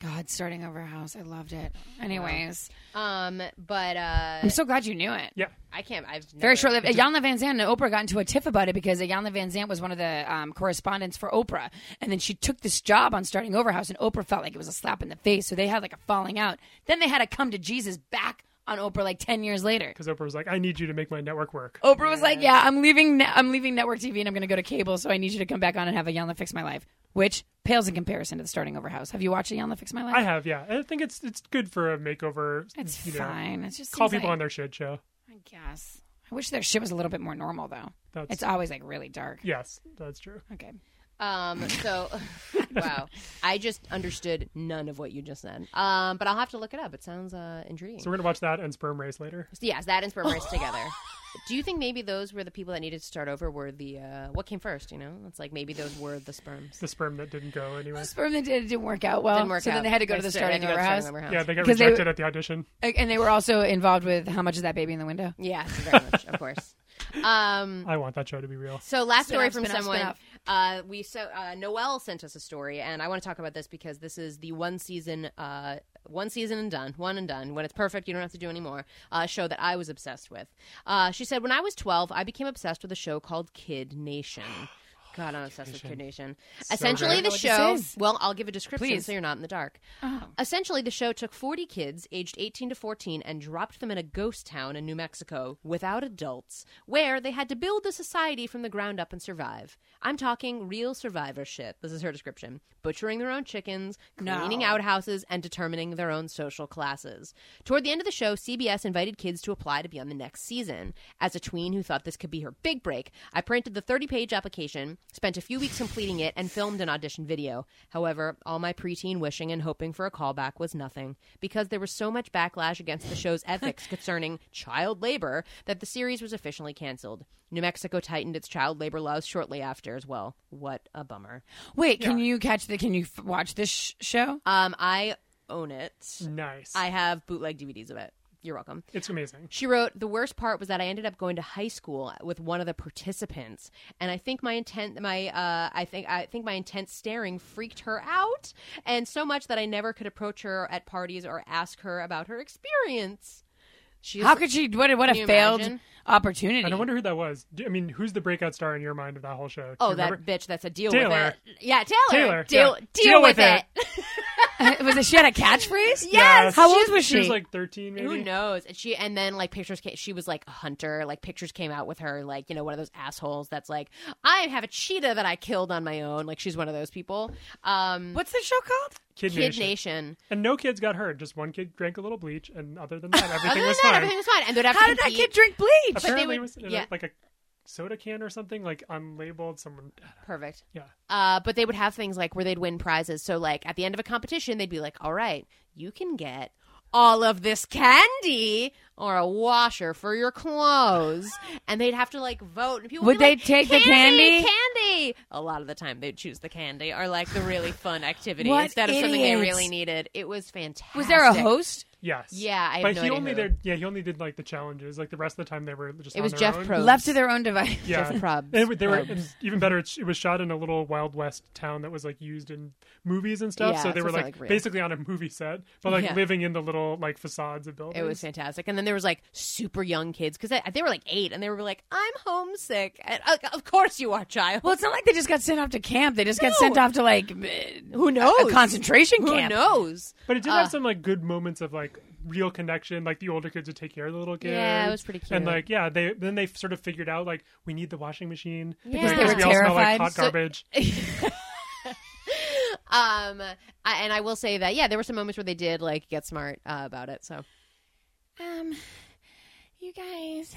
Speaker 3: God, starting over house. I loved it. Anyways,
Speaker 2: Um, but uh,
Speaker 3: I'm so glad you knew it.
Speaker 4: Yeah,
Speaker 2: I can't. I've
Speaker 3: Very
Speaker 2: never-
Speaker 3: short lived. Ayanna Van Zandt and Oprah got into a tiff about it because Ayanna Van Zandt was one of the um, correspondents for Oprah. And then she took this job on starting over house, and Oprah felt like it was a slap in the face. So they had like a falling out. Then they had to come to Jesus back on Oprah like 10 years later.
Speaker 4: because Oprah was like, "I need you to make my network work."
Speaker 3: Oprah was like, "Yeah, I'm leaving. Ne- I'm leaving network TV, and I'm going to go to cable. So I need you to come back on and have a Ayanna fix my life," which pales in comparison to the starting over house. Have you watched Ayanna fix my life?
Speaker 4: I have, yeah. I think it's it's good for a makeover.
Speaker 3: it's
Speaker 4: you know,
Speaker 3: fine. It's just
Speaker 4: Call
Speaker 3: seems
Speaker 4: people
Speaker 3: like-
Speaker 4: on their shit show.
Speaker 3: I guess. I wish their shit was a little bit more normal though.
Speaker 4: That's
Speaker 3: It's always like really dark.
Speaker 4: yes, that's true.
Speaker 3: Okay.
Speaker 2: Um, so wow, I just understood none of what you just said. Um, but I'll have to look it up. It sounds uh intriguing.
Speaker 4: So we're gonna watch that and Sperm Race later.
Speaker 2: yes, that and sperm race together. Do you think maybe those were the people that needed to start over? Were the uh, what came first? You know, it's like maybe those were the sperms.
Speaker 4: the sperm that didn't go anywhere.
Speaker 5: sperm that did, it didn't work out well.
Speaker 2: Didn't work
Speaker 5: so
Speaker 2: out.
Speaker 5: then they had to go to the
Speaker 2: st- they had
Speaker 5: starting
Speaker 2: to go
Speaker 5: over
Speaker 2: to the
Speaker 5: house.
Speaker 2: starting over
Speaker 4: Yeah, they got
Speaker 5: Because they-
Speaker 4: rejected at the audition.
Speaker 5: And they were also involved with how much is that baby in the window?
Speaker 2: Yeah, very much, of course. Um,
Speaker 4: I want that show to be real.
Speaker 2: So last story
Speaker 5: off,
Speaker 2: from
Speaker 5: spin off, spin
Speaker 2: someone.
Speaker 5: off.
Speaker 2: Uh, we so uh, Noel sent us a story, and I want to talk about this because this is the one season, uh, one season and done, one and done. When it's perfect, you don't have to do anymore. Uh, show that I was obsessed with. Uh, she said, when I was twelve, I became obsessed with a show called Kid Nation. God, I'm obsessed with Kid Nation. Essentially,
Speaker 4: good.
Speaker 2: the
Speaker 5: I don't know
Speaker 2: show.
Speaker 5: what this is.
Speaker 2: Well, I'll give a description
Speaker 5: Please.
Speaker 2: so you're not in the dark. Essentially, the show took 40 kids aged 18 to 14 and dropped them in a ghost town in New Mexico without adults, where they had to build a society from the ground up and survive. I'm talking real survivor shit. This is her description butchering their own chickens, cleaning outhouses, and determining their own social classes. Toward the end of the show, CBS invited kids to apply to be on the next season. As a tween who thought this could be her big break, I printed the 30 page application, spent a few weeks completing it, and filmed an audition video. However, all my preteen wishing and hoping for a callback was nothing because there was so much backlash against the show's ethics concerning child labor that the series was officially canceled. New Mexico tightened its child labor laws shortly after as well. What a bummer.
Speaker 3: Wait, can you catch the? Can you f- watch this sh- show?
Speaker 2: Um, I own it.
Speaker 4: Nice.
Speaker 2: I have bootleg DVDs of it. You're welcome.
Speaker 4: It's amazing.
Speaker 2: She wrote, The worst part was that I ended up going to high school with one of the participants. And I think my intent my uh, I think I think my intense staring freaked her out and so much that I never could approach her at parties or ask her about her experience. She
Speaker 3: How could she? What? a- What
Speaker 2: Can
Speaker 3: a
Speaker 2: you
Speaker 3: failed
Speaker 2: imagine?
Speaker 3: opportunity.
Speaker 4: And I wonder who that was. Do- I mean, who's the breakout star in your mind of that whole show? Do
Speaker 2: Oh,
Speaker 4: you
Speaker 2: that
Speaker 4: remember?
Speaker 2: bitch that's a deal
Speaker 4: Taylor.
Speaker 2: with it. Yeah, Taylor.
Speaker 4: Taylor,
Speaker 2: Deal,
Speaker 4: yeah.
Speaker 2: deal, with, it.
Speaker 3: was it? She had a catchphrase.
Speaker 4: Yes!
Speaker 3: How old was
Speaker 4: She
Speaker 3: she?
Speaker 4: was like 13, maybe.
Speaker 2: Who knows? And she and then like pictures came, she was like a hunter. Like pictures came out with her like you know one of those assholes that's like I have a cheetah that I killed on my own. Like she's one of those people. Um,
Speaker 3: What's the show called?
Speaker 4: Kid,
Speaker 2: Kid
Speaker 4: Nation.
Speaker 2: Nation.
Speaker 4: And no kids got hurt. Just one kid drank a little bleach, and other than that, everything
Speaker 2: Other than
Speaker 4: was
Speaker 2: that,
Speaker 4: fine.
Speaker 2: everything was fine. And they'd have
Speaker 3: How
Speaker 2: to
Speaker 3: did that
Speaker 2: compete.
Speaker 3: kid drink bleach?
Speaker 4: Apparently,
Speaker 2: would-
Speaker 4: it was in a-
Speaker 2: yeah.
Speaker 4: like a soda can or something, like unlabeled. Someone,
Speaker 2: Perfect.
Speaker 4: yeah.
Speaker 2: Uh, but they would have things like where they'd win prizes. So like at the end of a competition, they'd be like, "All right, you can get." All of this candy or a washer for your clothes, and they'd have to like vote. And people
Speaker 3: Would
Speaker 2: be
Speaker 3: they
Speaker 2: like,
Speaker 3: take the
Speaker 2: candy,
Speaker 3: candy?
Speaker 2: Candy. A lot of the time, they'd choose the candy or like the really fun activity
Speaker 3: What
Speaker 2: instead of something they
Speaker 3: idiots.
Speaker 2: really needed. It was fantastic.
Speaker 3: Was there a host?
Speaker 4: Yes.
Speaker 2: Yeah, I have
Speaker 4: but
Speaker 2: no
Speaker 4: he
Speaker 2: idea
Speaker 4: only
Speaker 2: who.
Speaker 4: did. Yeah, he only did like the challenges. Like the rest of the time, they were just.
Speaker 2: It
Speaker 4: on
Speaker 2: was
Speaker 4: their
Speaker 2: Jeff
Speaker 4: own.
Speaker 2: Probst.
Speaker 3: Left to their own device.
Speaker 4: Yeah.
Speaker 2: Jeff Um, Probst.
Speaker 4: And it- they were
Speaker 2: Probst.
Speaker 4: and even better. It, it was shot in a little Wild West town that was like used in movies and stuff.
Speaker 2: Yeah,
Speaker 4: so they
Speaker 2: so
Speaker 4: were
Speaker 2: it's not,
Speaker 4: like,
Speaker 2: like, real.
Speaker 4: basically on a movie set, but like
Speaker 2: Yeah.
Speaker 4: living in the little like facades of buildings.
Speaker 2: It was fantastic. And then there was like super young kids because they, they were like eight and they were like, I'm homesick. And, uh, of course you are, child.
Speaker 3: Well, it's not like they just got sent off to camp. They just got sent off to like who
Speaker 2: knows?
Speaker 3: a concentration
Speaker 2: Who
Speaker 3: camp.
Speaker 2: knows?
Speaker 4: But it did
Speaker 2: Ah.
Speaker 4: have some like good moments of like real connection. Like the older kids would take care of the little kids.
Speaker 2: Yeah, it was pretty cute.
Speaker 4: And like yeah, they then they sort of figured out like we need the washing machine
Speaker 2: Because
Speaker 4: like,
Speaker 2: they were
Speaker 4: we all smell like
Speaker 3: terrified.
Speaker 4: hot
Speaker 3: So-
Speaker 4: garbage.
Speaker 2: Um, I, and I will say that, yeah, there were some moments where they did like get smart uh, about it. So
Speaker 5: Um, you guys.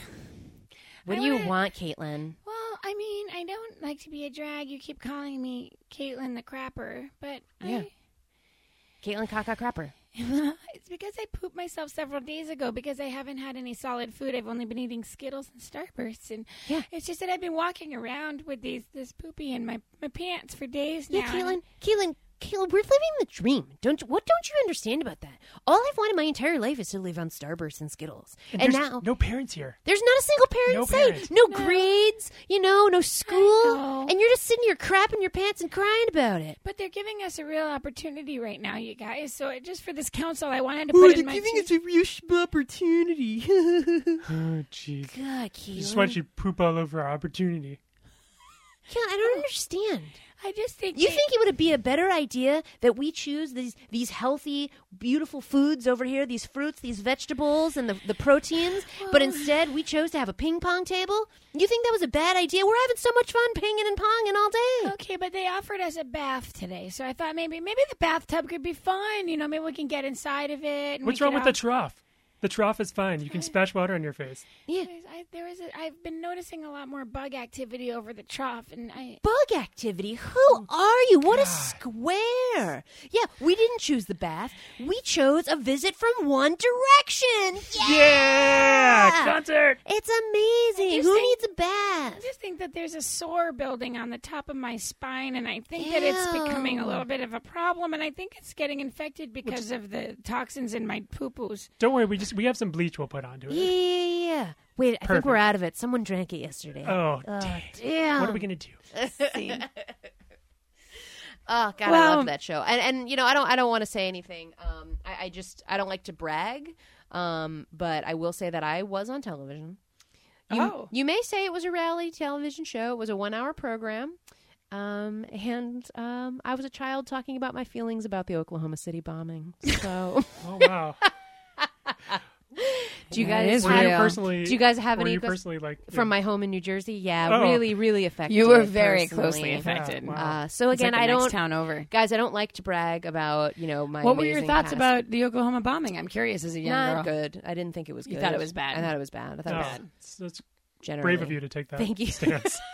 Speaker 2: what
Speaker 5: I
Speaker 2: do you
Speaker 5: wanna-
Speaker 2: want, Caitlin?
Speaker 5: Well, I mean, I don't like to be a drag. You keep calling me Caitlin the Crapper, but
Speaker 3: Yeah.
Speaker 2: Caitlin Kaka Crapper.
Speaker 5: I, it's because I pooped myself several days ago because I haven't had any solid food. I've only been eating Skittles and Starbursts, and
Speaker 2: Yeah.
Speaker 5: it's just that I've been walking around with these this poopy in my my pants for days now.
Speaker 2: Yeah, Caitlin, Caitlin, Caitlin, we're living the dream. Don't you- what don't you understand about that? All I've wanted my entire life is to live on Starburst and Skittles, and,
Speaker 4: There's
Speaker 2: now
Speaker 4: no parents here.
Speaker 2: There's not a single parent
Speaker 4: No
Speaker 2: in sight.
Speaker 4: parents.
Speaker 2: No, grades, you know, no school.
Speaker 5: know.
Speaker 2: And you're just sitting here crapping your pants and crying about it.
Speaker 5: But they're giving us a real opportunity right now, you guys. So it- just for this council, I wanted to put in my two-
Speaker 2: a real opportunity. God,
Speaker 4: Oh jeez. Just
Speaker 2: Keelan.
Speaker 4: want you to poop all over our opportunity.
Speaker 2: Keelan, I don't understand.
Speaker 5: I just think
Speaker 2: You
Speaker 5: they-
Speaker 2: think it would be a better idea that we choose these these healthy, beautiful foods over here, these fruits, these vegetables, and the, the proteins, but instead we chose to have a ping pong table? You think that was a bad idea? We're having so much fun pinging and ponging all day.
Speaker 5: Okay, but they offered us a bath today, so I thought maybe maybe the bathtub could be fun. You know, maybe we can get inside of it. and
Speaker 4: What's
Speaker 5: we
Speaker 4: wrong with
Speaker 5: could all-
Speaker 4: the trough? The trough is fine. You can splash water on your face.
Speaker 2: Yeah.
Speaker 5: Guys, I, there is a, I've been noticing a lot more bug activity over the trough, and I
Speaker 2: Bug activity.
Speaker 4: Oh,
Speaker 2: Who are you? What a square. Yeah, we didn't choose the bath. We chose a visit from One Direction. Yeah. Ah,
Speaker 4: Concert.
Speaker 2: It's amazing.
Speaker 5: You're
Speaker 2: Who
Speaker 5: saying-
Speaker 2: needs a bath?
Speaker 5: I just think that there's a sore building on the top of my spine, and I think that it's becoming a little bit of a problem, and I think it's getting infected because of the toxins in my poo poos.
Speaker 4: Don't worry. We just we have some bleach we'll put onto it.
Speaker 2: Yeah, yeah, yeah. Wait, I think we're out of it. Someone drank it yesterday.
Speaker 4: Oh, dang.
Speaker 2: damn.
Speaker 4: What are we gonna do?
Speaker 2: Oh God, I
Speaker 3: Well-
Speaker 4: um,
Speaker 2: love that show. And and you know, I don't I don't want to say anything. Um, I, I just I don't like to brag. Um, but I will say that I was on television. You,
Speaker 5: Oh.
Speaker 2: you may say it was a reality television show. It was a one hour program. Um, and um, I was a child talking about my feelings about the Oklahoma City bombing. So,
Speaker 4: Oh wow.
Speaker 2: do you
Speaker 3: That
Speaker 2: guys
Speaker 3: is
Speaker 4: Were you
Speaker 3: real.
Speaker 2: have,
Speaker 4: personally?
Speaker 2: do you guys have
Speaker 4: were
Speaker 2: any
Speaker 4: you
Speaker 2: ques-
Speaker 4: personally like
Speaker 2: from
Speaker 4: yeah.
Speaker 2: my home in New Jersey? Yeah,
Speaker 4: Oh.
Speaker 2: really, really affected.
Speaker 3: You were very
Speaker 2: personally.
Speaker 3: closely affected.
Speaker 4: wow.
Speaker 2: Uh, so
Speaker 3: It's like
Speaker 2: again,
Speaker 3: the
Speaker 2: I
Speaker 3: next
Speaker 2: don't.
Speaker 3: town over.
Speaker 2: Guys, I don't like to brag about you know my.
Speaker 3: What were your
Speaker 2: amazing
Speaker 3: thoughts
Speaker 2: past.
Speaker 3: about the Oklahoma bombing? I'm curious as a young
Speaker 2: Not
Speaker 3: girl.
Speaker 2: good. I didn't think it was good.
Speaker 3: You thought it was bad.
Speaker 2: I thought it was bad. I thought it was
Speaker 4: Oh,
Speaker 2: bad.
Speaker 4: it's- it's
Speaker 2: Generally.
Speaker 4: brave of you to take that.
Speaker 2: Thank you.
Speaker 4: Stance.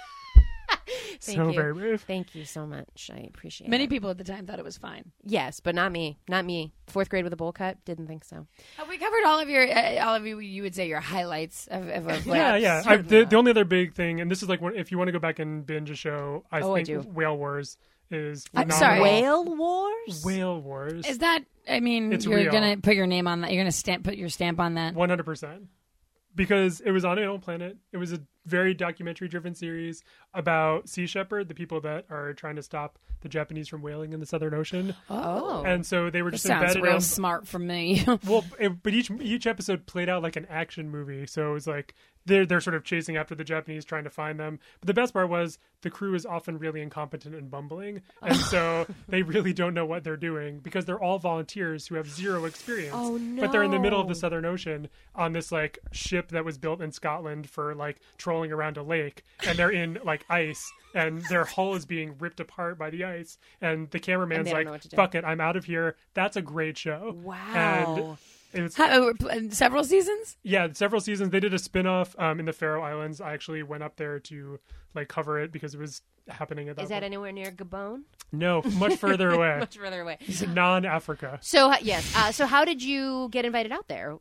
Speaker 2: Thank
Speaker 4: so
Speaker 2: you.
Speaker 4: very brave.
Speaker 2: Thank you so much. I appreciate
Speaker 3: Many
Speaker 2: it.
Speaker 3: people at the time thought it was fine.
Speaker 2: Yes, but not me. Not me. Fourth grade with a bowl cut. Didn't think so.
Speaker 3: Have we covered all of your, uh, all of you? You would say your highlights of, of, of
Speaker 4: Yeah,
Speaker 3: what-
Speaker 4: yeah. I, the, the only other big thing, and this is like what- if you want to go back and binge a show, I
Speaker 2: Oh, I
Speaker 4: think
Speaker 2: do.
Speaker 4: Whale Wars is.
Speaker 3: I'm
Speaker 4: phenomenal.
Speaker 3: sorry.
Speaker 2: Whale Wars.
Speaker 4: Whale Wars.
Speaker 3: Is that? I mean,
Speaker 4: It's
Speaker 3: you're
Speaker 4: real.
Speaker 3: gonna put your name on that. You're gonna stamp, put your stamp on that.
Speaker 4: One hundred percent, because it was on its own planet. It was a very documentary-driven series about sea shepherd, the people that are trying to stop the Japanese from whaling in the Southern Ocean,
Speaker 2: Oh.
Speaker 4: and so they were
Speaker 3: This
Speaker 4: just
Speaker 3: sounds
Speaker 4: embedded.
Speaker 3: real
Speaker 4: on-
Speaker 3: smart for me.
Speaker 4: well, it, but each each episode played out like an action movie, so it was like they're they're sort of chasing after the Japanese, trying to find them. But the best part was the crew is often really incompetent and bumbling, and so they really don't know what they're doing because they're all volunteers who have zero experience.
Speaker 2: Oh,
Speaker 4: But they're in the middle of the
Speaker 2: no.
Speaker 4: Southern Ocean on this like ship that was built in Scotland for like trolling around a lake, and they're in like ice, and their hull is being ripped apart by the ice, and the cameraman's
Speaker 2: don't know what
Speaker 4: like,
Speaker 2: to do.
Speaker 4: "Fuck it, I'm out of here." That's a great show.
Speaker 2: Wow.
Speaker 4: And it's
Speaker 3: How- uh, pl- Several seasons.
Speaker 4: yeah, several seasons. They did a spin-off um, in the Faroe Islands. I actually went up there to like cover it because it was happening at that.
Speaker 2: Is that
Speaker 4: point.
Speaker 2: anywhere near Gabon?
Speaker 4: no, much further away.
Speaker 2: Much further away.
Speaker 4: It's non-Africa.
Speaker 2: So uh, yes. Uh, so how did you get invited out there?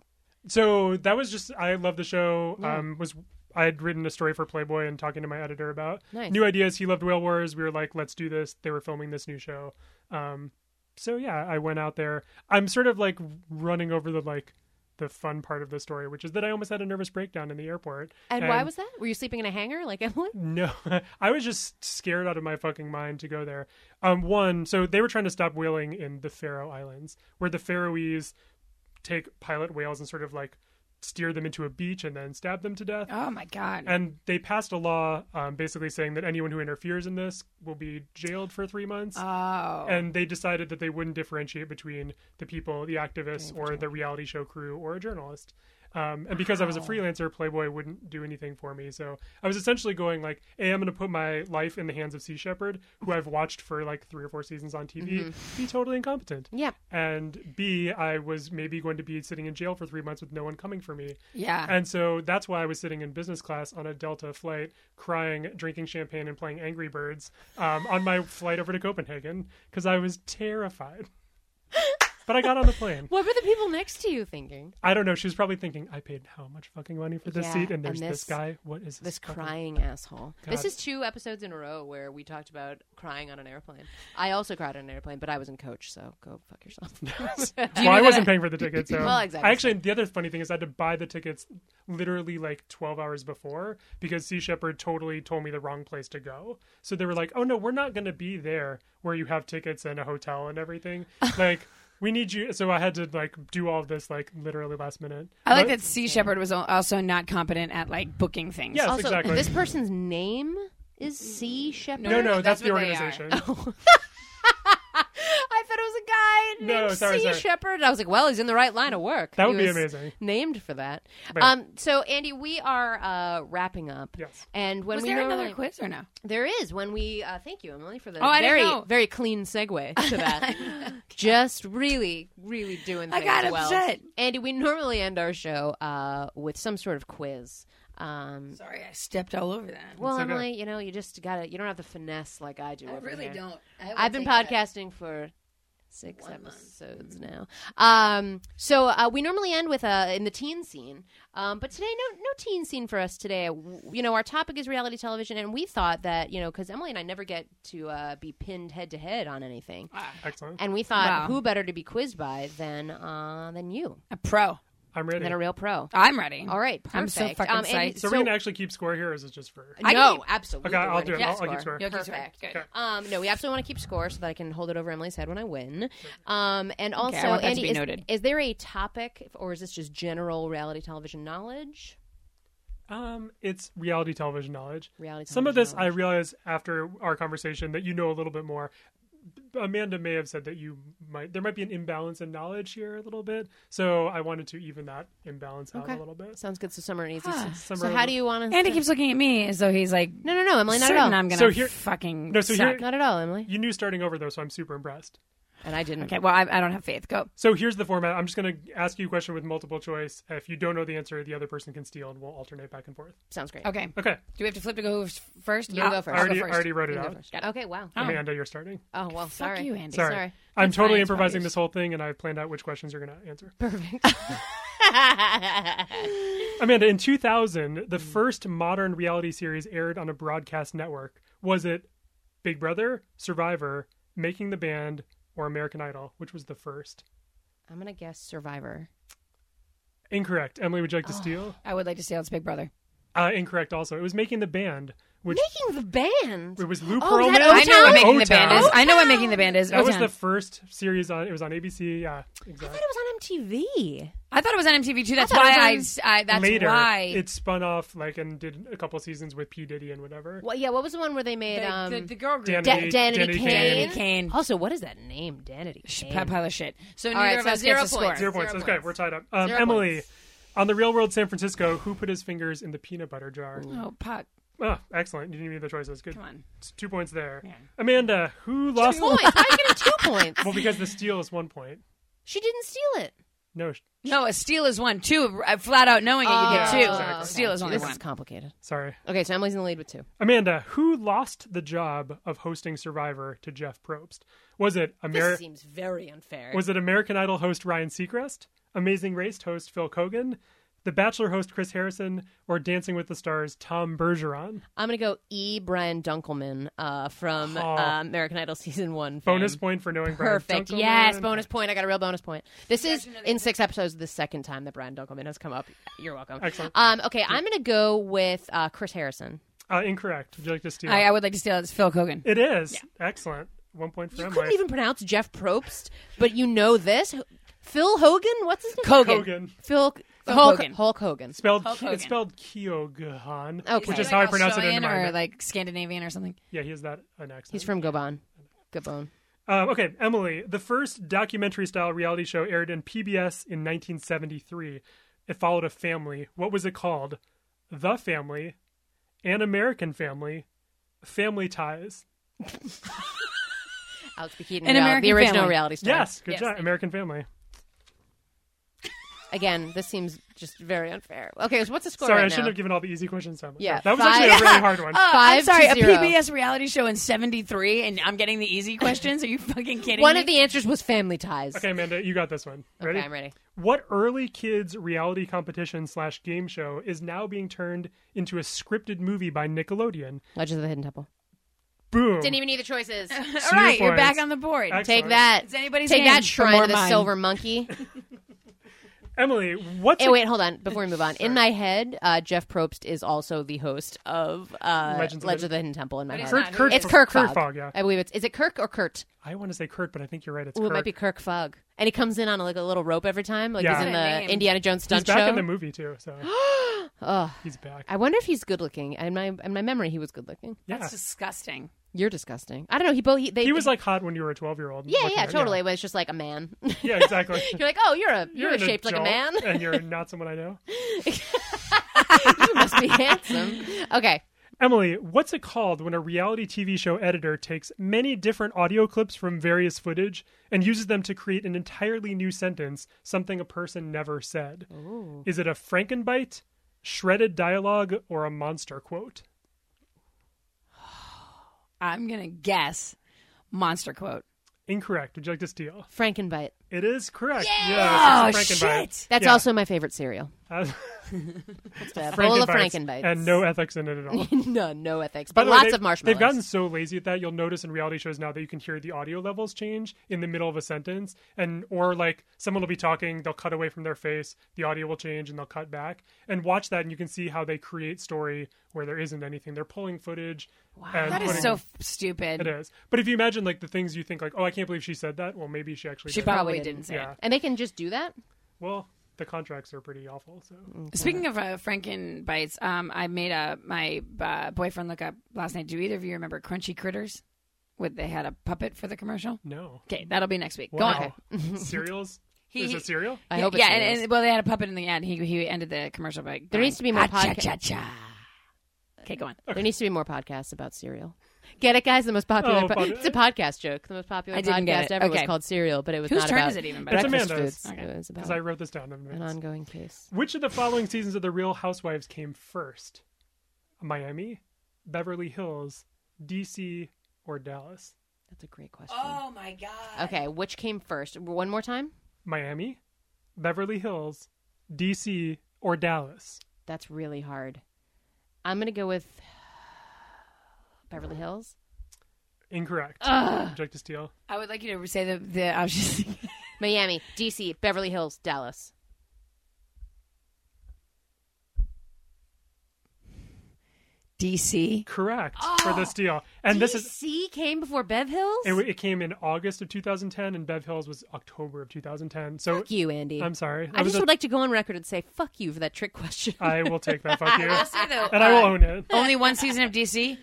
Speaker 4: So that was just I love the show. Um, was I had written a story for Playboy and talking to my editor about
Speaker 2: Nice.
Speaker 4: new ideas. He loved Whale Wars. We were like, let's do this. They were filming this new show. Um, so yeah, I went out there. I'm sort of like running over the like the fun part of the story, which is that I almost had a nervous breakdown in the airport.
Speaker 2: And, why was that? Were you sleeping in a hangar like Emily?
Speaker 4: No, I was just scared out of my fucking mind to go there. Um, one, so they were trying to stop whaling in the Faroe Islands, where the Faroese take pilot whales and sort of like steer them into a beach and then stab them to death.
Speaker 5: Oh my god!
Speaker 4: And they passed a law um, basically saying that anyone who interferes in this will be jailed for three months.
Speaker 5: Oh,
Speaker 4: And they decided that they wouldn't differentiate between the people, the activists, or the reality show crew, or a journalist. Um, and because I was a freelancer, Playboy wouldn't do anything for me. So I was essentially going like, "Hey, I'm going to put my life in the hands of Sea Shepherd, who I've watched for like three or four seasons on TV, be totally incompetent."
Speaker 2: Yeah.
Speaker 4: And B, I was maybe going to be sitting in jail for three months with no one coming for me.
Speaker 3: Yeah.
Speaker 4: And so that's why I was sitting in business class on a Delta flight, crying, drinking champagne, and playing Angry Birds um, on my flight over to Copenhagen because I was terrified. But I got on the plane.
Speaker 2: What were the people next to you thinking?
Speaker 4: I don't know. She was probably thinking, I paid how much fucking money for this
Speaker 2: Yeah,
Speaker 4: seat, and there's
Speaker 2: and
Speaker 4: this,
Speaker 2: this-
Speaker 4: guy. What is this?
Speaker 2: This
Speaker 4: fucking-"
Speaker 2: crying asshole. This
Speaker 4: God.
Speaker 2: is two episodes in a row where we talked about crying on an airplane. I also cried on an airplane, but I was in coach, so go fuck yourself.
Speaker 4: Well, I wasn't paying for the ticket, so
Speaker 2: Well, exactly.
Speaker 4: I actually the other funny thing is I had to buy the tickets literally like twelve hours before because Sea Shepherd totally told me the wrong place to go. So they were like, "Oh no, we're not going to be there where you have tickets and a hotel and everything." like we need you. So I had to like do all of this like literally last minute.
Speaker 3: I like
Speaker 4: But-
Speaker 3: that Sea Shepherd was al- also not competent at like booking things.
Speaker 4: Yes,
Speaker 2: also,
Speaker 4: exactly.
Speaker 2: this person's name is C. Shepherd.
Speaker 4: no, no,
Speaker 3: that's
Speaker 4: that's, the
Speaker 3: what they are.
Speaker 4: organization.
Speaker 2: I thought it was a guy
Speaker 4: No,
Speaker 2: named
Speaker 4: sorry,
Speaker 2: C.
Speaker 4: sorry.
Speaker 2: Shepherd. I was like, well, he's in the right line of work.
Speaker 4: That would
Speaker 2: He
Speaker 4: be
Speaker 2: was
Speaker 4: amazing.
Speaker 2: Named for that.
Speaker 4: Right.
Speaker 2: Um, so, Andy, we are uh, wrapping up.
Speaker 4: Yes.
Speaker 2: And when
Speaker 3: Was
Speaker 2: we
Speaker 3: there
Speaker 2: normally-
Speaker 3: another quiz or no?
Speaker 2: There is when we uh, thank you, Emily, for the
Speaker 3: Oh, I didn't
Speaker 2: very
Speaker 3: know.
Speaker 2: very clean segue to that. just really, really doing
Speaker 3: I
Speaker 2: things
Speaker 3: got
Speaker 2: well.
Speaker 3: upset.
Speaker 2: Andy, we normally end our show uh, with some sort of quiz. Um,
Speaker 3: Sorry, I stepped all over that.
Speaker 2: well,
Speaker 4: okay.
Speaker 2: Emily, you know, you just gotta, you don't have the finesse like I do.
Speaker 3: I
Speaker 2: over
Speaker 3: really
Speaker 2: here.
Speaker 3: don't. I
Speaker 2: I've been
Speaker 3: would take that.
Speaker 2: podcasting for six
Speaker 3: One month.
Speaker 2: episodes now. Um, so uh, we normally end with uh, in the teen scene, um, but today no no teen scene for us today. W- You know, our topic is reality television, and we thought that you know because Emily and I never get to uh, be pinned head to head on anything,
Speaker 4: Ah, Excellent.
Speaker 2: and we thought
Speaker 3: Wow.
Speaker 2: who better to be quizzed by than uh, than you,
Speaker 3: A pro.
Speaker 4: I'm ready.
Speaker 2: than a real pro.
Speaker 3: I'm ready.
Speaker 2: All right, perfect.
Speaker 3: I'm so fucking
Speaker 2: um, and
Speaker 3: psyched.
Speaker 4: so, we're gonna actually keep score here, or is it just for?
Speaker 3: I
Speaker 2: no,
Speaker 3: can-
Speaker 2: absolutely.
Speaker 4: Okay, I'll
Speaker 2: we're
Speaker 4: do
Speaker 2: gonna
Speaker 4: it. I'll- I'll keep score.
Speaker 3: You'll keep score.
Speaker 2: Perfect.
Speaker 3: Good.
Speaker 4: Okay.
Speaker 2: Um, no, we absolutely want to keep score so that I can hold it over Emily's head when I win. Um, and also,
Speaker 3: want that to
Speaker 2: Andy,
Speaker 3: be
Speaker 2: is,
Speaker 3: noted.
Speaker 2: is there a topic or is this just general reality television knowledge?
Speaker 4: Um, it's reality television knowledge.
Speaker 2: Reality.
Speaker 4: Some of
Speaker 2: television
Speaker 4: this I realize after our conversation that you know a little bit more. Amanda may have said that you might there might be an imbalance in knowledge here a little bit, so I wanted to even that imbalance out
Speaker 2: Okay.
Speaker 4: a little bit.
Speaker 2: sounds good. So summer and easy.
Speaker 3: Huh.
Speaker 2: So,
Speaker 4: Summer
Speaker 2: how
Speaker 4: and-
Speaker 2: do you want to?
Speaker 3: Andy keeps looking at me as though he's like,
Speaker 2: No, no, no, Emily, not at
Speaker 3: certain
Speaker 2: all.
Speaker 3: I'm gonna
Speaker 4: So here-
Speaker 3: fucking
Speaker 4: No, so here-
Speaker 3: suck.
Speaker 2: Not at all, Emily.
Speaker 4: You knew starting over though, so I'm super impressed.
Speaker 2: And I didn't.
Speaker 3: Okay, well, I, I don't have faith. Go.
Speaker 4: So here's the format. I'm just going to ask you a question with multiple choice. If you don't know the answer, the other person can steal, and we'll alternate back and forth.
Speaker 2: Sounds great.
Speaker 3: Okay.
Speaker 4: Okay,
Speaker 3: Do we have to flip to go f- first?
Speaker 2: You
Speaker 3: I'll-
Speaker 2: go first.
Speaker 3: I'll
Speaker 4: already
Speaker 3: first.
Speaker 4: already wrote
Speaker 2: You
Speaker 4: it
Speaker 2: can go
Speaker 4: out.
Speaker 2: first. Okay. Wow.
Speaker 3: Oh.
Speaker 4: Amanda, you're starting.
Speaker 2: Oh well. Sorry.
Speaker 3: Fuck you, Andy.
Speaker 4: Sorry,
Speaker 2: Sorry.
Speaker 4: I'm
Speaker 3: That's
Speaker 4: totally
Speaker 3: fine, it's
Speaker 4: improvising
Speaker 3: fine.
Speaker 4: this whole thing, and I've planned out which questions you're going to answer.
Speaker 2: Perfect.
Speaker 4: Amanda, in 2000,
Speaker 2: Hmm.
Speaker 4: the first modern reality series aired on a broadcast network. Was it Big Brother, Survivor, Making the Band, or American Idol? Which was the first?
Speaker 2: I'm gonna guess Survivor.
Speaker 4: Incorrect. Emily, would you
Speaker 2: Oh.
Speaker 4: like to steal?
Speaker 3: I would like to say it's Big Brother.
Speaker 4: Uh, incorrect also. It was Making the Band, which
Speaker 2: Making the band.
Speaker 4: it was Lou
Speaker 2: Oh, is
Speaker 4: Pearlman.
Speaker 2: that
Speaker 3: I know
Speaker 2: O-Town?
Speaker 3: what making the band is.
Speaker 4: O-Town.
Speaker 3: I know what making the band is.
Speaker 4: That was
Speaker 3: O-Town.
Speaker 4: the first series on. It was on ABC. Yeah,
Speaker 2: I thought
Speaker 4: exactly.
Speaker 2: it was on MTV.
Speaker 3: I thought it was on MTV too. That's
Speaker 2: thought it
Speaker 3: why
Speaker 2: was
Speaker 3: I,
Speaker 2: on-
Speaker 3: s- I- That's
Speaker 4: Later,
Speaker 3: why
Speaker 4: it spun off like and did a couple seasons with P Diddy and whatever.
Speaker 2: Well, yeah. What was the one where they made
Speaker 3: the,
Speaker 2: um
Speaker 3: the, the girl group.
Speaker 4: Dan-
Speaker 2: Da-
Speaker 4: Danity-
Speaker 2: Danity,
Speaker 4: Danity
Speaker 2: Kane.
Speaker 4: Kane.
Speaker 3: Danny Kane.
Speaker 2: Also, what is that name, Danity
Speaker 3: Sh-
Speaker 2: Kane?
Speaker 3: pile of shit. So neither
Speaker 2: right,
Speaker 3: of
Speaker 2: so
Speaker 3: us
Speaker 2: zero
Speaker 3: gets a score.
Speaker 2: points.
Speaker 4: Zero points.
Speaker 2: Zero
Speaker 4: okay,
Speaker 2: points.
Speaker 4: we're tied up. Um,
Speaker 2: Zero
Speaker 4: Emily,
Speaker 2: points.
Speaker 4: on the Real World San Francisco, who put his fingers in the peanut butter jar?
Speaker 3: Oh, puck.
Speaker 4: Oh, excellent. You didn't need the choices. Good.
Speaker 3: Come on.
Speaker 4: It's two points there. Amanda, who lost?
Speaker 2: points. Why you give her two points?
Speaker 4: Well, because the steal is one point.
Speaker 2: She didn't steal it.
Speaker 4: No, sh-
Speaker 3: No, a steal is one. Two, uh, flat out knowing it, you get two.
Speaker 4: Oh, exactly.
Speaker 3: Steal is only
Speaker 2: Um, this
Speaker 3: one.
Speaker 2: is complicated.
Speaker 4: sorry.
Speaker 2: Okay, so Emily's in the lead with two.
Speaker 4: Amanda, who lost the job of hosting Survivor to Jeff Probst? Was it Ameri-
Speaker 2: This seems very unfair.
Speaker 4: Was it American Idol host Ryan Seacrest, Amazing Race host Phil Kogan, The Bachelor host Chris Harrison, or Dancing with the Stars Tom Bergeron?
Speaker 2: I'm gonna go E. Brian Dunkelman uh, from
Speaker 4: Oh.
Speaker 2: uh, American Idol season one. fame.
Speaker 4: Bonus point for knowing Brian
Speaker 2: Perfect.
Speaker 4: Dunkelman.
Speaker 2: Yes, bonus point. I got a real bonus point. This is in six episodes the second time that Brian Dunkelman has come up. You're welcome.
Speaker 4: Excellent.
Speaker 2: Um, okay, I'm gonna go with uh, Chris Harrison.
Speaker 4: Uh, incorrect. Would you like to steal?
Speaker 3: I, I would like to steal. It's Phil Kogan.
Speaker 4: It is. Excellent. One point for
Speaker 2: You
Speaker 4: Emily.
Speaker 2: couldn't even pronounce Jeff Probst, but you know this. Phil Hogan? What's his name?
Speaker 3: Kogan.
Speaker 4: Kogan.
Speaker 2: Phil Hulk
Speaker 3: Hulk
Speaker 2: Hogan.
Speaker 3: Hogan.
Speaker 2: Hulk Hogan.
Speaker 4: Spelled,
Speaker 3: Hogan.
Speaker 4: It's spelled Kyogahan,
Speaker 2: Okay.
Speaker 4: which is
Speaker 2: Like
Speaker 4: how I pronounce it in
Speaker 3: Australian
Speaker 4: my
Speaker 3: or like Scandinavian or something.
Speaker 4: Yeah, he has that an accent.
Speaker 2: He's from Gabon. Gabon.
Speaker 4: Um, okay, Emily, the first documentary style reality show aired in PBS in 1973. It followed a family. What was it called? The Family, An American Family, Family Ties.
Speaker 2: Alex B. Keaton.
Speaker 3: An
Speaker 2: real- the
Speaker 3: American
Speaker 2: original
Speaker 3: Family.
Speaker 2: reality star.
Speaker 4: Yes, good job. American Family.
Speaker 2: Again, this seems just very unfair. Okay, so what's the score
Speaker 4: Sorry,
Speaker 2: right
Speaker 4: I shouldn't
Speaker 2: now?
Speaker 4: have given all the easy questions to Emily.
Speaker 2: Yeah,
Speaker 4: that was
Speaker 2: five-
Speaker 4: actually a really hard one.
Speaker 3: Uh,
Speaker 2: Five
Speaker 3: I'm sorry,
Speaker 2: to
Speaker 3: a
Speaker 2: zero.
Speaker 3: PBS reality show in '73, and I'm getting the easy questions. Are you fucking kidding
Speaker 2: One
Speaker 3: me?
Speaker 2: of the answers was family ties.
Speaker 4: okay, Amanda, you got this one. Ready?
Speaker 2: Okay, I'm ready.
Speaker 4: What early kids reality competition slash game show is now being turned into a scripted movie by Nickelodeon?
Speaker 2: Legends of the Hidden Temple.
Speaker 4: Boom.
Speaker 2: Didn't even need the choices.
Speaker 3: All right, you're
Speaker 4: points.
Speaker 3: back on the board.
Speaker 4: Excellent.
Speaker 2: Take that.
Speaker 3: It's anybody's
Speaker 2: Take
Speaker 3: game
Speaker 2: that
Speaker 3: for
Speaker 2: shrine
Speaker 3: more
Speaker 2: of the
Speaker 3: mine.
Speaker 2: silver monkey.
Speaker 4: Emily, what's
Speaker 2: hey,
Speaker 4: a-
Speaker 2: wait, hold on. Before we move on, in my head, uh, Jeff Probst is also the host of uh,
Speaker 4: Legends of
Speaker 2: Legends,
Speaker 4: the-
Speaker 2: of the Hidden Temple. In my head,
Speaker 4: Kurt- not. Kurt-
Speaker 2: it's Kirk
Speaker 4: Kurt
Speaker 2: Fogg.
Speaker 4: Fogg, yeah.
Speaker 2: I believe it's. Is it Kirk or Kurt?
Speaker 4: I want to say Kurt, but I think you're right. It's
Speaker 2: Ooh,
Speaker 4: Kurt.
Speaker 2: it might be Kirk Fogg, and he comes in on like a little rope every time, like
Speaker 4: Yeah.
Speaker 2: he's in
Speaker 3: What a
Speaker 2: the
Speaker 3: name.
Speaker 2: Indiana Jones
Speaker 4: He's
Speaker 2: stunt
Speaker 4: back
Speaker 2: show.
Speaker 4: in the movie too, so he's back.
Speaker 2: I wonder if he's good looking. In my in my memory, he was good looking.
Speaker 4: Yeah,
Speaker 3: That's disgusting.
Speaker 2: You're disgusting. I don't know. He both he, they,
Speaker 4: he was like hot when you were a twelve-year-old.
Speaker 2: yeah yeah totally. But it's just like a man.
Speaker 4: Yeah, exactly.
Speaker 2: you're like oh you're a you're,
Speaker 4: an
Speaker 2: shaped like a
Speaker 4: adult,
Speaker 2: man.
Speaker 4: and you're not someone I know.
Speaker 2: you must be handsome. Okay.
Speaker 4: Emily, what's it called when a reality TV show editor takes many different audio clips from various footage and uses them to create an entirely new sentence, something a person never said? Is it a Frankenbite, shredded dialogue, or a monster quote?
Speaker 3: I'm gonna guess monster quote.
Speaker 4: Incorrect. Would you like to steal?
Speaker 2: Frankenbite.
Speaker 4: It is correct.
Speaker 3: Oh
Speaker 4: Yes, it's a Frankenbite.
Speaker 3: shit!
Speaker 2: That's
Speaker 4: Yeah.
Speaker 2: also my favorite cereal.
Speaker 4: Uh,
Speaker 2: It's a bowl of
Speaker 4: Frankenbites,
Speaker 2: Frankenbites.
Speaker 4: And no ethics in it at all.
Speaker 2: None, no ethics,
Speaker 4: By
Speaker 2: but
Speaker 4: the way,
Speaker 2: lots
Speaker 4: they-
Speaker 2: of marshmallows.
Speaker 4: They've gotten so lazy at that. You'll notice in reality shows now that you can hear the audio levels change in the middle of a sentence, and or like someone will be talking, they'll cut away from their face, the audio will change, and they'll cut back. And watch that, and you can see how they create story where there isn't anything. They're pulling footage. Wow, and
Speaker 3: That is
Speaker 4: putting-
Speaker 3: so f-
Speaker 4: It
Speaker 3: stupid.
Speaker 4: is. But if you imagine like the things you think like, oh, I can't believe she said that. Well, maybe she actually.
Speaker 3: She
Speaker 4: did.
Speaker 3: probably
Speaker 2: Probably
Speaker 3: didn't say
Speaker 4: Yeah.
Speaker 2: and they can just do that.
Speaker 4: Well, the contracts are pretty awful. So
Speaker 3: it. Speaking
Speaker 2: Uh-huh.
Speaker 3: of uh, Franken bites, um, I made a my uh, boyfriend look up last night. Do either of you remember Crunchy Critters? With they had a puppet for the commercial.
Speaker 4: no.
Speaker 3: Okay, that'll be next week. Go on.
Speaker 4: Wow. Cereals.
Speaker 3: He-
Speaker 4: Is it cereal?
Speaker 2: I
Speaker 3: yeah,
Speaker 2: hope. It's
Speaker 3: yeah, and,
Speaker 2: cereals.
Speaker 3: and- well, they had a puppet in the ad. He he ended the commercial by. Going,
Speaker 2: there needs to be more
Speaker 3: "Ah,
Speaker 2: podca-
Speaker 3: Cha cha cha. Okay, go on.
Speaker 2: There needs to be more podcasts about cereal. Get it, guys? The most popular.
Speaker 4: Oh,
Speaker 2: po-
Speaker 4: pod-
Speaker 2: it's a podcast joke. The most popular
Speaker 3: I didn't get
Speaker 2: podcast
Speaker 3: it.
Speaker 2: ever was
Speaker 3: Okay.
Speaker 2: called Cereal, but it was
Speaker 3: Whose
Speaker 2: not
Speaker 3: turn
Speaker 2: about
Speaker 3: is it even? By the
Speaker 4: It's
Speaker 3: way?
Speaker 2: breakfast
Speaker 4: Amanda's.
Speaker 2: foods. It was
Speaker 4: Because I
Speaker 2: about
Speaker 4: wrote this down. in
Speaker 2: an
Speaker 4: advance.
Speaker 2: ongoing case.
Speaker 4: Which of the following seasons of The Real Housewives came first? Miami, Beverly Hills, DC, or Dallas?
Speaker 2: That's a great question. Oh
Speaker 3: my god.
Speaker 2: Okay, which came first? One more time.
Speaker 4: Miami, Beverly Hills, DC, or Dallas?
Speaker 2: That's really hard. I'm gonna go with Beverly Hills.
Speaker 4: Incorrect. Would you like to steal?
Speaker 3: I would like you to say the the. I was just.
Speaker 2: Miami, DC, Beverly Hills, Dallas.
Speaker 3: DC.
Speaker 4: Correct
Speaker 2: Ah,
Speaker 4: for the steal. And this is
Speaker 2: DC came before Bev Hills.
Speaker 4: it, it came in August of 2010, and Bev Hills was October of 2010. So
Speaker 2: Fuck you, Andy.
Speaker 4: I'm sorry.
Speaker 2: I
Speaker 4: was
Speaker 2: just
Speaker 4: a-
Speaker 2: would like to go on record and say fuck you for that trick question.
Speaker 4: I will take that. Fuck you.
Speaker 3: say though,
Speaker 4: And I will
Speaker 3: uh,
Speaker 4: own it.
Speaker 3: Only one season of DC.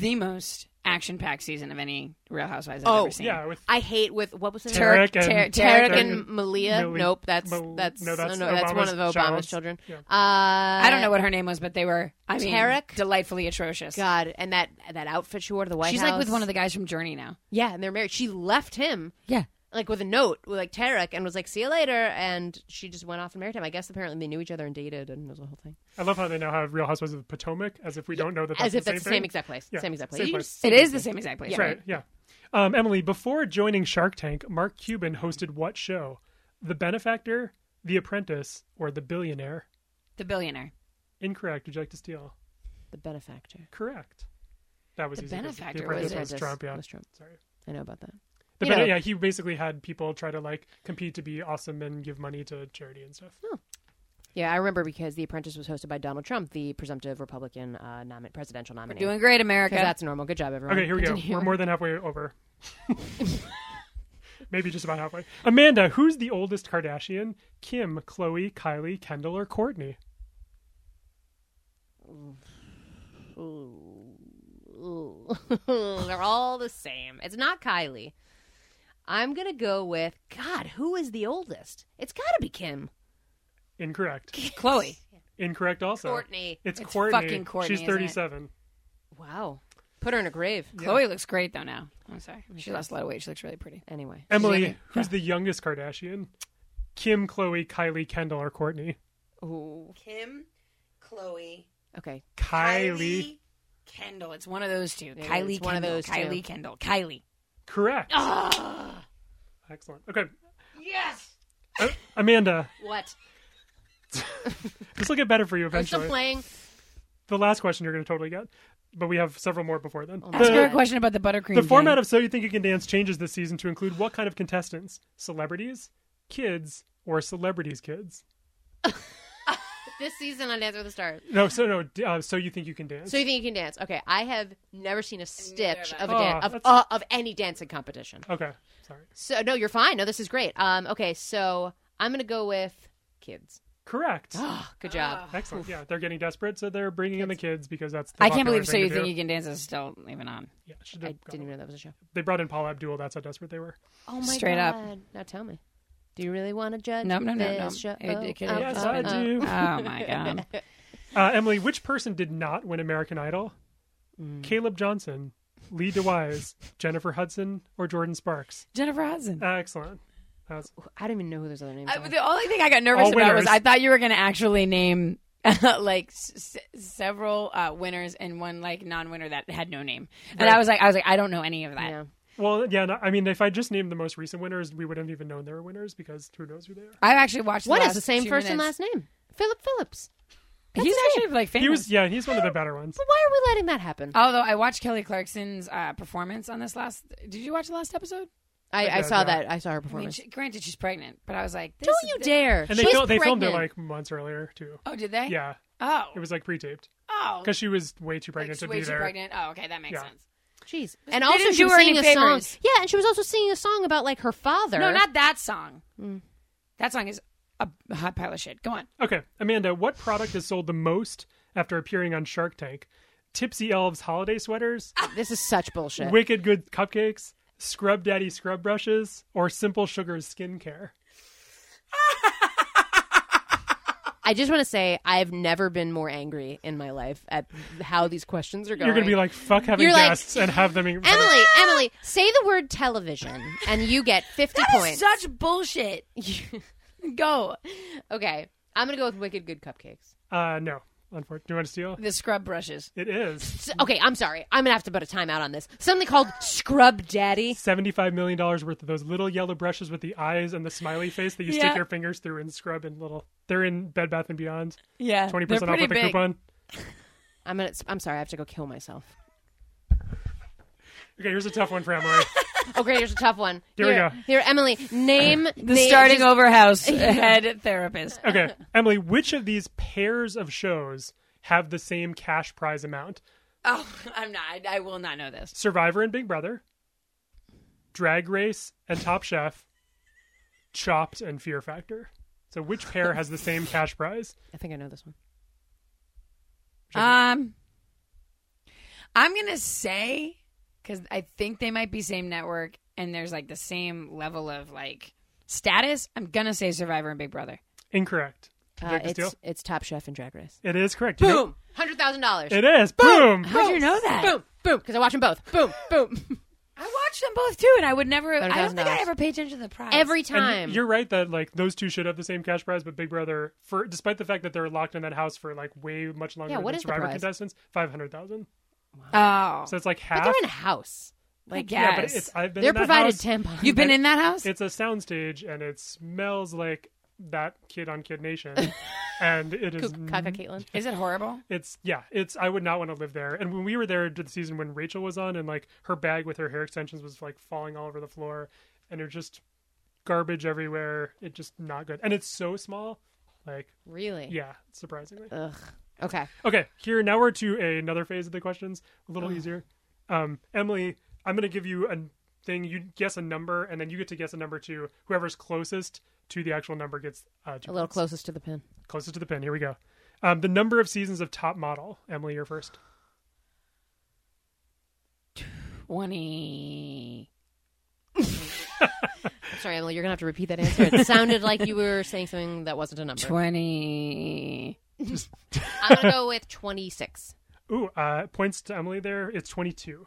Speaker 3: The most action packed season of any Real Housewives I've
Speaker 2: Oh,
Speaker 3: ever seen.
Speaker 4: Yeah, with
Speaker 2: I hate with what was her name?
Speaker 4: Tarek
Speaker 3: Tarek-
Speaker 4: and
Speaker 3: Tarek
Speaker 2: Tarek and Malia.
Speaker 4: Mali-
Speaker 2: nope, that's
Speaker 4: Mal-
Speaker 2: that's
Speaker 4: no, that's
Speaker 2: that's one of
Speaker 4: Obama's
Speaker 2: Obama's
Speaker 4: child's-
Speaker 2: children.
Speaker 4: yeah.
Speaker 2: Uh, I
Speaker 3: I don't know what her name was, but they were I mean
Speaker 2: Tarek?
Speaker 3: delightfully atrocious.
Speaker 2: God, and that that outfit she wore to the White
Speaker 3: She's
Speaker 2: House.
Speaker 3: like with one of the guys from Journey now.
Speaker 2: yeah, and they're married. She left him
Speaker 3: Yeah.
Speaker 2: like with a note with like Tarek and was like, "See you later," and she just went off and married him. I guess apparently they knew each other and dated, and it was a whole thing.
Speaker 4: I love how they now have Real Housewives of Potomac, as if we don't know that. That's
Speaker 2: As if
Speaker 4: the
Speaker 2: that's the
Speaker 4: same
Speaker 2: same
Speaker 4: thing.
Speaker 2: exact place.
Speaker 4: Yeah,
Speaker 2: Same exact place.
Speaker 4: Same place.
Speaker 3: It is the same exact place.
Speaker 2: Yeah.
Speaker 4: Right. Yeah. Um, Emily, before joining Shark Tank, Mark Cuban hosted what show? The Benefactor, The Apprentice, or The Billionaire?
Speaker 3: The billionaire.
Speaker 4: Incorrect. Would you like to steal?
Speaker 2: The benefactor.
Speaker 4: Correct. That was
Speaker 3: The
Speaker 4: easy 'cause
Speaker 3: Benefactor
Speaker 4: The Apprentice
Speaker 3: was-
Speaker 4: was, Trump. Yeah.
Speaker 2: Was Trump.
Speaker 4: Sorry.
Speaker 2: I know about that.
Speaker 4: The
Speaker 2: You
Speaker 4: Bene-
Speaker 2: know-
Speaker 4: yeah, he basically had people try to like compete to be awesome and give money to charity and stuff.
Speaker 2: Yeah, I remember because The Apprentice was hosted by Donald Trump, the presumptive Republican uh, nomi- presidential nominee.
Speaker 3: Doing great, America.
Speaker 2: 'Cause that's normal. Good job, everyone.
Speaker 4: Okay, here we go.
Speaker 2: Continue.
Speaker 4: We're more than halfway over. Maybe just about halfway. Amanda, who's the oldest Kardashian? Kim, Chloe, Kylie, Kendall, or Courtney?
Speaker 2: They're all the same. It's not Kylie. I'm gonna go with God. Who is the oldest? It's got to be Kim.
Speaker 4: Incorrect.
Speaker 3: Chloe.
Speaker 4: Incorrect also.
Speaker 2: Courtney.
Speaker 4: It's,
Speaker 3: It's
Speaker 4: Courtney.
Speaker 3: fucking Courtney,
Speaker 4: She's
Speaker 3: isn't it?
Speaker 4: 37.
Speaker 2: Wow. Put her in a grave.
Speaker 3: Chloe looks great though now. I'm sorry. She lost a lot of weight. She looks really pretty.
Speaker 2: Anyway,
Speaker 4: Emily, who's the youngest Kardashian? Kim, Chloe, Kylie, Kendall, or Courtney?
Speaker 2: Ooh.
Speaker 3: Kim, Chloe,
Speaker 2: okay.
Speaker 4: Kylie.
Speaker 3: Kendall. It's one of those two.
Speaker 2: Yeah,
Speaker 3: Kylie
Speaker 2: it's one of
Speaker 3: Kendall.
Speaker 2: those two.
Speaker 3: Kylie Kendall. Kylie.
Speaker 4: Correct.
Speaker 3: Ah,
Speaker 4: Excellent. Okay.
Speaker 3: yes.
Speaker 4: Uh, Amanda,
Speaker 2: What?
Speaker 4: this will get better for you
Speaker 2: I'm still
Speaker 4: eventually.
Speaker 2: playing.
Speaker 4: The last question you're going to totally get, but we have several more before then.
Speaker 2: Oh,
Speaker 4: The-
Speaker 2: no.
Speaker 3: Ask her a question about the buttercream.
Speaker 4: The format
Speaker 3: gang.
Speaker 4: of So You Think You Can Dance changes this season to include what kind of contestants? Celebrities, kids, or celebrities' kids?
Speaker 2: This season on Dance with the Stars.
Speaker 4: No, so no. d- Uh, so you think you can dance?
Speaker 2: So you think you can dance? Okay, I have never seen a stitch of a
Speaker 4: Oh,
Speaker 2: dan- of
Speaker 4: that's-
Speaker 2: uh, of any dancing competition.
Speaker 4: okay, sorry.
Speaker 2: So no, you're fine. No, this is great. Um, okay, so I'm gonna go with kids.
Speaker 4: Correct.
Speaker 2: Ah, good job.
Speaker 4: Excellent. Yeah, they're getting desperate, so they're bringing in the kids because that's. The
Speaker 3: I can't
Speaker 4: popular
Speaker 3: believe
Speaker 4: thing
Speaker 3: So
Speaker 4: to
Speaker 3: You
Speaker 4: do.
Speaker 3: Think You Can Dance is still even on.
Speaker 4: Yeah, should
Speaker 2: I
Speaker 4: have gone.
Speaker 2: didn't even know that was a show.
Speaker 4: They brought in Paul Abdul. That's how desperate they were.
Speaker 2: Oh my
Speaker 3: Straight up.
Speaker 2: Now tell me, do you really want to judge?
Speaker 3: No, no, no, no.
Speaker 2: this Show?
Speaker 3: It- it could-
Speaker 2: Oh,
Speaker 3: it
Speaker 2: oh,
Speaker 4: yes,
Speaker 3: just
Speaker 2: oh,
Speaker 4: I
Speaker 3: been-
Speaker 2: oh.
Speaker 4: do.
Speaker 3: Oh my god.
Speaker 4: Uh, Emily, which person did not win American Idol? Caleb Johnson, Lee DeWise, Jennifer Hudson, or Jordan Sparks?
Speaker 3: Jennifer Hudson.
Speaker 4: Uh, excellent. That was-
Speaker 2: I don't even know who those other names
Speaker 3: I,
Speaker 2: are.
Speaker 3: the only thing I got nervous
Speaker 4: All
Speaker 3: about
Speaker 4: winners.
Speaker 3: was I thought you were going to actually name like s- s- several uh, winners and one like non-winner that had no name, and I was like, I was like, I don't know any of that.
Speaker 2: yeah.
Speaker 4: well, yeah. No, I mean, if I just named the most recent winners, we wouldn't have even known they were winners because who knows who they are.
Speaker 3: I've actually watched.
Speaker 2: What
Speaker 3: the
Speaker 2: is the same first and last name? Philip Phillips.
Speaker 3: name? He's actually like famous.
Speaker 4: He was, yeah, he's one of the better ones.
Speaker 2: But why are we letting that happen?
Speaker 3: Although I watched Kelly Clarkson's uh, performance on this last. Did you watch the last episode?
Speaker 2: I, I
Speaker 4: Yeah,
Speaker 2: saw
Speaker 4: yeah.
Speaker 2: that. I saw her
Speaker 3: I mean,
Speaker 2: performance.
Speaker 3: she, granted, she's pregnant, but I was like, this
Speaker 2: Don't you
Speaker 3: is-
Speaker 2: dare!
Speaker 4: And they,
Speaker 2: She's
Speaker 4: fil- they filmed it
Speaker 2: pregnant.
Speaker 4: like months earlier too.
Speaker 3: Oh, did they?
Speaker 4: Yeah,
Speaker 3: Oh.
Speaker 4: it was like pre-taped
Speaker 3: oh.
Speaker 4: because she was way too
Speaker 3: Like,
Speaker 4: pregnant to
Speaker 3: way
Speaker 4: be
Speaker 3: too
Speaker 4: there.
Speaker 3: pregnant. Oh, okay, that makes
Speaker 4: Yeah.
Speaker 3: sense.
Speaker 2: Jeez. And
Speaker 3: They
Speaker 2: also
Speaker 3: didn't
Speaker 2: she
Speaker 3: do
Speaker 2: was
Speaker 3: her
Speaker 2: singing
Speaker 3: any
Speaker 2: a song.
Speaker 3: favors.
Speaker 2: Yeah, and she was also singing a song about like her father.
Speaker 3: No, not that song. That song is a hot pile of shit. Go on.
Speaker 4: Okay, Amanda, what product is sold the most after appearing on Shark Tank? Tipsy Elves holiday sweaters,
Speaker 2: This is such bullshit.
Speaker 4: Wicked Good cupcakes, Scrub Daddy scrub brushes, or Simple Sugar's skincare?
Speaker 2: I just want to say I've never been more angry in my life at how these questions are going.
Speaker 4: You're gonna be like, fuck having
Speaker 2: You're like-
Speaker 4: guests and have them. in-
Speaker 2: Emily, Emily, say the word television, and you get fifty points.
Speaker 3: Such bullshit. Go.
Speaker 2: okay, I'm gonna go with Wicked Good Cupcakes.
Speaker 4: Uh, no, unfortunately. Do you want to steal?
Speaker 3: The scrub brushes.
Speaker 4: It is
Speaker 2: S- Okay, I'm sorry. I'm gonna have to put a timeout on this. Something called Scrub Daddy.
Speaker 4: seventy-five million dollars worth of those little yellow brushes with the eyes and the smiley face that you
Speaker 3: Yeah.
Speaker 4: stick your fingers through and scrub and little. They're in Bed Bath and Beyond.
Speaker 3: Yeah.
Speaker 4: Twenty percent off with a coupon.
Speaker 2: I'm gonna. I'm sorry. I have to go kill myself.
Speaker 4: Okay, here's a tough one for Emily.
Speaker 2: Oh, great. Here's a tough one.
Speaker 4: Here we
Speaker 2: Here-
Speaker 4: go.
Speaker 2: Here, Emily, name
Speaker 3: The starting
Speaker 2: over.
Speaker 3: over house head therapist.
Speaker 4: Okay, Emily, which of these pairs of shows have the same cash prize amount?
Speaker 3: Oh, I'm not. I will not know this.
Speaker 4: Survivor and Big Brother, Drag Race and Top Chef, Chopped and Fear Factor. So which pair has the same cash prize?
Speaker 2: I think I know this one.
Speaker 3: Um, I'm gonna say because I think they might be same network, and there's like the same level of like status. I'm gonna say Survivor and Big Brother.
Speaker 4: Incorrect. Would you
Speaker 2: Uh,
Speaker 4: like to
Speaker 2: it's,
Speaker 4: steal?
Speaker 2: it's Top Chef and Drag Race.
Speaker 4: It is correct. You know-
Speaker 2: Boom. Hundred thousand dollars.
Speaker 4: it is. Boom.
Speaker 3: How do you know that?
Speaker 2: Boom. Boom. Because I watch them both. Boom. Boom.
Speaker 3: I watched them both too, and I would never. I don't think
Speaker 2: $30,000.
Speaker 3: I ever paid attention to the prize
Speaker 2: Every
Speaker 4: And y-
Speaker 2: time.
Speaker 4: you're right that like those two should have the same cash prize, but Big Brother, for despite the fact that they're locked in that house for like way much longer
Speaker 2: Yeah, what
Speaker 4: than
Speaker 2: is the
Speaker 4: Survivor
Speaker 2: prize?
Speaker 4: contestants, five hundred thousand.
Speaker 3: Oh,
Speaker 4: So it's like
Speaker 2: but
Speaker 4: half.
Speaker 2: they're in a house.
Speaker 3: I
Speaker 2: Like
Speaker 4: yeah, but
Speaker 3: guess
Speaker 4: it's I've been
Speaker 2: they're
Speaker 4: in that
Speaker 2: provided
Speaker 4: house.
Speaker 2: tampons.
Speaker 3: you've been in that house.
Speaker 4: it's a soundstage and it smells like that kid on Kid Nation, and it is
Speaker 2: Kaka Caitlin.
Speaker 3: Is it horrible?
Speaker 4: it's yeah it's I would not want to live there. And when we were there to the season when Rachel was on and like her bag with her hair extensions was like falling all over the floor, and there's just garbage everywhere. It just not good, and it's so small, like
Speaker 2: Really?
Speaker 4: yeah, surprisingly.
Speaker 2: Ugh. Okay.
Speaker 4: Okay, here now we're to a, another phase of the questions,
Speaker 2: Ah.
Speaker 4: a little easier. Um, Emily, I'm going to give you a thing. You guess a number, and then you get to guess a number to whoever's closest to the actual number gets uh,
Speaker 2: A
Speaker 4: two
Speaker 2: little
Speaker 4: points.
Speaker 2: closest to the pin.
Speaker 4: closest to the pin. Here we go. Um, the number of seasons of Top Model. Emily, you're first.
Speaker 3: Twenty.
Speaker 2: Sorry, Emily. You're gonna have to repeat that answer. It sounded like you were saying something that wasn't a number.
Speaker 3: Twenty.
Speaker 2: I'm gonna go with 26.
Speaker 4: Ooh, uh, points to Emily there. It's 22.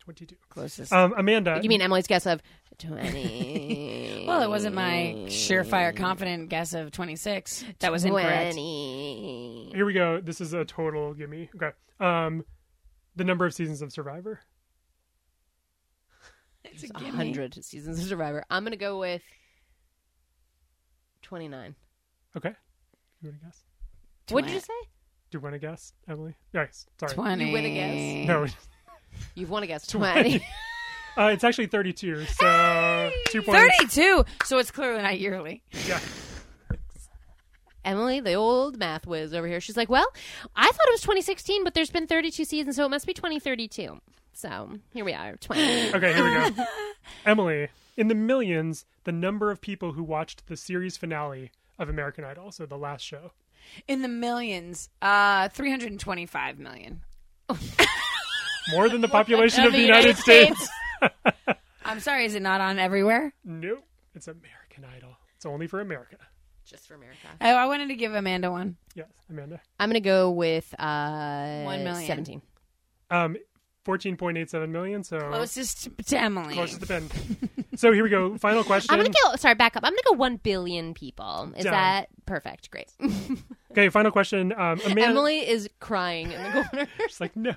Speaker 4: 22.
Speaker 3: Closest.
Speaker 4: Um, Amanda.
Speaker 2: You mean Emily's guess of 20?
Speaker 3: well, it wasn't my surefire confident guess of twenty six. That was incorrect.
Speaker 2: 20.
Speaker 4: Here we go. This is a total gimme. Okay. Um, the number of seasons of Survivor.
Speaker 3: It's
Speaker 2: There's
Speaker 3: a gimme.
Speaker 2: 100 seasons of Survivor. I'm gonna go with 29.
Speaker 4: Okay. You want to guess?
Speaker 2: What did you say?
Speaker 4: Do you want to guess, Emily? Yes. Sorry.
Speaker 3: Twenty.
Speaker 2: You win a guess?
Speaker 4: No,
Speaker 2: You've won a guess.
Speaker 4: 20.
Speaker 2: 20.
Speaker 4: uh, it's actually 32. So two points.
Speaker 3: 32. So it's clearly not yearly.
Speaker 4: Yeah.
Speaker 2: Emily, the old math whiz over here, she's like, Well, I thought it was 2016, but there's been 32 seasons, so it must be 2032. So here we are, 20.
Speaker 4: Okay, here we go. Emily, in the millions, the number of people who watched the series finale of American Idol, so the last show.
Speaker 3: In the millions. Uh 325 million.
Speaker 4: More than the population of the United States.
Speaker 3: I'm sorry, is it not on everywhere?
Speaker 4: Nope. It's American Idol. It's only for America.
Speaker 2: just for America.
Speaker 3: Oh, I wanted to give Amanda one.
Speaker 4: Yes, Amanda.
Speaker 2: I'm gonna go with uh,
Speaker 3: One million.
Speaker 2: seventeen.
Speaker 4: Um, 14.87 million, so
Speaker 3: Closest Oh, to Emily.
Speaker 4: close to the pin. so here we go. Final question.
Speaker 2: I'm gonna go. Sorry, back up. I'm gonna go one billion people. Is
Speaker 4: Done.
Speaker 2: that perfect? Great.
Speaker 4: okay, final question. Um, Amanda.
Speaker 2: Emily is crying in the corner.
Speaker 4: It's like, no.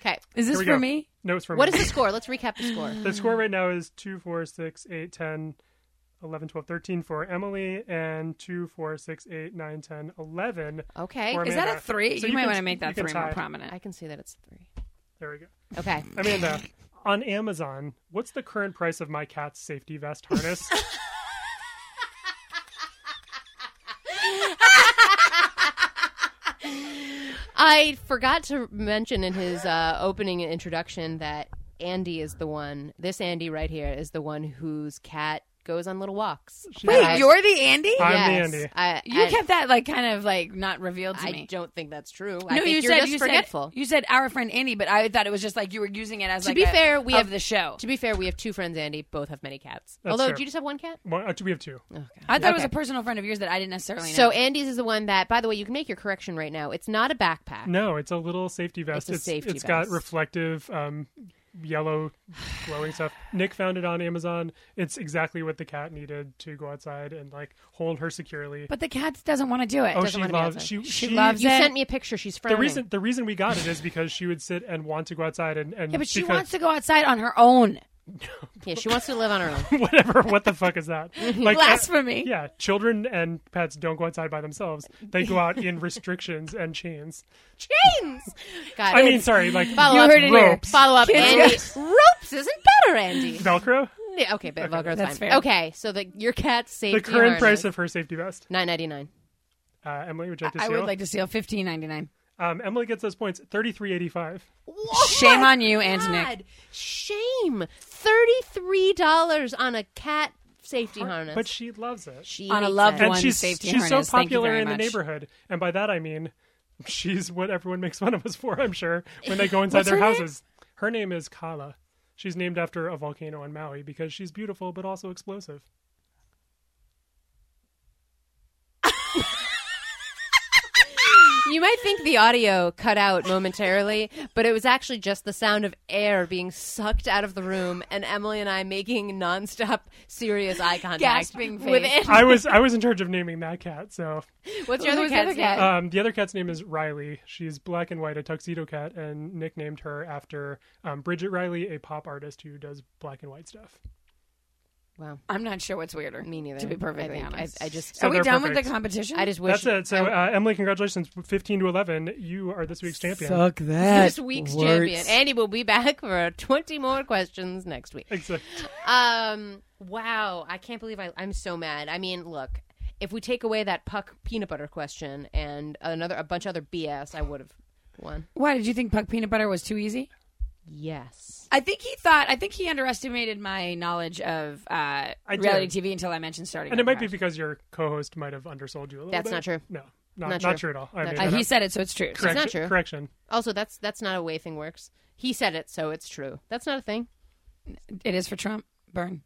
Speaker 2: okay,
Speaker 3: Is
Speaker 4: Here
Speaker 3: this
Speaker 4: we
Speaker 3: for
Speaker 4: go.
Speaker 3: me?
Speaker 4: No, it's for
Speaker 2: what
Speaker 4: me.
Speaker 2: is the score? Let's recap the score.
Speaker 4: The score right now is 2, 4, 6, 8, 10, 11, 12, 13 for Emily, and 2, 4, 6, 8, 9, 10, 11
Speaker 2: Okay,
Speaker 4: for
Speaker 3: Is that a
Speaker 4: Amanda.
Speaker 3: three?
Speaker 4: So
Speaker 3: you,
Speaker 4: you
Speaker 3: might
Speaker 4: can-
Speaker 3: want to make
Speaker 4: you
Speaker 3: that
Speaker 4: can
Speaker 3: three more
Speaker 4: tie.
Speaker 3: prominent.
Speaker 2: I can see that it's three.
Speaker 4: There we go.
Speaker 2: Okay,
Speaker 4: Amanda, on Amazon, what's the current price of my cat's safety vest harness?
Speaker 2: I forgot to mention in his uh, opening and introduction that Andy is the one. This Andy right here is the one whose cat goes on little walks.
Speaker 3: Wait,
Speaker 2: I-
Speaker 3: you're the Andy?
Speaker 4: I'm the
Speaker 2: yes,
Speaker 4: Andy.
Speaker 2: I,
Speaker 3: You
Speaker 2: I-
Speaker 3: kept that like kind of like not revealed to
Speaker 2: I
Speaker 3: me.
Speaker 2: don't think that's true. I
Speaker 3: No,
Speaker 2: think
Speaker 3: you
Speaker 2: you're
Speaker 3: said
Speaker 2: just
Speaker 3: you
Speaker 2: forgetful.
Speaker 3: said you said our friend Andy, but I thought it was just like you were using it as
Speaker 2: To
Speaker 3: like
Speaker 2: be
Speaker 3: a-
Speaker 2: fair, we
Speaker 3: of
Speaker 2: have-
Speaker 3: the show.
Speaker 2: to be fair, we have two friends, Andy. Both have many cats.
Speaker 4: That's
Speaker 2: Although,
Speaker 4: fair.
Speaker 2: do you just have one cat?
Speaker 4: well, uh, we have two.
Speaker 2: Oh, God.
Speaker 3: I thought it was
Speaker 2: Okay.
Speaker 3: a personal friend of yours that I didn't necessarily know.
Speaker 2: So Andy's is the one that, by the way, you can make your correction right now. It's not a backpack.
Speaker 4: No, it's a little safety vest.
Speaker 2: It's a safety
Speaker 4: It's got
Speaker 2: vest.
Speaker 4: reflective um, yellow glowing stuff. Nick found it on Amazon. It's exactly what the cat needed to go outside and like hold her securely.
Speaker 3: but the cat doesn't want to do it.
Speaker 4: oh,
Speaker 2: doesn't
Speaker 4: she
Speaker 2: wanna be
Speaker 4: loves
Speaker 2: outside.
Speaker 4: she,
Speaker 3: She loves
Speaker 2: You
Speaker 3: it.
Speaker 2: sent me a picture. She's
Speaker 4: the
Speaker 2: frowning.
Speaker 4: reason the reason we got it is because she would sit and want to go outside and, and
Speaker 3: yeah, but she
Speaker 4: because-
Speaker 3: wants to go outside on her own.
Speaker 2: yeah, she wants to live on her own.
Speaker 4: whatever what the fuck is that like uh,
Speaker 3: Blasphemy.
Speaker 4: yeah children and pets don't go outside by themselves they go out in restrictions and chains
Speaker 2: Chains. God.
Speaker 4: i mean sorry like
Speaker 2: Follow
Speaker 3: You
Speaker 2: up.
Speaker 3: heard it here.
Speaker 4: ropes.
Speaker 2: Follow up, Andy. Ropes isn't better, Andy.
Speaker 4: velcro
Speaker 2: Yeah, okay, but Velcro's
Speaker 3: That's
Speaker 2: fine.
Speaker 3: fair.
Speaker 2: Okay, so the your cat's safety.
Speaker 4: the current
Speaker 2: harness,
Speaker 4: price of her safety vest
Speaker 2: nine ninety nine.
Speaker 4: uh, emily would you like to
Speaker 3: I
Speaker 4: steal?
Speaker 3: would like to steal fifteen ninety nine.
Speaker 4: um, emily gets those points 3385
Speaker 3: Shame on you and Nick.
Speaker 2: Shame. Thirty three dollars on a cat safety harness.
Speaker 4: but she loves it
Speaker 2: She
Speaker 3: On a
Speaker 2: hates
Speaker 3: loved
Speaker 2: it.
Speaker 4: and
Speaker 3: One
Speaker 4: she's
Speaker 3: safety
Speaker 4: she's
Speaker 3: harness.
Speaker 4: so
Speaker 3: Thank you
Speaker 4: popular
Speaker 3: very
Speaker 4: in the
Speaker 3: much.
Speaker 4: neighborhood and by that i mean she's what everyone makes fun of us for i'm sure when they go inside
Speaker 3: What's
Speaker 4: their
Speaker 3: her name?
Speaker 4: houses her name is kala she's named after a volcano on maui because she's beautiful but also explosive
Speaker 2: You might think the audio cut out momentarily, but it was actually just the sound of air being sucked out of the room and Emily and I making nonstop serious eye contact.
Speaker 3: Gasping face.
Speaker 2: With Andy.
Speaker 4: I was I was in charge of naming that cat. So
Speaker 2: What's your
Speaker 3: Who
Speaker 2: other
Speaker 3: was the other
Speaker 2: cat's
Speaker 3: cat?
Speaker 2: cat?
Speaker 4: um, the other cat's name is Riley. She's black and white, a tuxedo cat, and nicknamed her after um, Bridget Riley, a pop artist who does black and white stuff.
Speaker 2: Wow.
Speaker 3: I'm not sure what's weirder.
Speaker 2: Me neither.
Speaker 3: To be
Speaker 2: I
Speaker 3: perfectly
Speaker 2: think- I-
Speaker 3: honest,
Speaker 2: I just-
Speaker 4: So
Speaker 3: are we
Speaker 4: they're
Speaker 3: done with
Speaker 4: perfect.
Speaker 3: the competition?
Speaker 2: I just wish
Speaker 4: That's it. So
Speaker 2: I-
Speaker 4: uh, Emily, congratulations, fifteen to eleven. You are this week's champion.
Speaker 3: that.
Speaker 2: this week's champion. Andy will be back for 20 more questions next week.
Speaker 4: Exact-
Speaker 2: Um, wow, I can't believe I, I'm so mad. I mean, look, if we take away that puck peanut butter question and another a bunch of other BS, I would have won.
Speaker 3: Why did you think puck peanut butter was too easy?
Speaker 2: Yes.
Speaker 3: I think he thought. I think he underestimated my knowledge of uh,
Speaker 4: did.
Speaker 3: reality TV until I mentioned starting.
Speaker 4: And it
Speaker 3: Over
Speaker 4: might be
Speaker 3: House.
Speaker 4: because your co-host might have undersold you a little.
Speaker 2: That's
Speaker 4: bit.
Speaker 2: not true.
Speaker 4: No, not,
Speaker 2: Not
Speaker 4: not,
Speaker 2: true.
Speaker 4: true. at all. I
Speaker 2: Not
Speaker 4: made
Speaker 2: true.
Speaker 3: Uh,
Speaker 4: that
Speaker 3: he
Speaker 4: up.
Speaker 3: said it, so it's true.
Speaker 2: not
Speaker 4: Correction-
Speaker 2: true.
Speaker 4: Correction.
Speaker 2: Also, that's that's not a way thing works. He said it, so it's true. That's not a thing.
Speaker 3: It is for Trump. Burn.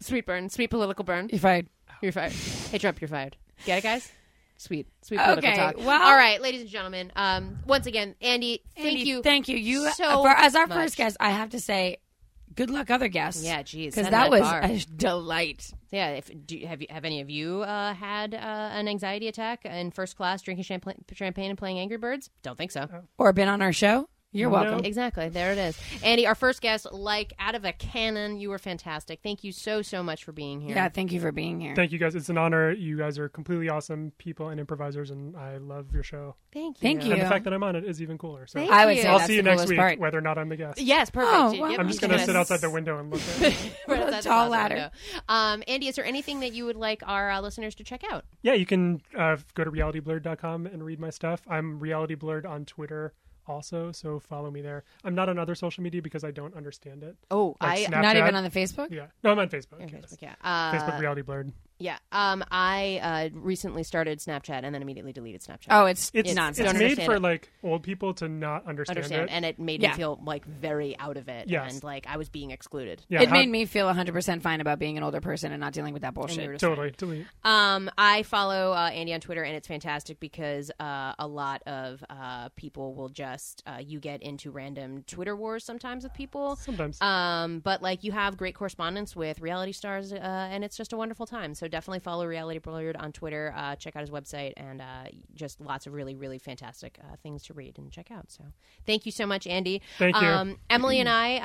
Speaker 2: Sweet burn, sweet political burn.
Speaker 3: If I
Speaker 2: You're fired. Hey Trump, you're fired. Get it, guys? Sweet, sweet political
Speaker 3: Okay,
Speaker 2: talk.
Speaker 3: well-
Speaker 2: all right, ladies and gentlemen. Um, once again, Andy, thank
Speaker 3: Andy,
Speaker 2: you.
Speaker 3: Thank you. You uh,
Speaker 2: so
Speaker 3: for, as our
Speaker 2: much.
Speaker 3: first guest, I have to say, good luck, other guests.
Speaker 2: Yeah, geez,
Speaker 3: because
Speaker 2: set
Speaker 3: that
Speaker 2: that
Speaker 3: was
Speaker 2: bar.
Speaker 3: a delight.
Speaker 2: Yeah, if do you, have you, have any of you uh, had uh, an anxiety attack in first class drinking champagne, champagne and playing Angry Birds? Don't think so.
Speaker 4: Oh.
Speaker 3: Or been on our show. You're welcome.
Speaker 2: Exactly. There it is. Andy, our first guest, like out of a cannon, you were fantastic. Thank you so so much for being here.
Speaker 3: Yeah, thank you for being here.
Speaker 4: Thank you guys. It's an honor. You guys are completely awesome people and improvisers, and I love your show.
Speaker 2: Thank you.
Speaker 3: Thank
Speaker 4: And
Speaker 3: Yeah.
Speaker 4: the fact that I'm on it is even cooler. So
Speaker 2: Thank
Speaker 3: I would
Speaker 2: you.
Speaker 3: say
Speaker 4: I'll
Speaker 3: that's
Speaker 4: see you
Speaker 3: the
Speaker 4: next
Speaker 3: coolest
Speaker 4: week,
Speaker 3: part.
Speaker 4: whether or not I'm the guest.
Speaker 2: Yes, perfect.
Speaker 3: Oh,
Speaker 2: Yep,
Speaker 3: wow.
Speaker 2: you
Speaker 4: I'm just
Speaker 2: can
Speaker 4: gonna
Speaker 2: sit
Speaker 4: sit outside the window and look at it.
Speaker 2: right outside the
Speaker 3: tall
Speaker 2: closet
Speaker 3: ladder.
Speaker 2: window. Um, Andy, is there anything that you would like our uh, listeners to check out?
Speaker 4: Yeah, you can uh, go to realityblurred.com and read my stuff. I'm Reality Blurred on Twitter also, so follow me there. I'm not on other social media because I don't understand it.
Speaker 2: Oh,
Speaker 4: Like
Speaker 2: I
Speaker 4: Snapchat.
Speaker 3: Not even on the Facebook.
Speaker 4: Yeah. No, I'm on Facebook. yes.
Speaker 2: Facebook, yeah. Uh,
Speaker 4: Facebook Reality Blurred.
Speaker 2: Yeah. Um, I uh, recently started Snapchat and then immediately deleted Snapchat.
Speaker 3: Oh, it's
Speaker 4: It's,
Speaker 2: Nonsense.
Speaker 4: it's
Speaker 2: Don't
Speaker 4: made
Speaker 2: understand
Speaker 4: for
Speaker 2: it.
Speaker 4: like old people to not understand,
Speaker 2: understand,
Speaker 4: it.
Speaker 2: and it made
Speaker 3: Yeah.
Speaker 2: me feel like very out of it,
Speaker 4: Yes.
Speaker 2: and like I was being excluded.
Speaker 4: yeah,
Speaker 3: it
Speaker 4: how-
Speaker 3: made me feel 100% fine about being an older person and not dealing with that bullshit.
Speaker 4: totally delete.
Speaker 2: Um, I follow uh, Andy on Twitter, and it's fantastic because uh, a lot of uh, people will just uh, you get into random Twitter wars sometimes with people.
Speaker 4: Sometimes.
Speaker 2: Um, but like you have great correspondence with reality stars, uh, and it's just a wonderful time. So definitely follow Reality Bollard on Twitter. Uh, check out his website, and uh, just lots of really, really fantastic uh, things to read and check out. So thank you so much, Andy.
Speaker 4: Thank you.
Speaker 2: Um, Emily and I,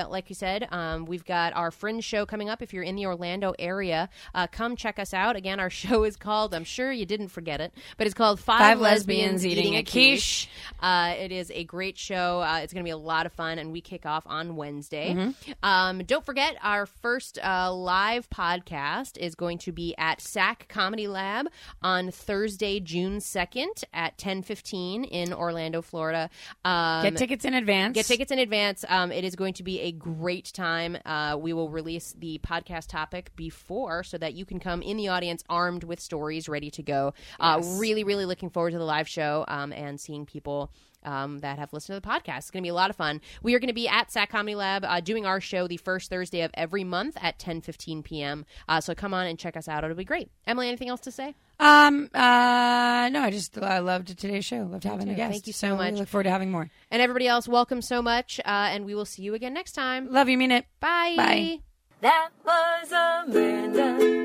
Speaker 2: uh, like you said, um, we've got our fringe show coming up. If you're in the Orlando area, uh, come check us out. Again, our show is called. I'm sure you didn't forget it, but it's called Five,
Speaker 3: Five Lesbians Eating a Quiche.
Speaker 2: uh, it is a great show. Uh, it's going to be a lot of fun, and we kick off on Wednesday.
Speaker 3: Mm-hmm.
Speaker 2: Um, don't forget, our first uh, live podcast is going to be at SAC Comedy Lab on Thursday, June second at ten fifteen in Orlando, Florida. Um,
Speaker 3: Get tickets in advance.
Speaker 2: Get tickets in advance. Um, it is going to be a great time. Uh, we will release the podcast topic before so that you can come in the audience armed with stories ready to go. Uh, Really, really looking forward to the live show um, and seeing people. Um, that have listened to the podcast. It's going to be a lot of fun. We are going to be at SAC Comedy Lab uh, doing our show the first Thursday of every month at ten fifteen p.m. Uh, so come on and check us out. It'll be great. Emily, anything else to say?
Speaker 3: Um. Uh. No, I just I loved today's show. Loved having a
Speaker 2: too.
Speaker 3: guest.
Speaker 2: Thank you so
Speaker 3: we
Speaker 2: much.
Speaker 3: look forward to having more.
Speaker 2: And everybody else, welcome so much. Uh, and we will see you again next time.
Speaker 3: Love you. Mean it.
Speaker 2: Bye.
Speaker 3: Bye.
Speaker 1: That was Amanda.